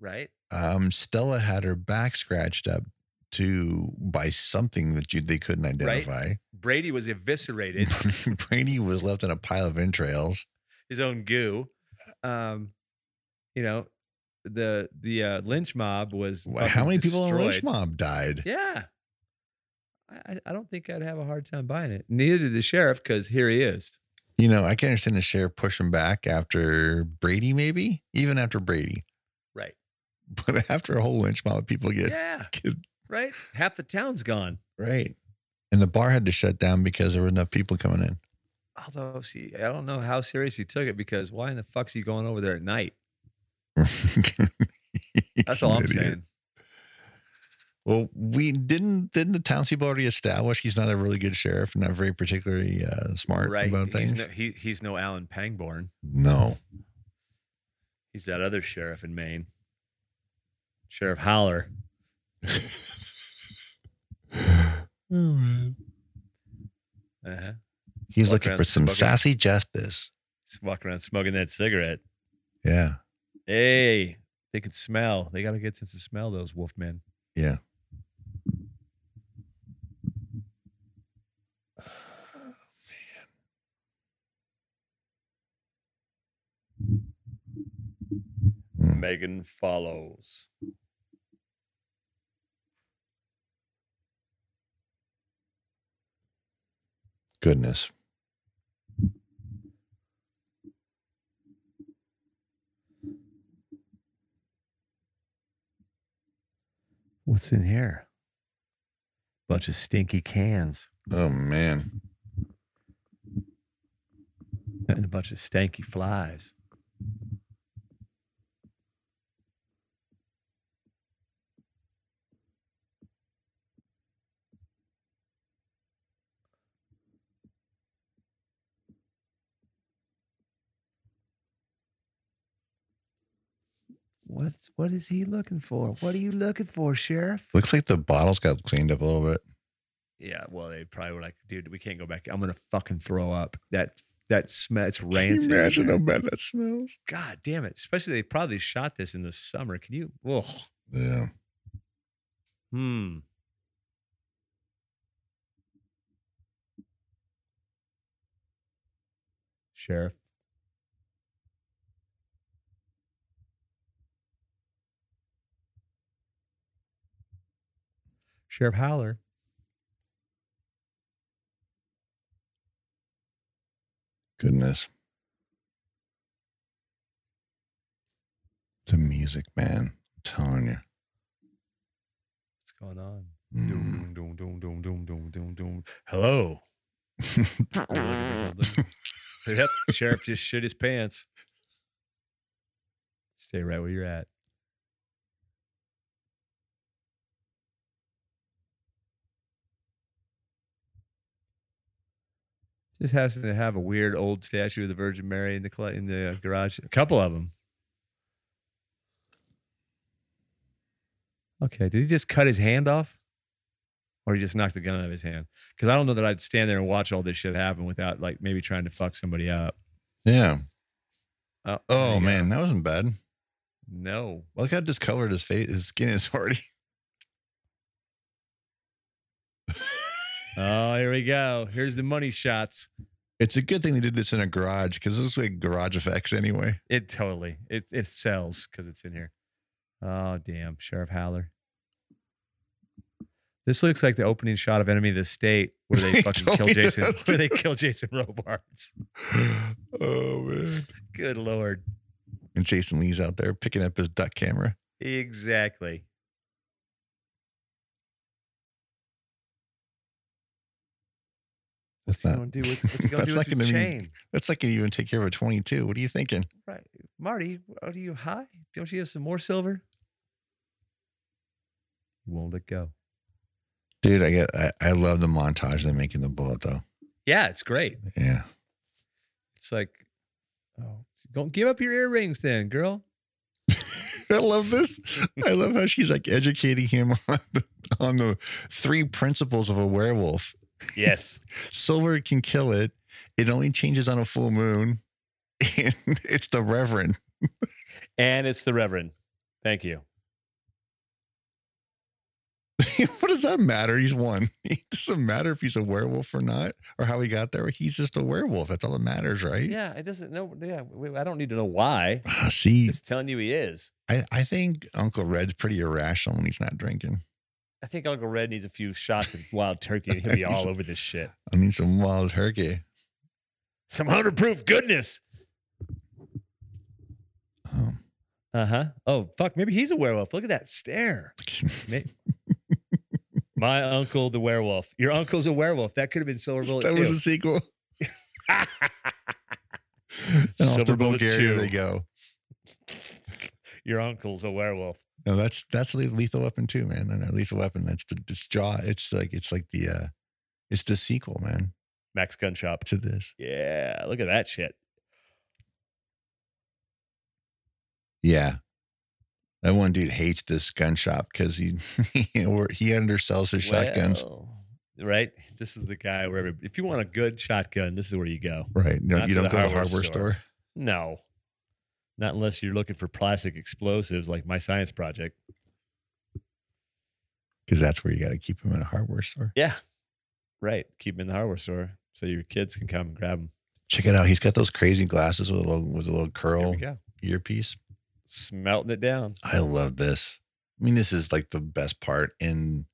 Speaker 2: right?
Speaker 1: Um, Stella had her back scratched up too by something that you, they couldn't identify.
Speaker 2: Brady was eviscerated,
Speaker 1: (laughs) Brady was left in a pile of entrails.
Speaker 2: his own goo. Um, you know, the the uh, lynch mob was
Speaker 1: Wha- How many people on Lynch
Speaker 2: lynch mob?
Speaker 1: Mob died?
Speaker 2: Yeah. I, I- I don't think I'd have a hard time buying it. Neither did the sheriff, because here he is.
Speaker 1: You know, I can understand the sheriff pushing back after Brady, maybe even after Brady,
Speaker 2: Right.
Speaker 1: (laughs) but after a whole lynch mob of people get
Speaker 2: Yeah.
Speaker 1: Kid.
Speaker 2: Right? Half the town's gone.
Speaker 1: right, and the bar had to shut down because there were enough people coming in. (laughs)
Speaker 2: Although, see, I don't know how serious he took it because why in the fuck's he going over there at night? That's
Speaker 1: He's
Speaker 2: all
Speaker 1: an
Speaker 2: I'm
Speaker 1: idiot.
Speaker 2: saying.
Speaker 1: Well, we didn't didn't the townspeople already establish he's not a really good sheriff, and not very particularly uh, smart
Speaker 2: Right.
Speaker 1: about
Speaker 2: he's,
Speaker 1: things.
Speaker 2: no, he, he's no Alan Pangborn.
Speaker 1: no,
Speaker 2: He's that other sheriff in Maine. Sheriff Howler. (laughs)
Speaker 1: (laughs) Oh,
Speaker 2: Uh-huh.
Speaker 1: he's
Speaker 2: Walk
Speaker 1: looking
Speaker 2: around
Speaker 1: for some
Speaker 2: smoking.
Speaker 1: sassy justice.
Speaker 2: He's walking around smoking that cigarette.
Speaker 1: Yeah,
Speaker 2: Hey, they can smell. They got to get sense of smell, those wolfmen.
Speaker 1: Yeah. man. Hmm.
Speaker 2: Megan follows.
Speaker 1: goodness.
Speaker 2: What's in here? Bunch of stinky cans
Speaker 1: Oh man,
Speaker 2: and a bunch of stanky flies. What's what is he looking for? What are you looking for, Sheriff?
Speaker 1: looks like the bottles got cleaned up a little bit.
Speaker 2: Yeah, well, they probably were like, dude, we can't go back. I'm gonna fucking throw up. That that smell, it's rancid. in
Speaker 1: Imagine
Speaker 2: there.
Speaker 1: how bad that smells.
Speaker 2: God damn it! Especially they probably shot this in the summer. Can you? Ugh.
Speaker 1: Yeah.
Speaker 2: Hmm. Sheriff. Sheriff Howler.
Speaker 1: Goodness. The music, man. I'm telling you.
Speaker 2: What's going on?
Speaker 1: Mm.
Speaker 2: Doom, doom, doom, doom, doom, doom, doom, doom. Hello.
Speaker 1: Mm.
Speaker 2: yep, sheriff just shit his pants. Stay right where you're at. This house doesn't have a weird old statue of the Virgin Mary in the cl- in the garage. A couple of them. Okay, did he just cut his hand off, or he just knocked the gun out of his hand? Because I don't know that I'd stand there and watch all this shit happen without like maybe trying to fuck somebody up.
Speaker 1: (laughs) yeah.
Speaker 2: Oh, there
Speaker 1: Oh
Speaker 2: you go.
Speaker 1: man, that wasn't bad.
Speaker 2: no,
Speaker 1: Look how discolored his face, his skin is already. (laughs)
Speaker 2: Oh, here we go. Here's the money shots.
Speaker 1: It's a good thing they did this in a garage because it looks like garage effects anyway. (gasps)
Speaker 2: It totally it it sells because it's in here. Oh damn, Sheriff Howler. This looks like the opening shot of Enemy of the State, where they
Speaker 1: It
Speaker 2: fucking kill
Speaker 1: totally
Speaker 2: Jason,
Speaker 1: does.
Speaker 2: (laughs) where they kill Jason Robards.
Speaker 1: oh man.
Speaker 2: Good lord.
Speaker 1: And Jason Lee's out there picking up his duck camera.
Speaker 2: Exactly.
Speaker 1: That's
Speaker 2: What's
Speaker 1: not.
Speaker 2: he gonna do with,
Speaker 1: (laughs)
Speaker 2: what's he gonna
Speaker 1: that's
Speaker 2: do
Speaker 1: not
Speaker 2: with the
Speaker 1: gonna be-
Speaker 2: chain?
Speaker 1: That's like can even take care of a 22. What are you thinking?
Speaker 2: Right. Marty, are you high? Don't you have some more silver? You won't let go.
Speaker 1: Dude, I get. I, I love the montage they make in the bullet though.
Speaker 2: Yeah, it's great.
Speaker 1: Yeah. (laughs)
Speaker 2: It's like, oh, don't give up your earrings then, girl.
Speaker 1: I love this. I love how she's like educating him (laughs) on the, on the three principles of a werewolf.
Speaker 2: (laughs) Yes.
Speaker 1: Silver can kill it. It only changes on a full moon. (laughs) And it's the Reverend.
Speaker 2: And it's the Reverend. Thank you.
Speaker 1: (laughs) what does that matter? He's one. (laughs) It doesn't matter if he's a werewolf or not, or how he got there. He's just a werewolf. That's all that matters, right?
Speaker 2: Yeah, it doesn't know. Yeah, we- I don't need to know why.
Speaker 1: Ah, See,
Speaker 2: Just telling you he is.
Speaker 1: I, I think Uncle Red's pretty irrational when he's not drinking.
Speaker 2: I think Uncle Red needs a few shots of wild turkey and he'll be (laughs) all over this shit.
Speaker 1: I need some wild turkey.
Speaker 2: Some 100 proof goodness.
Speaker 1: Oh, (laughs)
Speaker 2: Uh huh. Oh, fuck. Maybe he's a werewolf. Look at that stare.
Speaker 1: that
Speaker 2: My uncle, the werewolf. Your uncle's a werewolf. That could have been Silver Bullet. too.
Speaker 1: was a
Speaker 2: (laughs)
Speaker 1: sequel. And off to
Speaker 2: Silver Bullet
Speaker 1: Bulgaria
Speaker 2: two.
Speaker 1: they go.
Speaker 2: Your uncle's a werewolf.
Speaker 1: No, that's that's Le- Lethal Weapon too, man. No, no, Lethal Weapon. That's the this jaw. It's like it's like the uh, it's the sequel, man,
Speaker 2: Max Gun Shop.
Speaker 1: to this.
Speaker 2: Yeah, look at that shit.
Speaker 1: Yeah. That one dude hates this gun shop because he (laughs) or he undersells his shotguns.
Speaker 2: Well, Right? This is the guy where every, if you want a good shotgun, this is where you go.
Speaker 1: Right. No,
Speaker 2: Not
Speaker 1: you
Speaker 2: to
Speaker 1: don't
Speaker 2: the
Speaker 1: go to the
Speaker 2: hardware
Speaker 1: hardware store.
Speaker 2: store. No. Not unless you're looking for plastic explosives like my science project.
Speaker 1: because that's where you got to keep them in a hardware store.
Speaker 2: Yeah. Right. Keep them in the hardware store so your kids can come and grab them.
Speaker 1: Check it out. He's got those crazy glasses with a little, with a little
Speaker 2: There
Speaker 1: curl
Speaker 2: we go.
Speaker 1: earpiece.
Speaker 2: Smelting it down.
Speaker 1: I love this. I mean, this is like the best part, and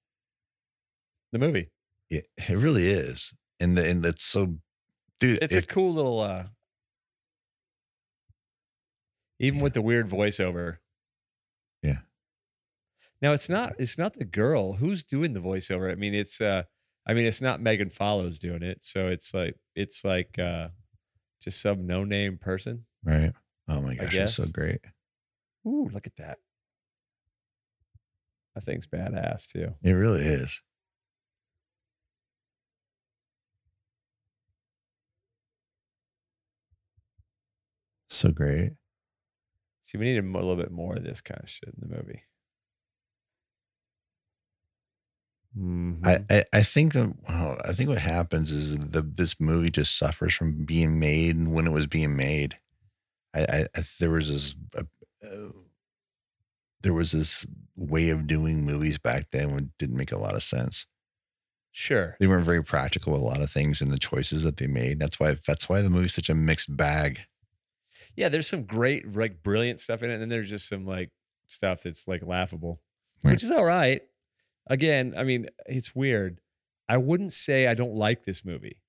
Speaker 2: The movie.
Speaker 1: it, it really is. And the, and that's so, dude.
Speaker 2: It's
Speaker 1: if-
Speaker 2: a cool little uh even with the weird voiceover.
Speaker 1: Yeah.
Speaker 2: Now it's not it's not the girl who's doing the voiceover. I mean it's uh I mean it's not Megan Follows doing it. So it's like it's like uh just some no name person.
Speaker 1: right. Oh my gosh, it's so
Speaker 2: guess.
Speaker 1: great.
Speaker 2: Ooh, look at that. That thing's badass too.
Speaker 1: It really is. So great.
Speaker 2: See, we need a mo- little bit more of this kind of shit in the movie.
Speaker 1: I, I, I think that well, I think what happens is the this movie just suffers from being made when it was being made. I, I, I there was this uh, uh, there was this way of doing movies back then which didn't make a lot of sense.
Speaker 2: Sure.
Speaker 1: They weren't very practical with a lot of things and the choices that they made. That's why that's why the movie's such a mixed bag.
Speaker 2: Yeah, there's some great, like, brilliant stuff in it, and then there's just some like stuff that's like laughable,
Speaker 1: Right.
Speaker 2: which is all right. Again, I mean, it's weird. I wouldn't say I don't like this movie.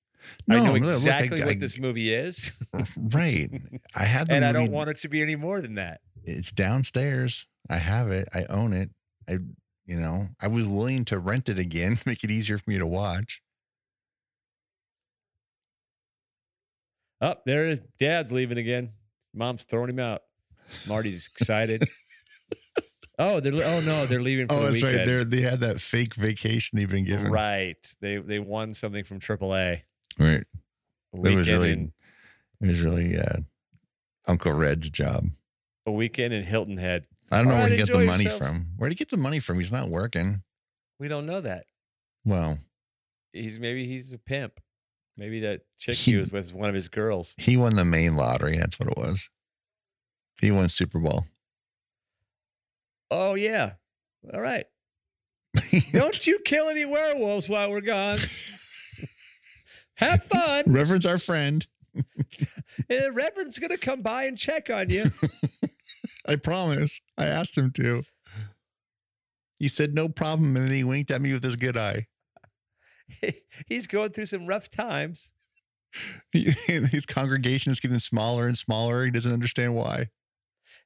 Speaker 2: I know
Speaker 1: look,
Speaker 2: exactly
Speaker 1: I-
Speaker 2: what
Speaker 1: I- (laughs)
Speaker 2: this movie is, (laughs)
Speaker 1: right. I had the
Speaker 2: and I
Speaker 1: movie.
Speaker 2: don't want it to be any more than that.
Speaker 1: it's downstairs. I have it. I own it. I, you know, I was willing to rent it again, (laughs) make it easier for me to watch.
Speaker 2: Oh, there is dad's leaving again. Mom's throwing him out. Marty's
Speaker 1: (laughs)
Speaker 2: excited. oh, they're oh no, they're leaving for
Speaker 1: Oh,
Speaker 2: the
Speaker 1: that's right.
Speaker 2: weekend.
Speaker 1: There, they had that fake vacation they've been given.
Speaker 2: Right. They they won something from AAA.
Speaker 1: right. It
Speaker 2: Weekend
Speaker 1: was really,
Speaker 2: in,
Speaker 1: it was really uh, Uncle Red's job.
Speaker 2: a weekend in Hilton Head.
Speaker 1: I don't know
Speaker 2: All
Speaker 1: where
Speaker 2: right,
Speaker 1: he got the
Speaker 2: enjoy
Speaker 1: money
Speaker 2: yourselves.
Speaker 1: from. Where would he get the money from? He's not working.
Speaker 2: We don't know that.
Speaker 1: Well,
Speaker 2: He's maybe he's a pimp. Maybe that chick
Speaker 1: He-
Speaker 2: he, was with is one of his girls.
Speaker 1: he won the main lottery. That's what it was. He won Super Bowl.
Speaker 2: Oh yeah. All right.
Speaker 1: (laughs)
Speaker 2: Don't you kill any werewolves while we're gone.
Speaker 1: (laughs)
Speaker 2: Have fun.
Speaker 1: Reverend's our friend.
Speaker 2: The Reverend's gonna come by and check on you. (laughs)
Speaker 1: I promise. I asked him to. He said no problem, and then he winked at me with his good eye. (laughs)
Speaker 2: he's going through some rough times.
Speaker 1: He- his congregation is getting smaller and smaller. He doesn't understand why.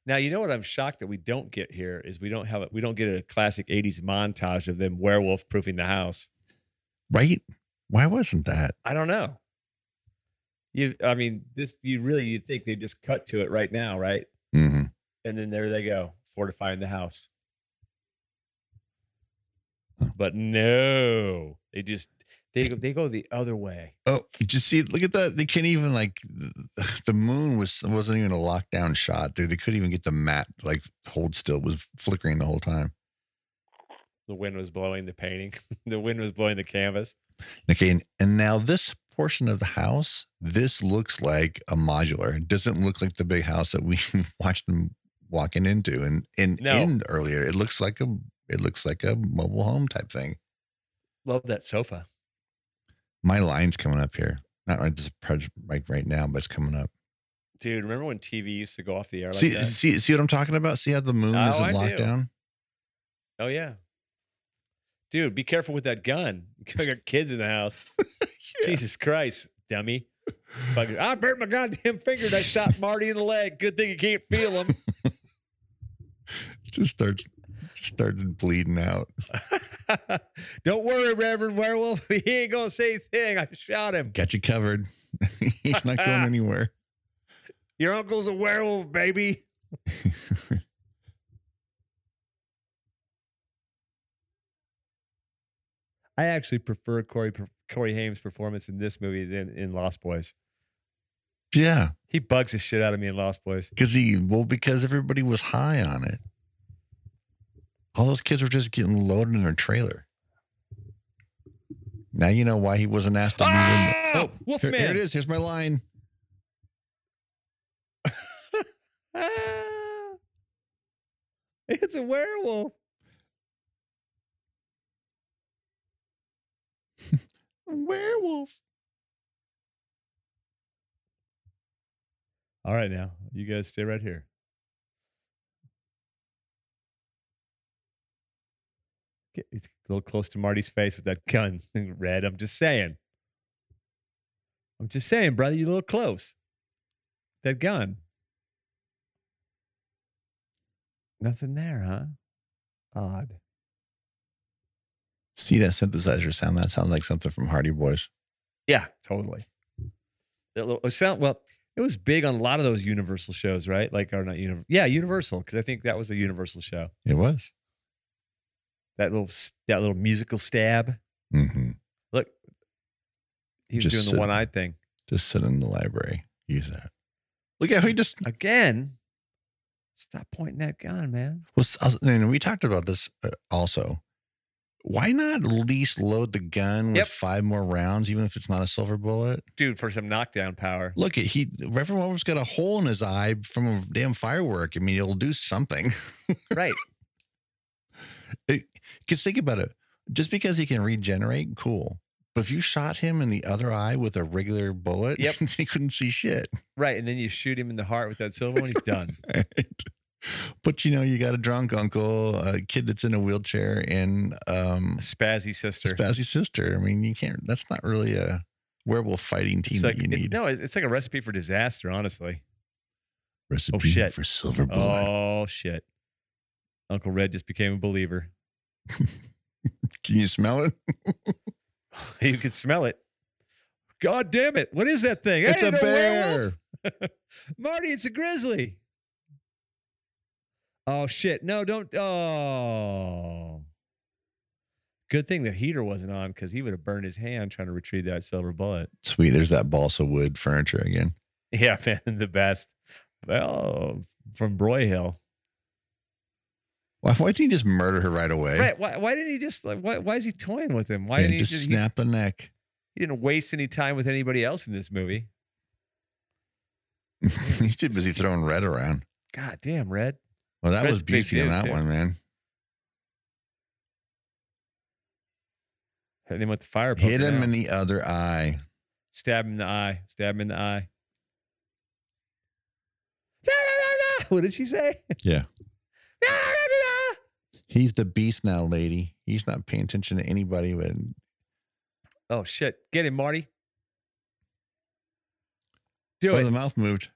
Speaker 2: Now you know what I'm shocked that we don't get here is we don't have a, we don't get a classic '80s montage of them werewolf proofing the house.
Speaker 1: Right? Why wasn't that?
Speaker 2: I don't know. You, I mean, this you really you think they just cut to it right now, right?
Speaker 1: Mm-hmm.
Speaker 2: And then there they go fortifying the house. But no, they just they go they go the other way.
Speaker 1: Oh, just see, look at that. They can't even like (sighs) the moon was wasn't even a lockdown shot, dude. They couldn't even get the mat like hold still. It was flickering the whole time.
Speaker 2: (laughs) The wind was blowing the painting. the wind was blowing the canvas.
Speaker 1: Okay, and, and now this portion of the house, this looks like a modular. It doesn't look like the big house that we (laughs) watched them walking into and and
Speaker 2: No.
Speaker 1: in earlier. It looks like a it looks like a mobile home type thing.
Speaker 2: Love that sofa.
Speaker 1: My line's coming up here. Not right this pres- like right now, but it's coming up.
Speaker 2: Dude, remember when TV used to go off the air like
Speaker 1: see,
Speaker 2: that?
Speaker 1: see, see what I'm talking about? See how the moon
Speaker 2: Oh,
Speaker 1: isn't
Speaker 2: I
Speaker 1: locked
Speaker 2: do.
Speaker 1: down?
Speaker 2: Oh yeah. Dude, be careful with that gun. (laughs) I got kids in the house. Jesus Christ, dummy. This fucker- I burnt my goddamn finger and I shot Marty in the leg. Good thing you can't feel him.
Speaker 1: It just starts started bleeding out.
Speaker 2: (laughs) Don't worry, Reverend Werewolf. (laughs) He ain't gonna say a thing. I shot him.
Speaker 1: Got you covered. (laughs) He's not
Speaker 2: (laughs)
Speaker 1: going anywhere. (laughs)
Speaker 2: Your uncle's a werewolf, baby. I actually prefer Corey Corey Haim's performance in this movie than in Lost Boys.
Speaker 1: yeah,
Speaker 2: He bugs the shit out of me in Lost Boys.
Speaker 1: because he well because everybody was high on it. All those kids were just getting loaded in their trailer. Now you know why he wasn't asked to move in.
Speaker 2: Ah!
Speaker 1: here, here
Speaker 2: Wolfman!
Speaker 1: it is. Here's my line.
Speaker 2: Ah, it's a werewolf.
Speaker 1: Werewolf.
Speaker 2: All right, now you guys stay right here. Get it's a little close to Marty's face with that (laughs) gun, Red. I'm just saying. I'm just saying, brother. You're a little close. That gun. Nothing there, huh? Odd.
Speaker 1: See that synthesizer sound? That sounds like something from Hardy Boys.
Speaker 2: Yeah, totally. That little- It sound well. It was big on a lot of those Universal shows, right? Like, or not Universal? Yeah, Universal, because I think that was a Universal show.
Speaker 1: It was.
Speaker 2: That little s- that little musical stab.
Speaker 1: Mm-hmm.
Speaker 2: He was
Speaker 1: Just
Speaker 2: doing
Speaker 1: sit-
Speaker 2: the one eyed thing
Speaker 1: Just sit in the library. Use that. Look at he just
Speaker 2: again. Stop pointing that gun, man.
Speaker 1: was. I was- And we talked about this uh, also. Why not at least load the gun with
Speaker 2: Yep.
Speaker 1: five more rounds, even if it's not a silver bullet?
Speaker 2: Dude, for some knockdown power.
Speaker 1: Look at he Reverend Wolf's got a hole in his eye from a damn firework. I mean, it'll do something. (laughs)
Speaker 2: Right.
Speaker 1: Because think about it. Just because he can regenerate, cool. But if you shot him in the other eye with a regular bullet, (laughs)
Speaker 2: Yep.
Speaker 1: he couldn't see shit.
Speaker 2: Right. And then you shoot him in the heart with that silver one, he's done.
Speaker 1: Right. But you know, you got a drunk uncle, a kid that's in a wheelchair, and um,
Speaker 2: A (laughs) spazzy sister.
Speaker 1: spazzy sister. I mean, you can't. That's not really a werewolf fighting team
Speaker 2: It's like,
Speaker 1: that you
Speaker 2: it-
Speaker 1: need.
Speaker 2: no, Oh, it's, it's like a recipe for disaster, honestly.
Speaker 1: Recipe
Speaker 2: shit.
Speaker 1: for silver bullet.
Speaker 2: Oh shit. Uncle Red just became a believer. (laughs)
Speaker 1: Can you smell it?
Speaker 2: you could smell it. God damn it. What is that thing?
Speaker 1: It's
Speaker 2: Hey,
Speaker 1: a
Speaker 2: no
Speaker 1: bear.
Speaker 2: werewolf. (laughs) Marty, it's a grizzly. Oh shit. No, don't oh. Good thing the heater wasn't on because he would have burned his hand trying to retrieve that silver bullet. (laughs)
Speaker 1: Sweet. There's that balsa wood furniture again.
Speaker 2: Yeah, man, the best. Well, from Broyhill.
Speaker 1: Why, why didn't he just murder her right away?
Speaker 2: Right. Why, why didn't he just like why, why is he toying with him? Why
Speaker 1: and
Speaker 2: didn't he
Speaker 1: just
Speaker 2: just he-
Speaker 1: snap a
Speaker 2: (laughs)
Speaker 1: neck. (laughs)
Speaker 2: he didn't waste any time with anybody else in this movie.
Speaker 1: He's too busy throwing red around.
Speaker 2: God damn, Red.
Speaker 1: Well, that
Speaker 2: Red's
Speaker 1: was
Speaker 2: a big
Speaker 1: Busey in
Speaker 2: dude,
Speaker 1: that
Speaker 2: too.
Speaker 1: one, man.
Speaker 2: Hit him with the fire.
Speaker 1: Hit
Speaker 2: poker
Speaker 1: him
Speaker 2: now.
Speaker 1: in the other eye.
Speaker 2: stab him in the eye. Stab him in the eye. Da, da, da, da. (laughs) What did she say?
Speaker 1: Yeah.
Speaker 2: Da, da, da, da.
Speaker 1: He's the beast now, lady. He's not paying attention to anybody, but
Speaker 2: (laughs) Oh shit! Get him, Marty. Do
Speaker 1: oh, the
Speaker 2: it.
Speaker 1: mouth moved.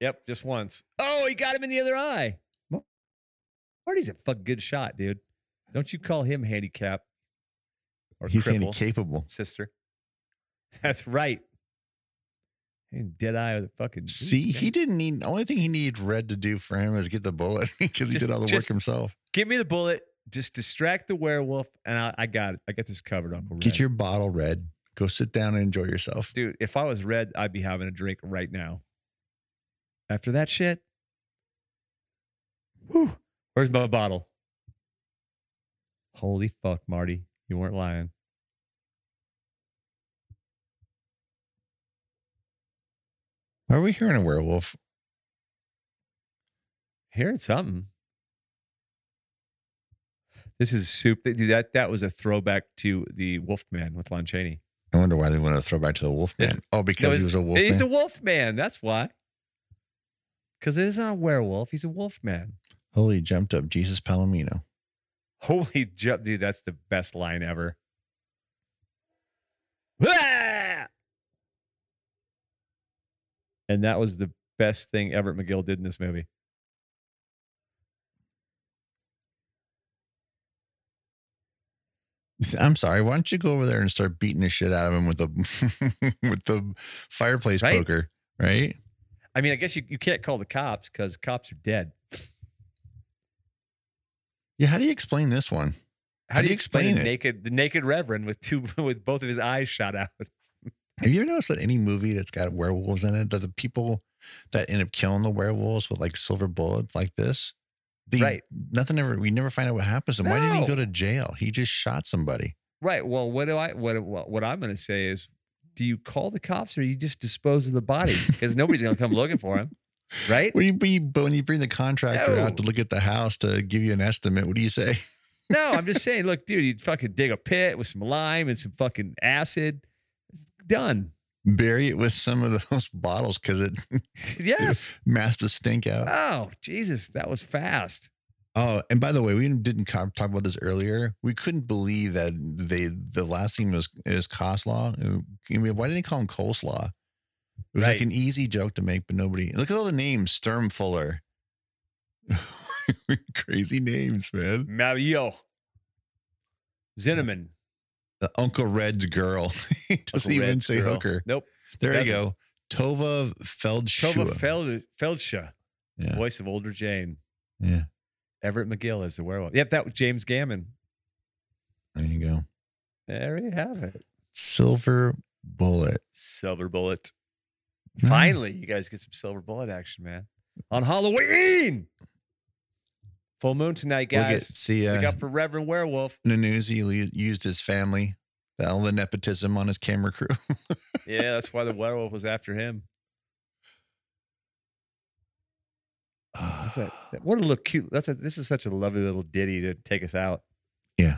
Speaker 2: Yep, just once. Oh, he got him in the other eye. Ma- Marty's a fuck good shot, dude. Don't you call him handicap or
Speaker 1: He's
Speaker 2: cripple.
Speaker 1: handy capable.
Speaker 2: sister. (laughs) That's right. And dead eye of the fucking.
Speaker 1: See, he didn't need. The only thing he needed Red to do for him is get the bullet (laughs) because he
Speaker 2: Just-
Speaker 1: did all the work
Speaker 2: just-
Speaker 1: himself.
Speaker 2: give me the bullet. Just distract the werewolf, and I, I got it. I got this covered, Uncle Red.
Speaker 1: Get your bottle, Red. Go sit down and enjoy yourself.
Speaker 2: dude. If I was red, I'd be having a drink right now. After that shit, whew, where's my bottle? Holy fuck, Marty, you weren't lying.
Speaker 1: Are we hearing a werewolf?
Speaker 2: Hearing something.
Speaker 5: This is soup. Dude, that that was a throwback to the Wolfman with Lon Chaney.
Speaker 1: I wonder why they want to throw back to the wolf man. Oh, because he was a wolf man.
Speaker 5: He's a Wolfman. That's why. Because it isn't a werewolf. He's a Wolfman.
Speaker 1: Holy jumped up Jesus Palomino.
Speaker 5: Holy jump, dude! That's the best line ever.
Speaker 2: Ah!
Speaker 5: And that was the best thing Everett McGill did in this movie.
Speaker 1: I'm sorry. Why don't you go over there and start beating the shit out of him with the (laughs) with the fireplace
Speaker 5: Right?
Speaker 1: poker, right?
Speaker 5: I mean, I guess you, you can't call the cops because cops are dead.
Speaker 1: Yeah. How do you explain this one?
Speaker 5: How, do you explain, the naked the naked reverend with two (laughs) with both of his eyes shot out?
Speaker 1: Have you ever noticed that any movie that's got werewolves in it, that the people that end up killing the werewolves with like silver bullets like this, the
Speaker 5: Right.
Speaker 1: nothing ever we never find out what happens to him. Why did he
Speaker 5: No.
Speaker 1: go to jail? He just shot somebody.
Speaker 5: Right. Well, what do I what what, what I'm going to say is, do you call the cops or you just dispose of the body because nobody's going to come looking for him,
Speaker 1: (laughs)
Speaker 5: right?
Speaker 1: What do you, but you but when you bring the contractor
Speaker 5: No.
Speaker 1: out to look at the house to give you an estimate, what do you say? (laughs)
Speaker 5: No, I'm just saying, look, dude, you'd fucking dig a pit with some lime and some fucking acid.
Speaker 1: (laughs)
Speaker 5: Done.
Speaker 1: Bury it with some of those (laughs) bottles because it
Speaker 5: Yes.
Speaker 1: masked the stink out.
Speaker 5: Oh, Jesus, that was fast.
Speaker 1: Oh, and by the way, we didn't- didn't co- talk about this earlier. We couldn't believe that they the last name was is Coslaw. I mean, why didn't they call him Coleslaw? It was like
Speaker 2: Right.
Speaker 1: an easy joke to make, but nobody look at all the names. Sturmfuller, (laughs) crazy names, man.
Speaker 2: Mario. Zinneman.
Speaker 1: The Uncle Red's girl (laughs) He doesn't
Speaker 2: Uncle
Speaker 1: even
Speaker 2: Red's
Speaker 1: say
Speaker 2: girl.
Speaker 1: hooker.
Speaker 2: Nope.
Speaker 1: There you
Speaker 2: doesn't.
Speaker 1: go. Tova Feldschuh.
Speaker 2: Tova Feld- Feldsha.
Speaker 1: Yeah.
Speaker 2: Voice of older Jane.
Speaker 1: yeah,
Speaker 2: Everett McGill is the werewolf. Yep, that was James Gammon.
Speaker 1: there you go.
Speaker 2: There you have it.
Speaker 1: Silver bullet.
Speaker 2: Silver bullet.
Speaker 1: Mm.
Speaker 2: Finally, you guys get some silver bullet action, man. On Halloween. Full moon tonight,
Speaker 1: Look at
Speaker 2: guys.
Speaker 1: see.
Speaker 2: Look
Speaker 1: Uh,
Speaker 2: out for Reverend Werewolf.
Speaker 1: Nanuzi le- used his family, all the nepotism on his camera crew. (laughs)
Speaker 2: Yeah, that's why the werewolf was after him. That's a, what a little cute. That's a, this is such a lovely little ditty to take us out.
Speaker 1: yeah.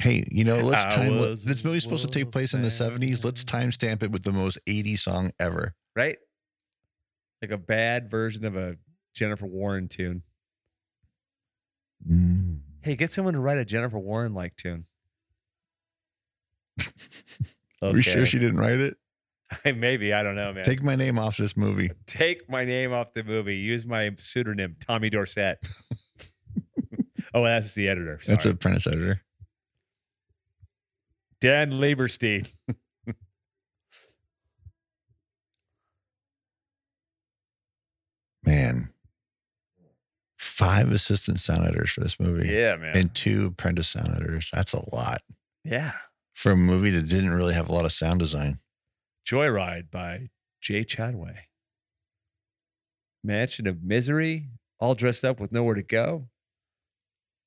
Speaker 1: Hey, you know, let's
Speaker 2: I
Speaker 1: time
Speaker 2: was
Speaker 1: this movie's supposed to take place in the
Speaker 2: once
Speaker 1: 70s. Let's timestamp it with the most 80 song ever.
Speaker 2: right? Like a bad version of a Jennifer Warren tune.
Speaker 1: Mm.
Speaker 2: Hey, get someone to write a Jennifer Warren like
Speaker 1: (laughs)
Speaker 2: tune.
Speaker 1: Are you sure she didn't write it?
Speaker 2: (laughs) Maybe I don't know, man. Take,
Speaker 1: Take my name off this movie.
Speaker 2: my name off the movie. Use my pseudonym,
Speaker 1: (laughs)
Speaker 2: Tommy Dorsett. oh, that's the editor. Sorry.
Speaker 1: That's a apprentice editor.
Speaker 2: Dan Laberstein.
Speaker 1: Man. Five assistant sound editors for this movie.
Speaker 2: Yeah, man.
Speaker 1: And two apprentice sound editors. That's a lot
Speaker 2: yeah,
Speaker 1: for a movie that didn't really have a lot of sound design.
Speaker 2: Joyride by Jay Chadway. Mansion of Misery, all dressed up with nowhere to go.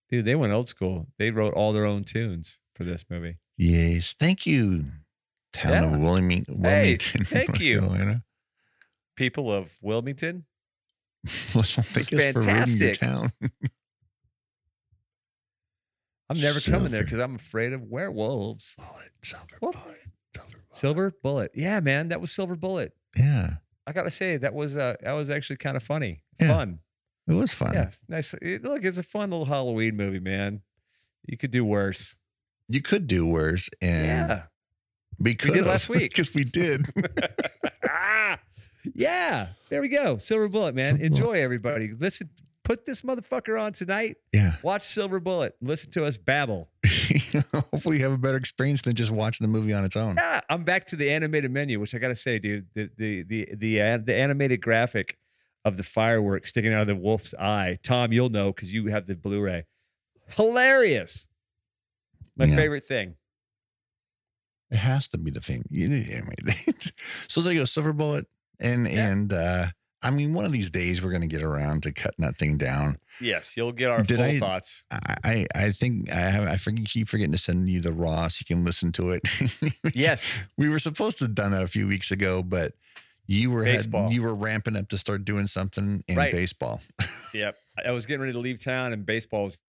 Speaker 2: Dude, they went old school. They wrote all their own tunes for this movie.
Speaker 1: Yes. Thank you, town
Speaker 2: Yeah.
Speaker 1: of Wilming- Wilmington. (laughs)
Speaker 2: thank
Speaker 1: North
Speaker 2: you.
Speaker 1: Carolina.
Speaker 2: People of Wilmington,
Speaker 1: I don't think it's for ruining your
Speaker 2: fantastic.
Speaker 1: town.
Speaker 2: I'm never coming there
Speaker 1: Silver.
Speaker 2: because I'm afraid of werewolves.
Speaker 1: Silver
Speaker 2: Well,
Speaker 1: bullet, silver bullet.
Speaker 2: Silver Bullet. Yeah, man, that was Silver Bullet.
Speaker 1: (laughs) Yeah.
Speaker 2: I gotta say that was uh, that was actually kind of funny,
Speaker 1: Yeah.
Speaker 2: fun.
Speaker 1: It was fun.
Speaker 2: Yeah, it's nice. it- look, it's a fun little Halloween movie, man. You could do worse.
Speaker 1: You could do worse. And
Speaker 2: Yeah.
Speaker 1: we could (laughs)
Speaker 2: last week.
Speaker 1: Because we
Speaker 2: (laughs)
Speaker 1: did.
Speaker 2: ah, yeah. There we go. Silver Bullet, man.
Speaker 1: Silver
Speaker 2: Enjoy everybody. Listen, put this motherfucker on tonight.
Speaker 1: yeah. (laughs)
Speaker 2: Watch Silver Bullet. Listen to us babble.
Speaker 1: Hopefully you have a better experience than just watching the movie on its own.
Speaker 2: Ah, I'm back to the animated menu, which I gotta say, dude, the the the the, uh, the animated graphic of the fireworks sticking out of the wolf's eye. Tom, you'll know because you have the Blu-ray. Hilarious. My
Speaker 1: Yeah.
Speaker 2: favorite thing.
Speaker 1: It has to be the thing. You know, I mean, (laughs) so there you go, silver bullet. And
Speaker 2: Yeah.
Speaker 1: and uh I mean one of these days we're gonna get around to cutting that thing down.
Speaker 2: Yes, you'll get our
Speaker 1: Did
Speaker 2: full
Speaker 1: I-
Speaker 2: thoughts.
Speaker 1: I I, I think I have I forget, keep forgetting to send you the raw so you can listen to it. (laughs)
Speaker 2: Yes.
Speaker 1: we were supposed to have done that a few weeks ago, but You were had,
Speaker 2: Baseball.
Speaker 1: you were ramping up to start doing something in
Speaker 2: Right.
Speaker 1: baseball. (laughs)
Speaker 2: Yep. I- I was getting ready to leave town and baseball was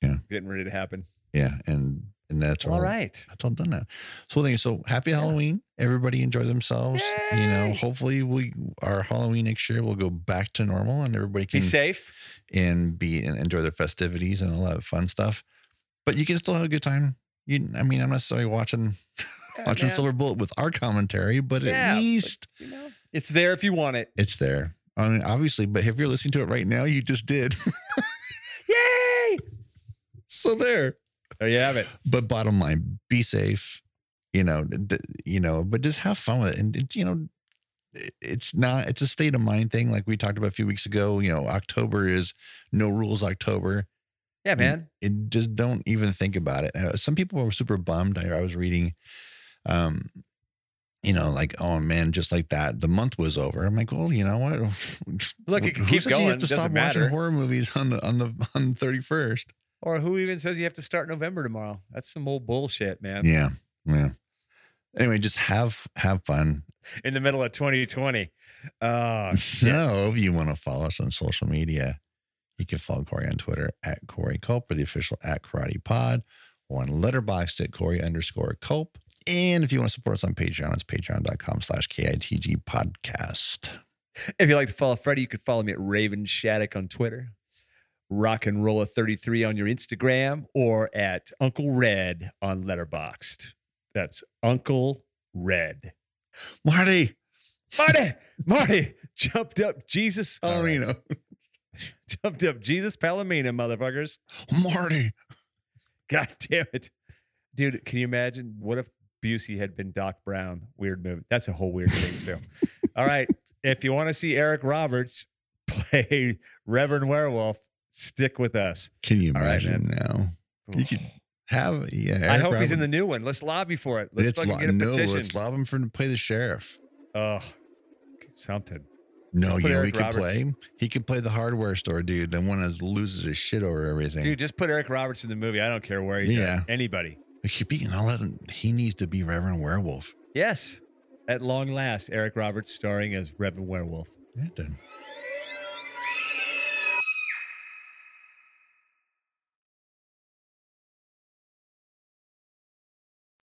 Speaker 1: Yeah.
Speaker 2: getting ready to happen.
Speaker 1: Yeah, and and that's
Speaker 2: All right.
Speaker 1: That's all done now. So thank you. So happy Halloween. Everybody enjoy themselves. You know,
Speaker 2: Yay.
Speaker 1: hopefully we our Halloween next year will go back to normal and everybody
Speaker 2: Be
Speaker 1: can
Speaker 2: safe.
Speaker 1: and be and enjoy their festivities and all that fun stuff. But you can still have a good time. You I mean, I'm not necessarily watching watching
Speaker 2: man.
Speaker 1: Silver Bullet with our commentary, but
Speaker 2: Yeah,
Speaker 1: at
Speaker 2: but-
Speaker 1: least
Speaker 2: You know, it's there if you want it.
Speaker 1: it's there. I mean, obviously, but if you're listening to it right now, you just did. (laughs)
Speaker 2: Yay!
Speaker 1: so there.
Speaker 2: There you have it.
Speaker 1: but bottom line be safe you know d- you know but just have fun with it and it- you know it- it's not it's a state of mind thing like we talked about a few weeks ago you know october is no rules october
Speaker 2: Yeah,
Speaker 1: Mm.
Speaker 2: man.
Speaker 1: it just don't even think about it Uh, some people were super bummed i, I was reading um you know, like, oh man, just like that, the month was over. I'm like, well, you know what? (laughs)
Speaker 2: Look, it
Speaker 1: Who
Speaker 2: can keep
Speaker 1: says you have
Speaker 2: going.
Speaker 1: to
Speaker 2: Doesn't
Speaker 1: stop
Speaker 2: matter.
Speaker 1: watching horror movies on the on the (laughs) on thirty first.
Speaker 2: Or who even says you have to start November tomorrow? That's some old bullshit, man.
Speaker 1: Yeah, yeah. Anyway, just have have fun.
Speaker 2: In the middle of 2020.
Speaker 1: (laughs)
Speaker 2: Uh,
Speaker 1: So if you want to follow us on social media, you can follow Corey on Twitter at Corey Culp or the official at Karate Pod or on Letterboxd at Corey underscore Culp. And if you want to support us on Patreon, it's patreon.com slash KITG podcast.
Speaker 2: if you'd like to follow Freddie, you could follow me at Raven Shattuck on Twitter, Rock and Rolla 33 on your Instagram, or at Uncle Red on Letterboxd. That's Uncle Red.
Speaker 1: Marty
Speaker 2: Marty, Marty (laughs) jumped up Jesus. all right,
Speaker 1: Palomino.
Speaker 2: Jumped up Jesus Palomino, motherfuckers.
Speaker 1: Marty.
Speaker 2: (laughs) God damn it. Dude, can you imagine? What if Busey had been Doc Brown? Weird movie. That's a whole weird thing,
Speaker 1: (laughs)
Speaker 2: too. All right. If you want to see Eric Roberts (laughs) play Reverend Werewolf, stick with us.
Speaker 1: Can you
Speaker 2: All right,
Speaker 1: imagine now? You could have, yeah.
Speaker 2: I
Speaker 1: Eric
Speaker 2: hope he's in
Speaker 1: Roberts-
Speaker 2: the new one. Let's lobby for it. Let's
Speaker 1: Let's
Speaker 2: fucking
Speaker 1: lo-
Speaker 2: get a
Speaker 1: no,
Speaker 2: petition.
Speaker 1: let's lob him for to play the sheriff.
Speaker 2: oh, something.
Speaker 1: No,
Speaker 2: Put
Speaker 1: you know,
Speaker 2: Eric
Speaker 1: he could
Speaker 2: Roberts.
Speaker 1: play. He could play the hardware store dude. Then one is loses his shit over everything.
Speaker 2: Dude, just put Eric Roberts in the movie. I don't care where he's
Speaker 1: Yeah.
Speaker 2: at. Anybody.
Speaker 1: It should be, and I'll let him, he needs to be Reverend Werewolf.
Speaker 2: Yes. At long last, Eric Roberts starring as Reverend Werewolf.
Speaker 1: Yeah, then.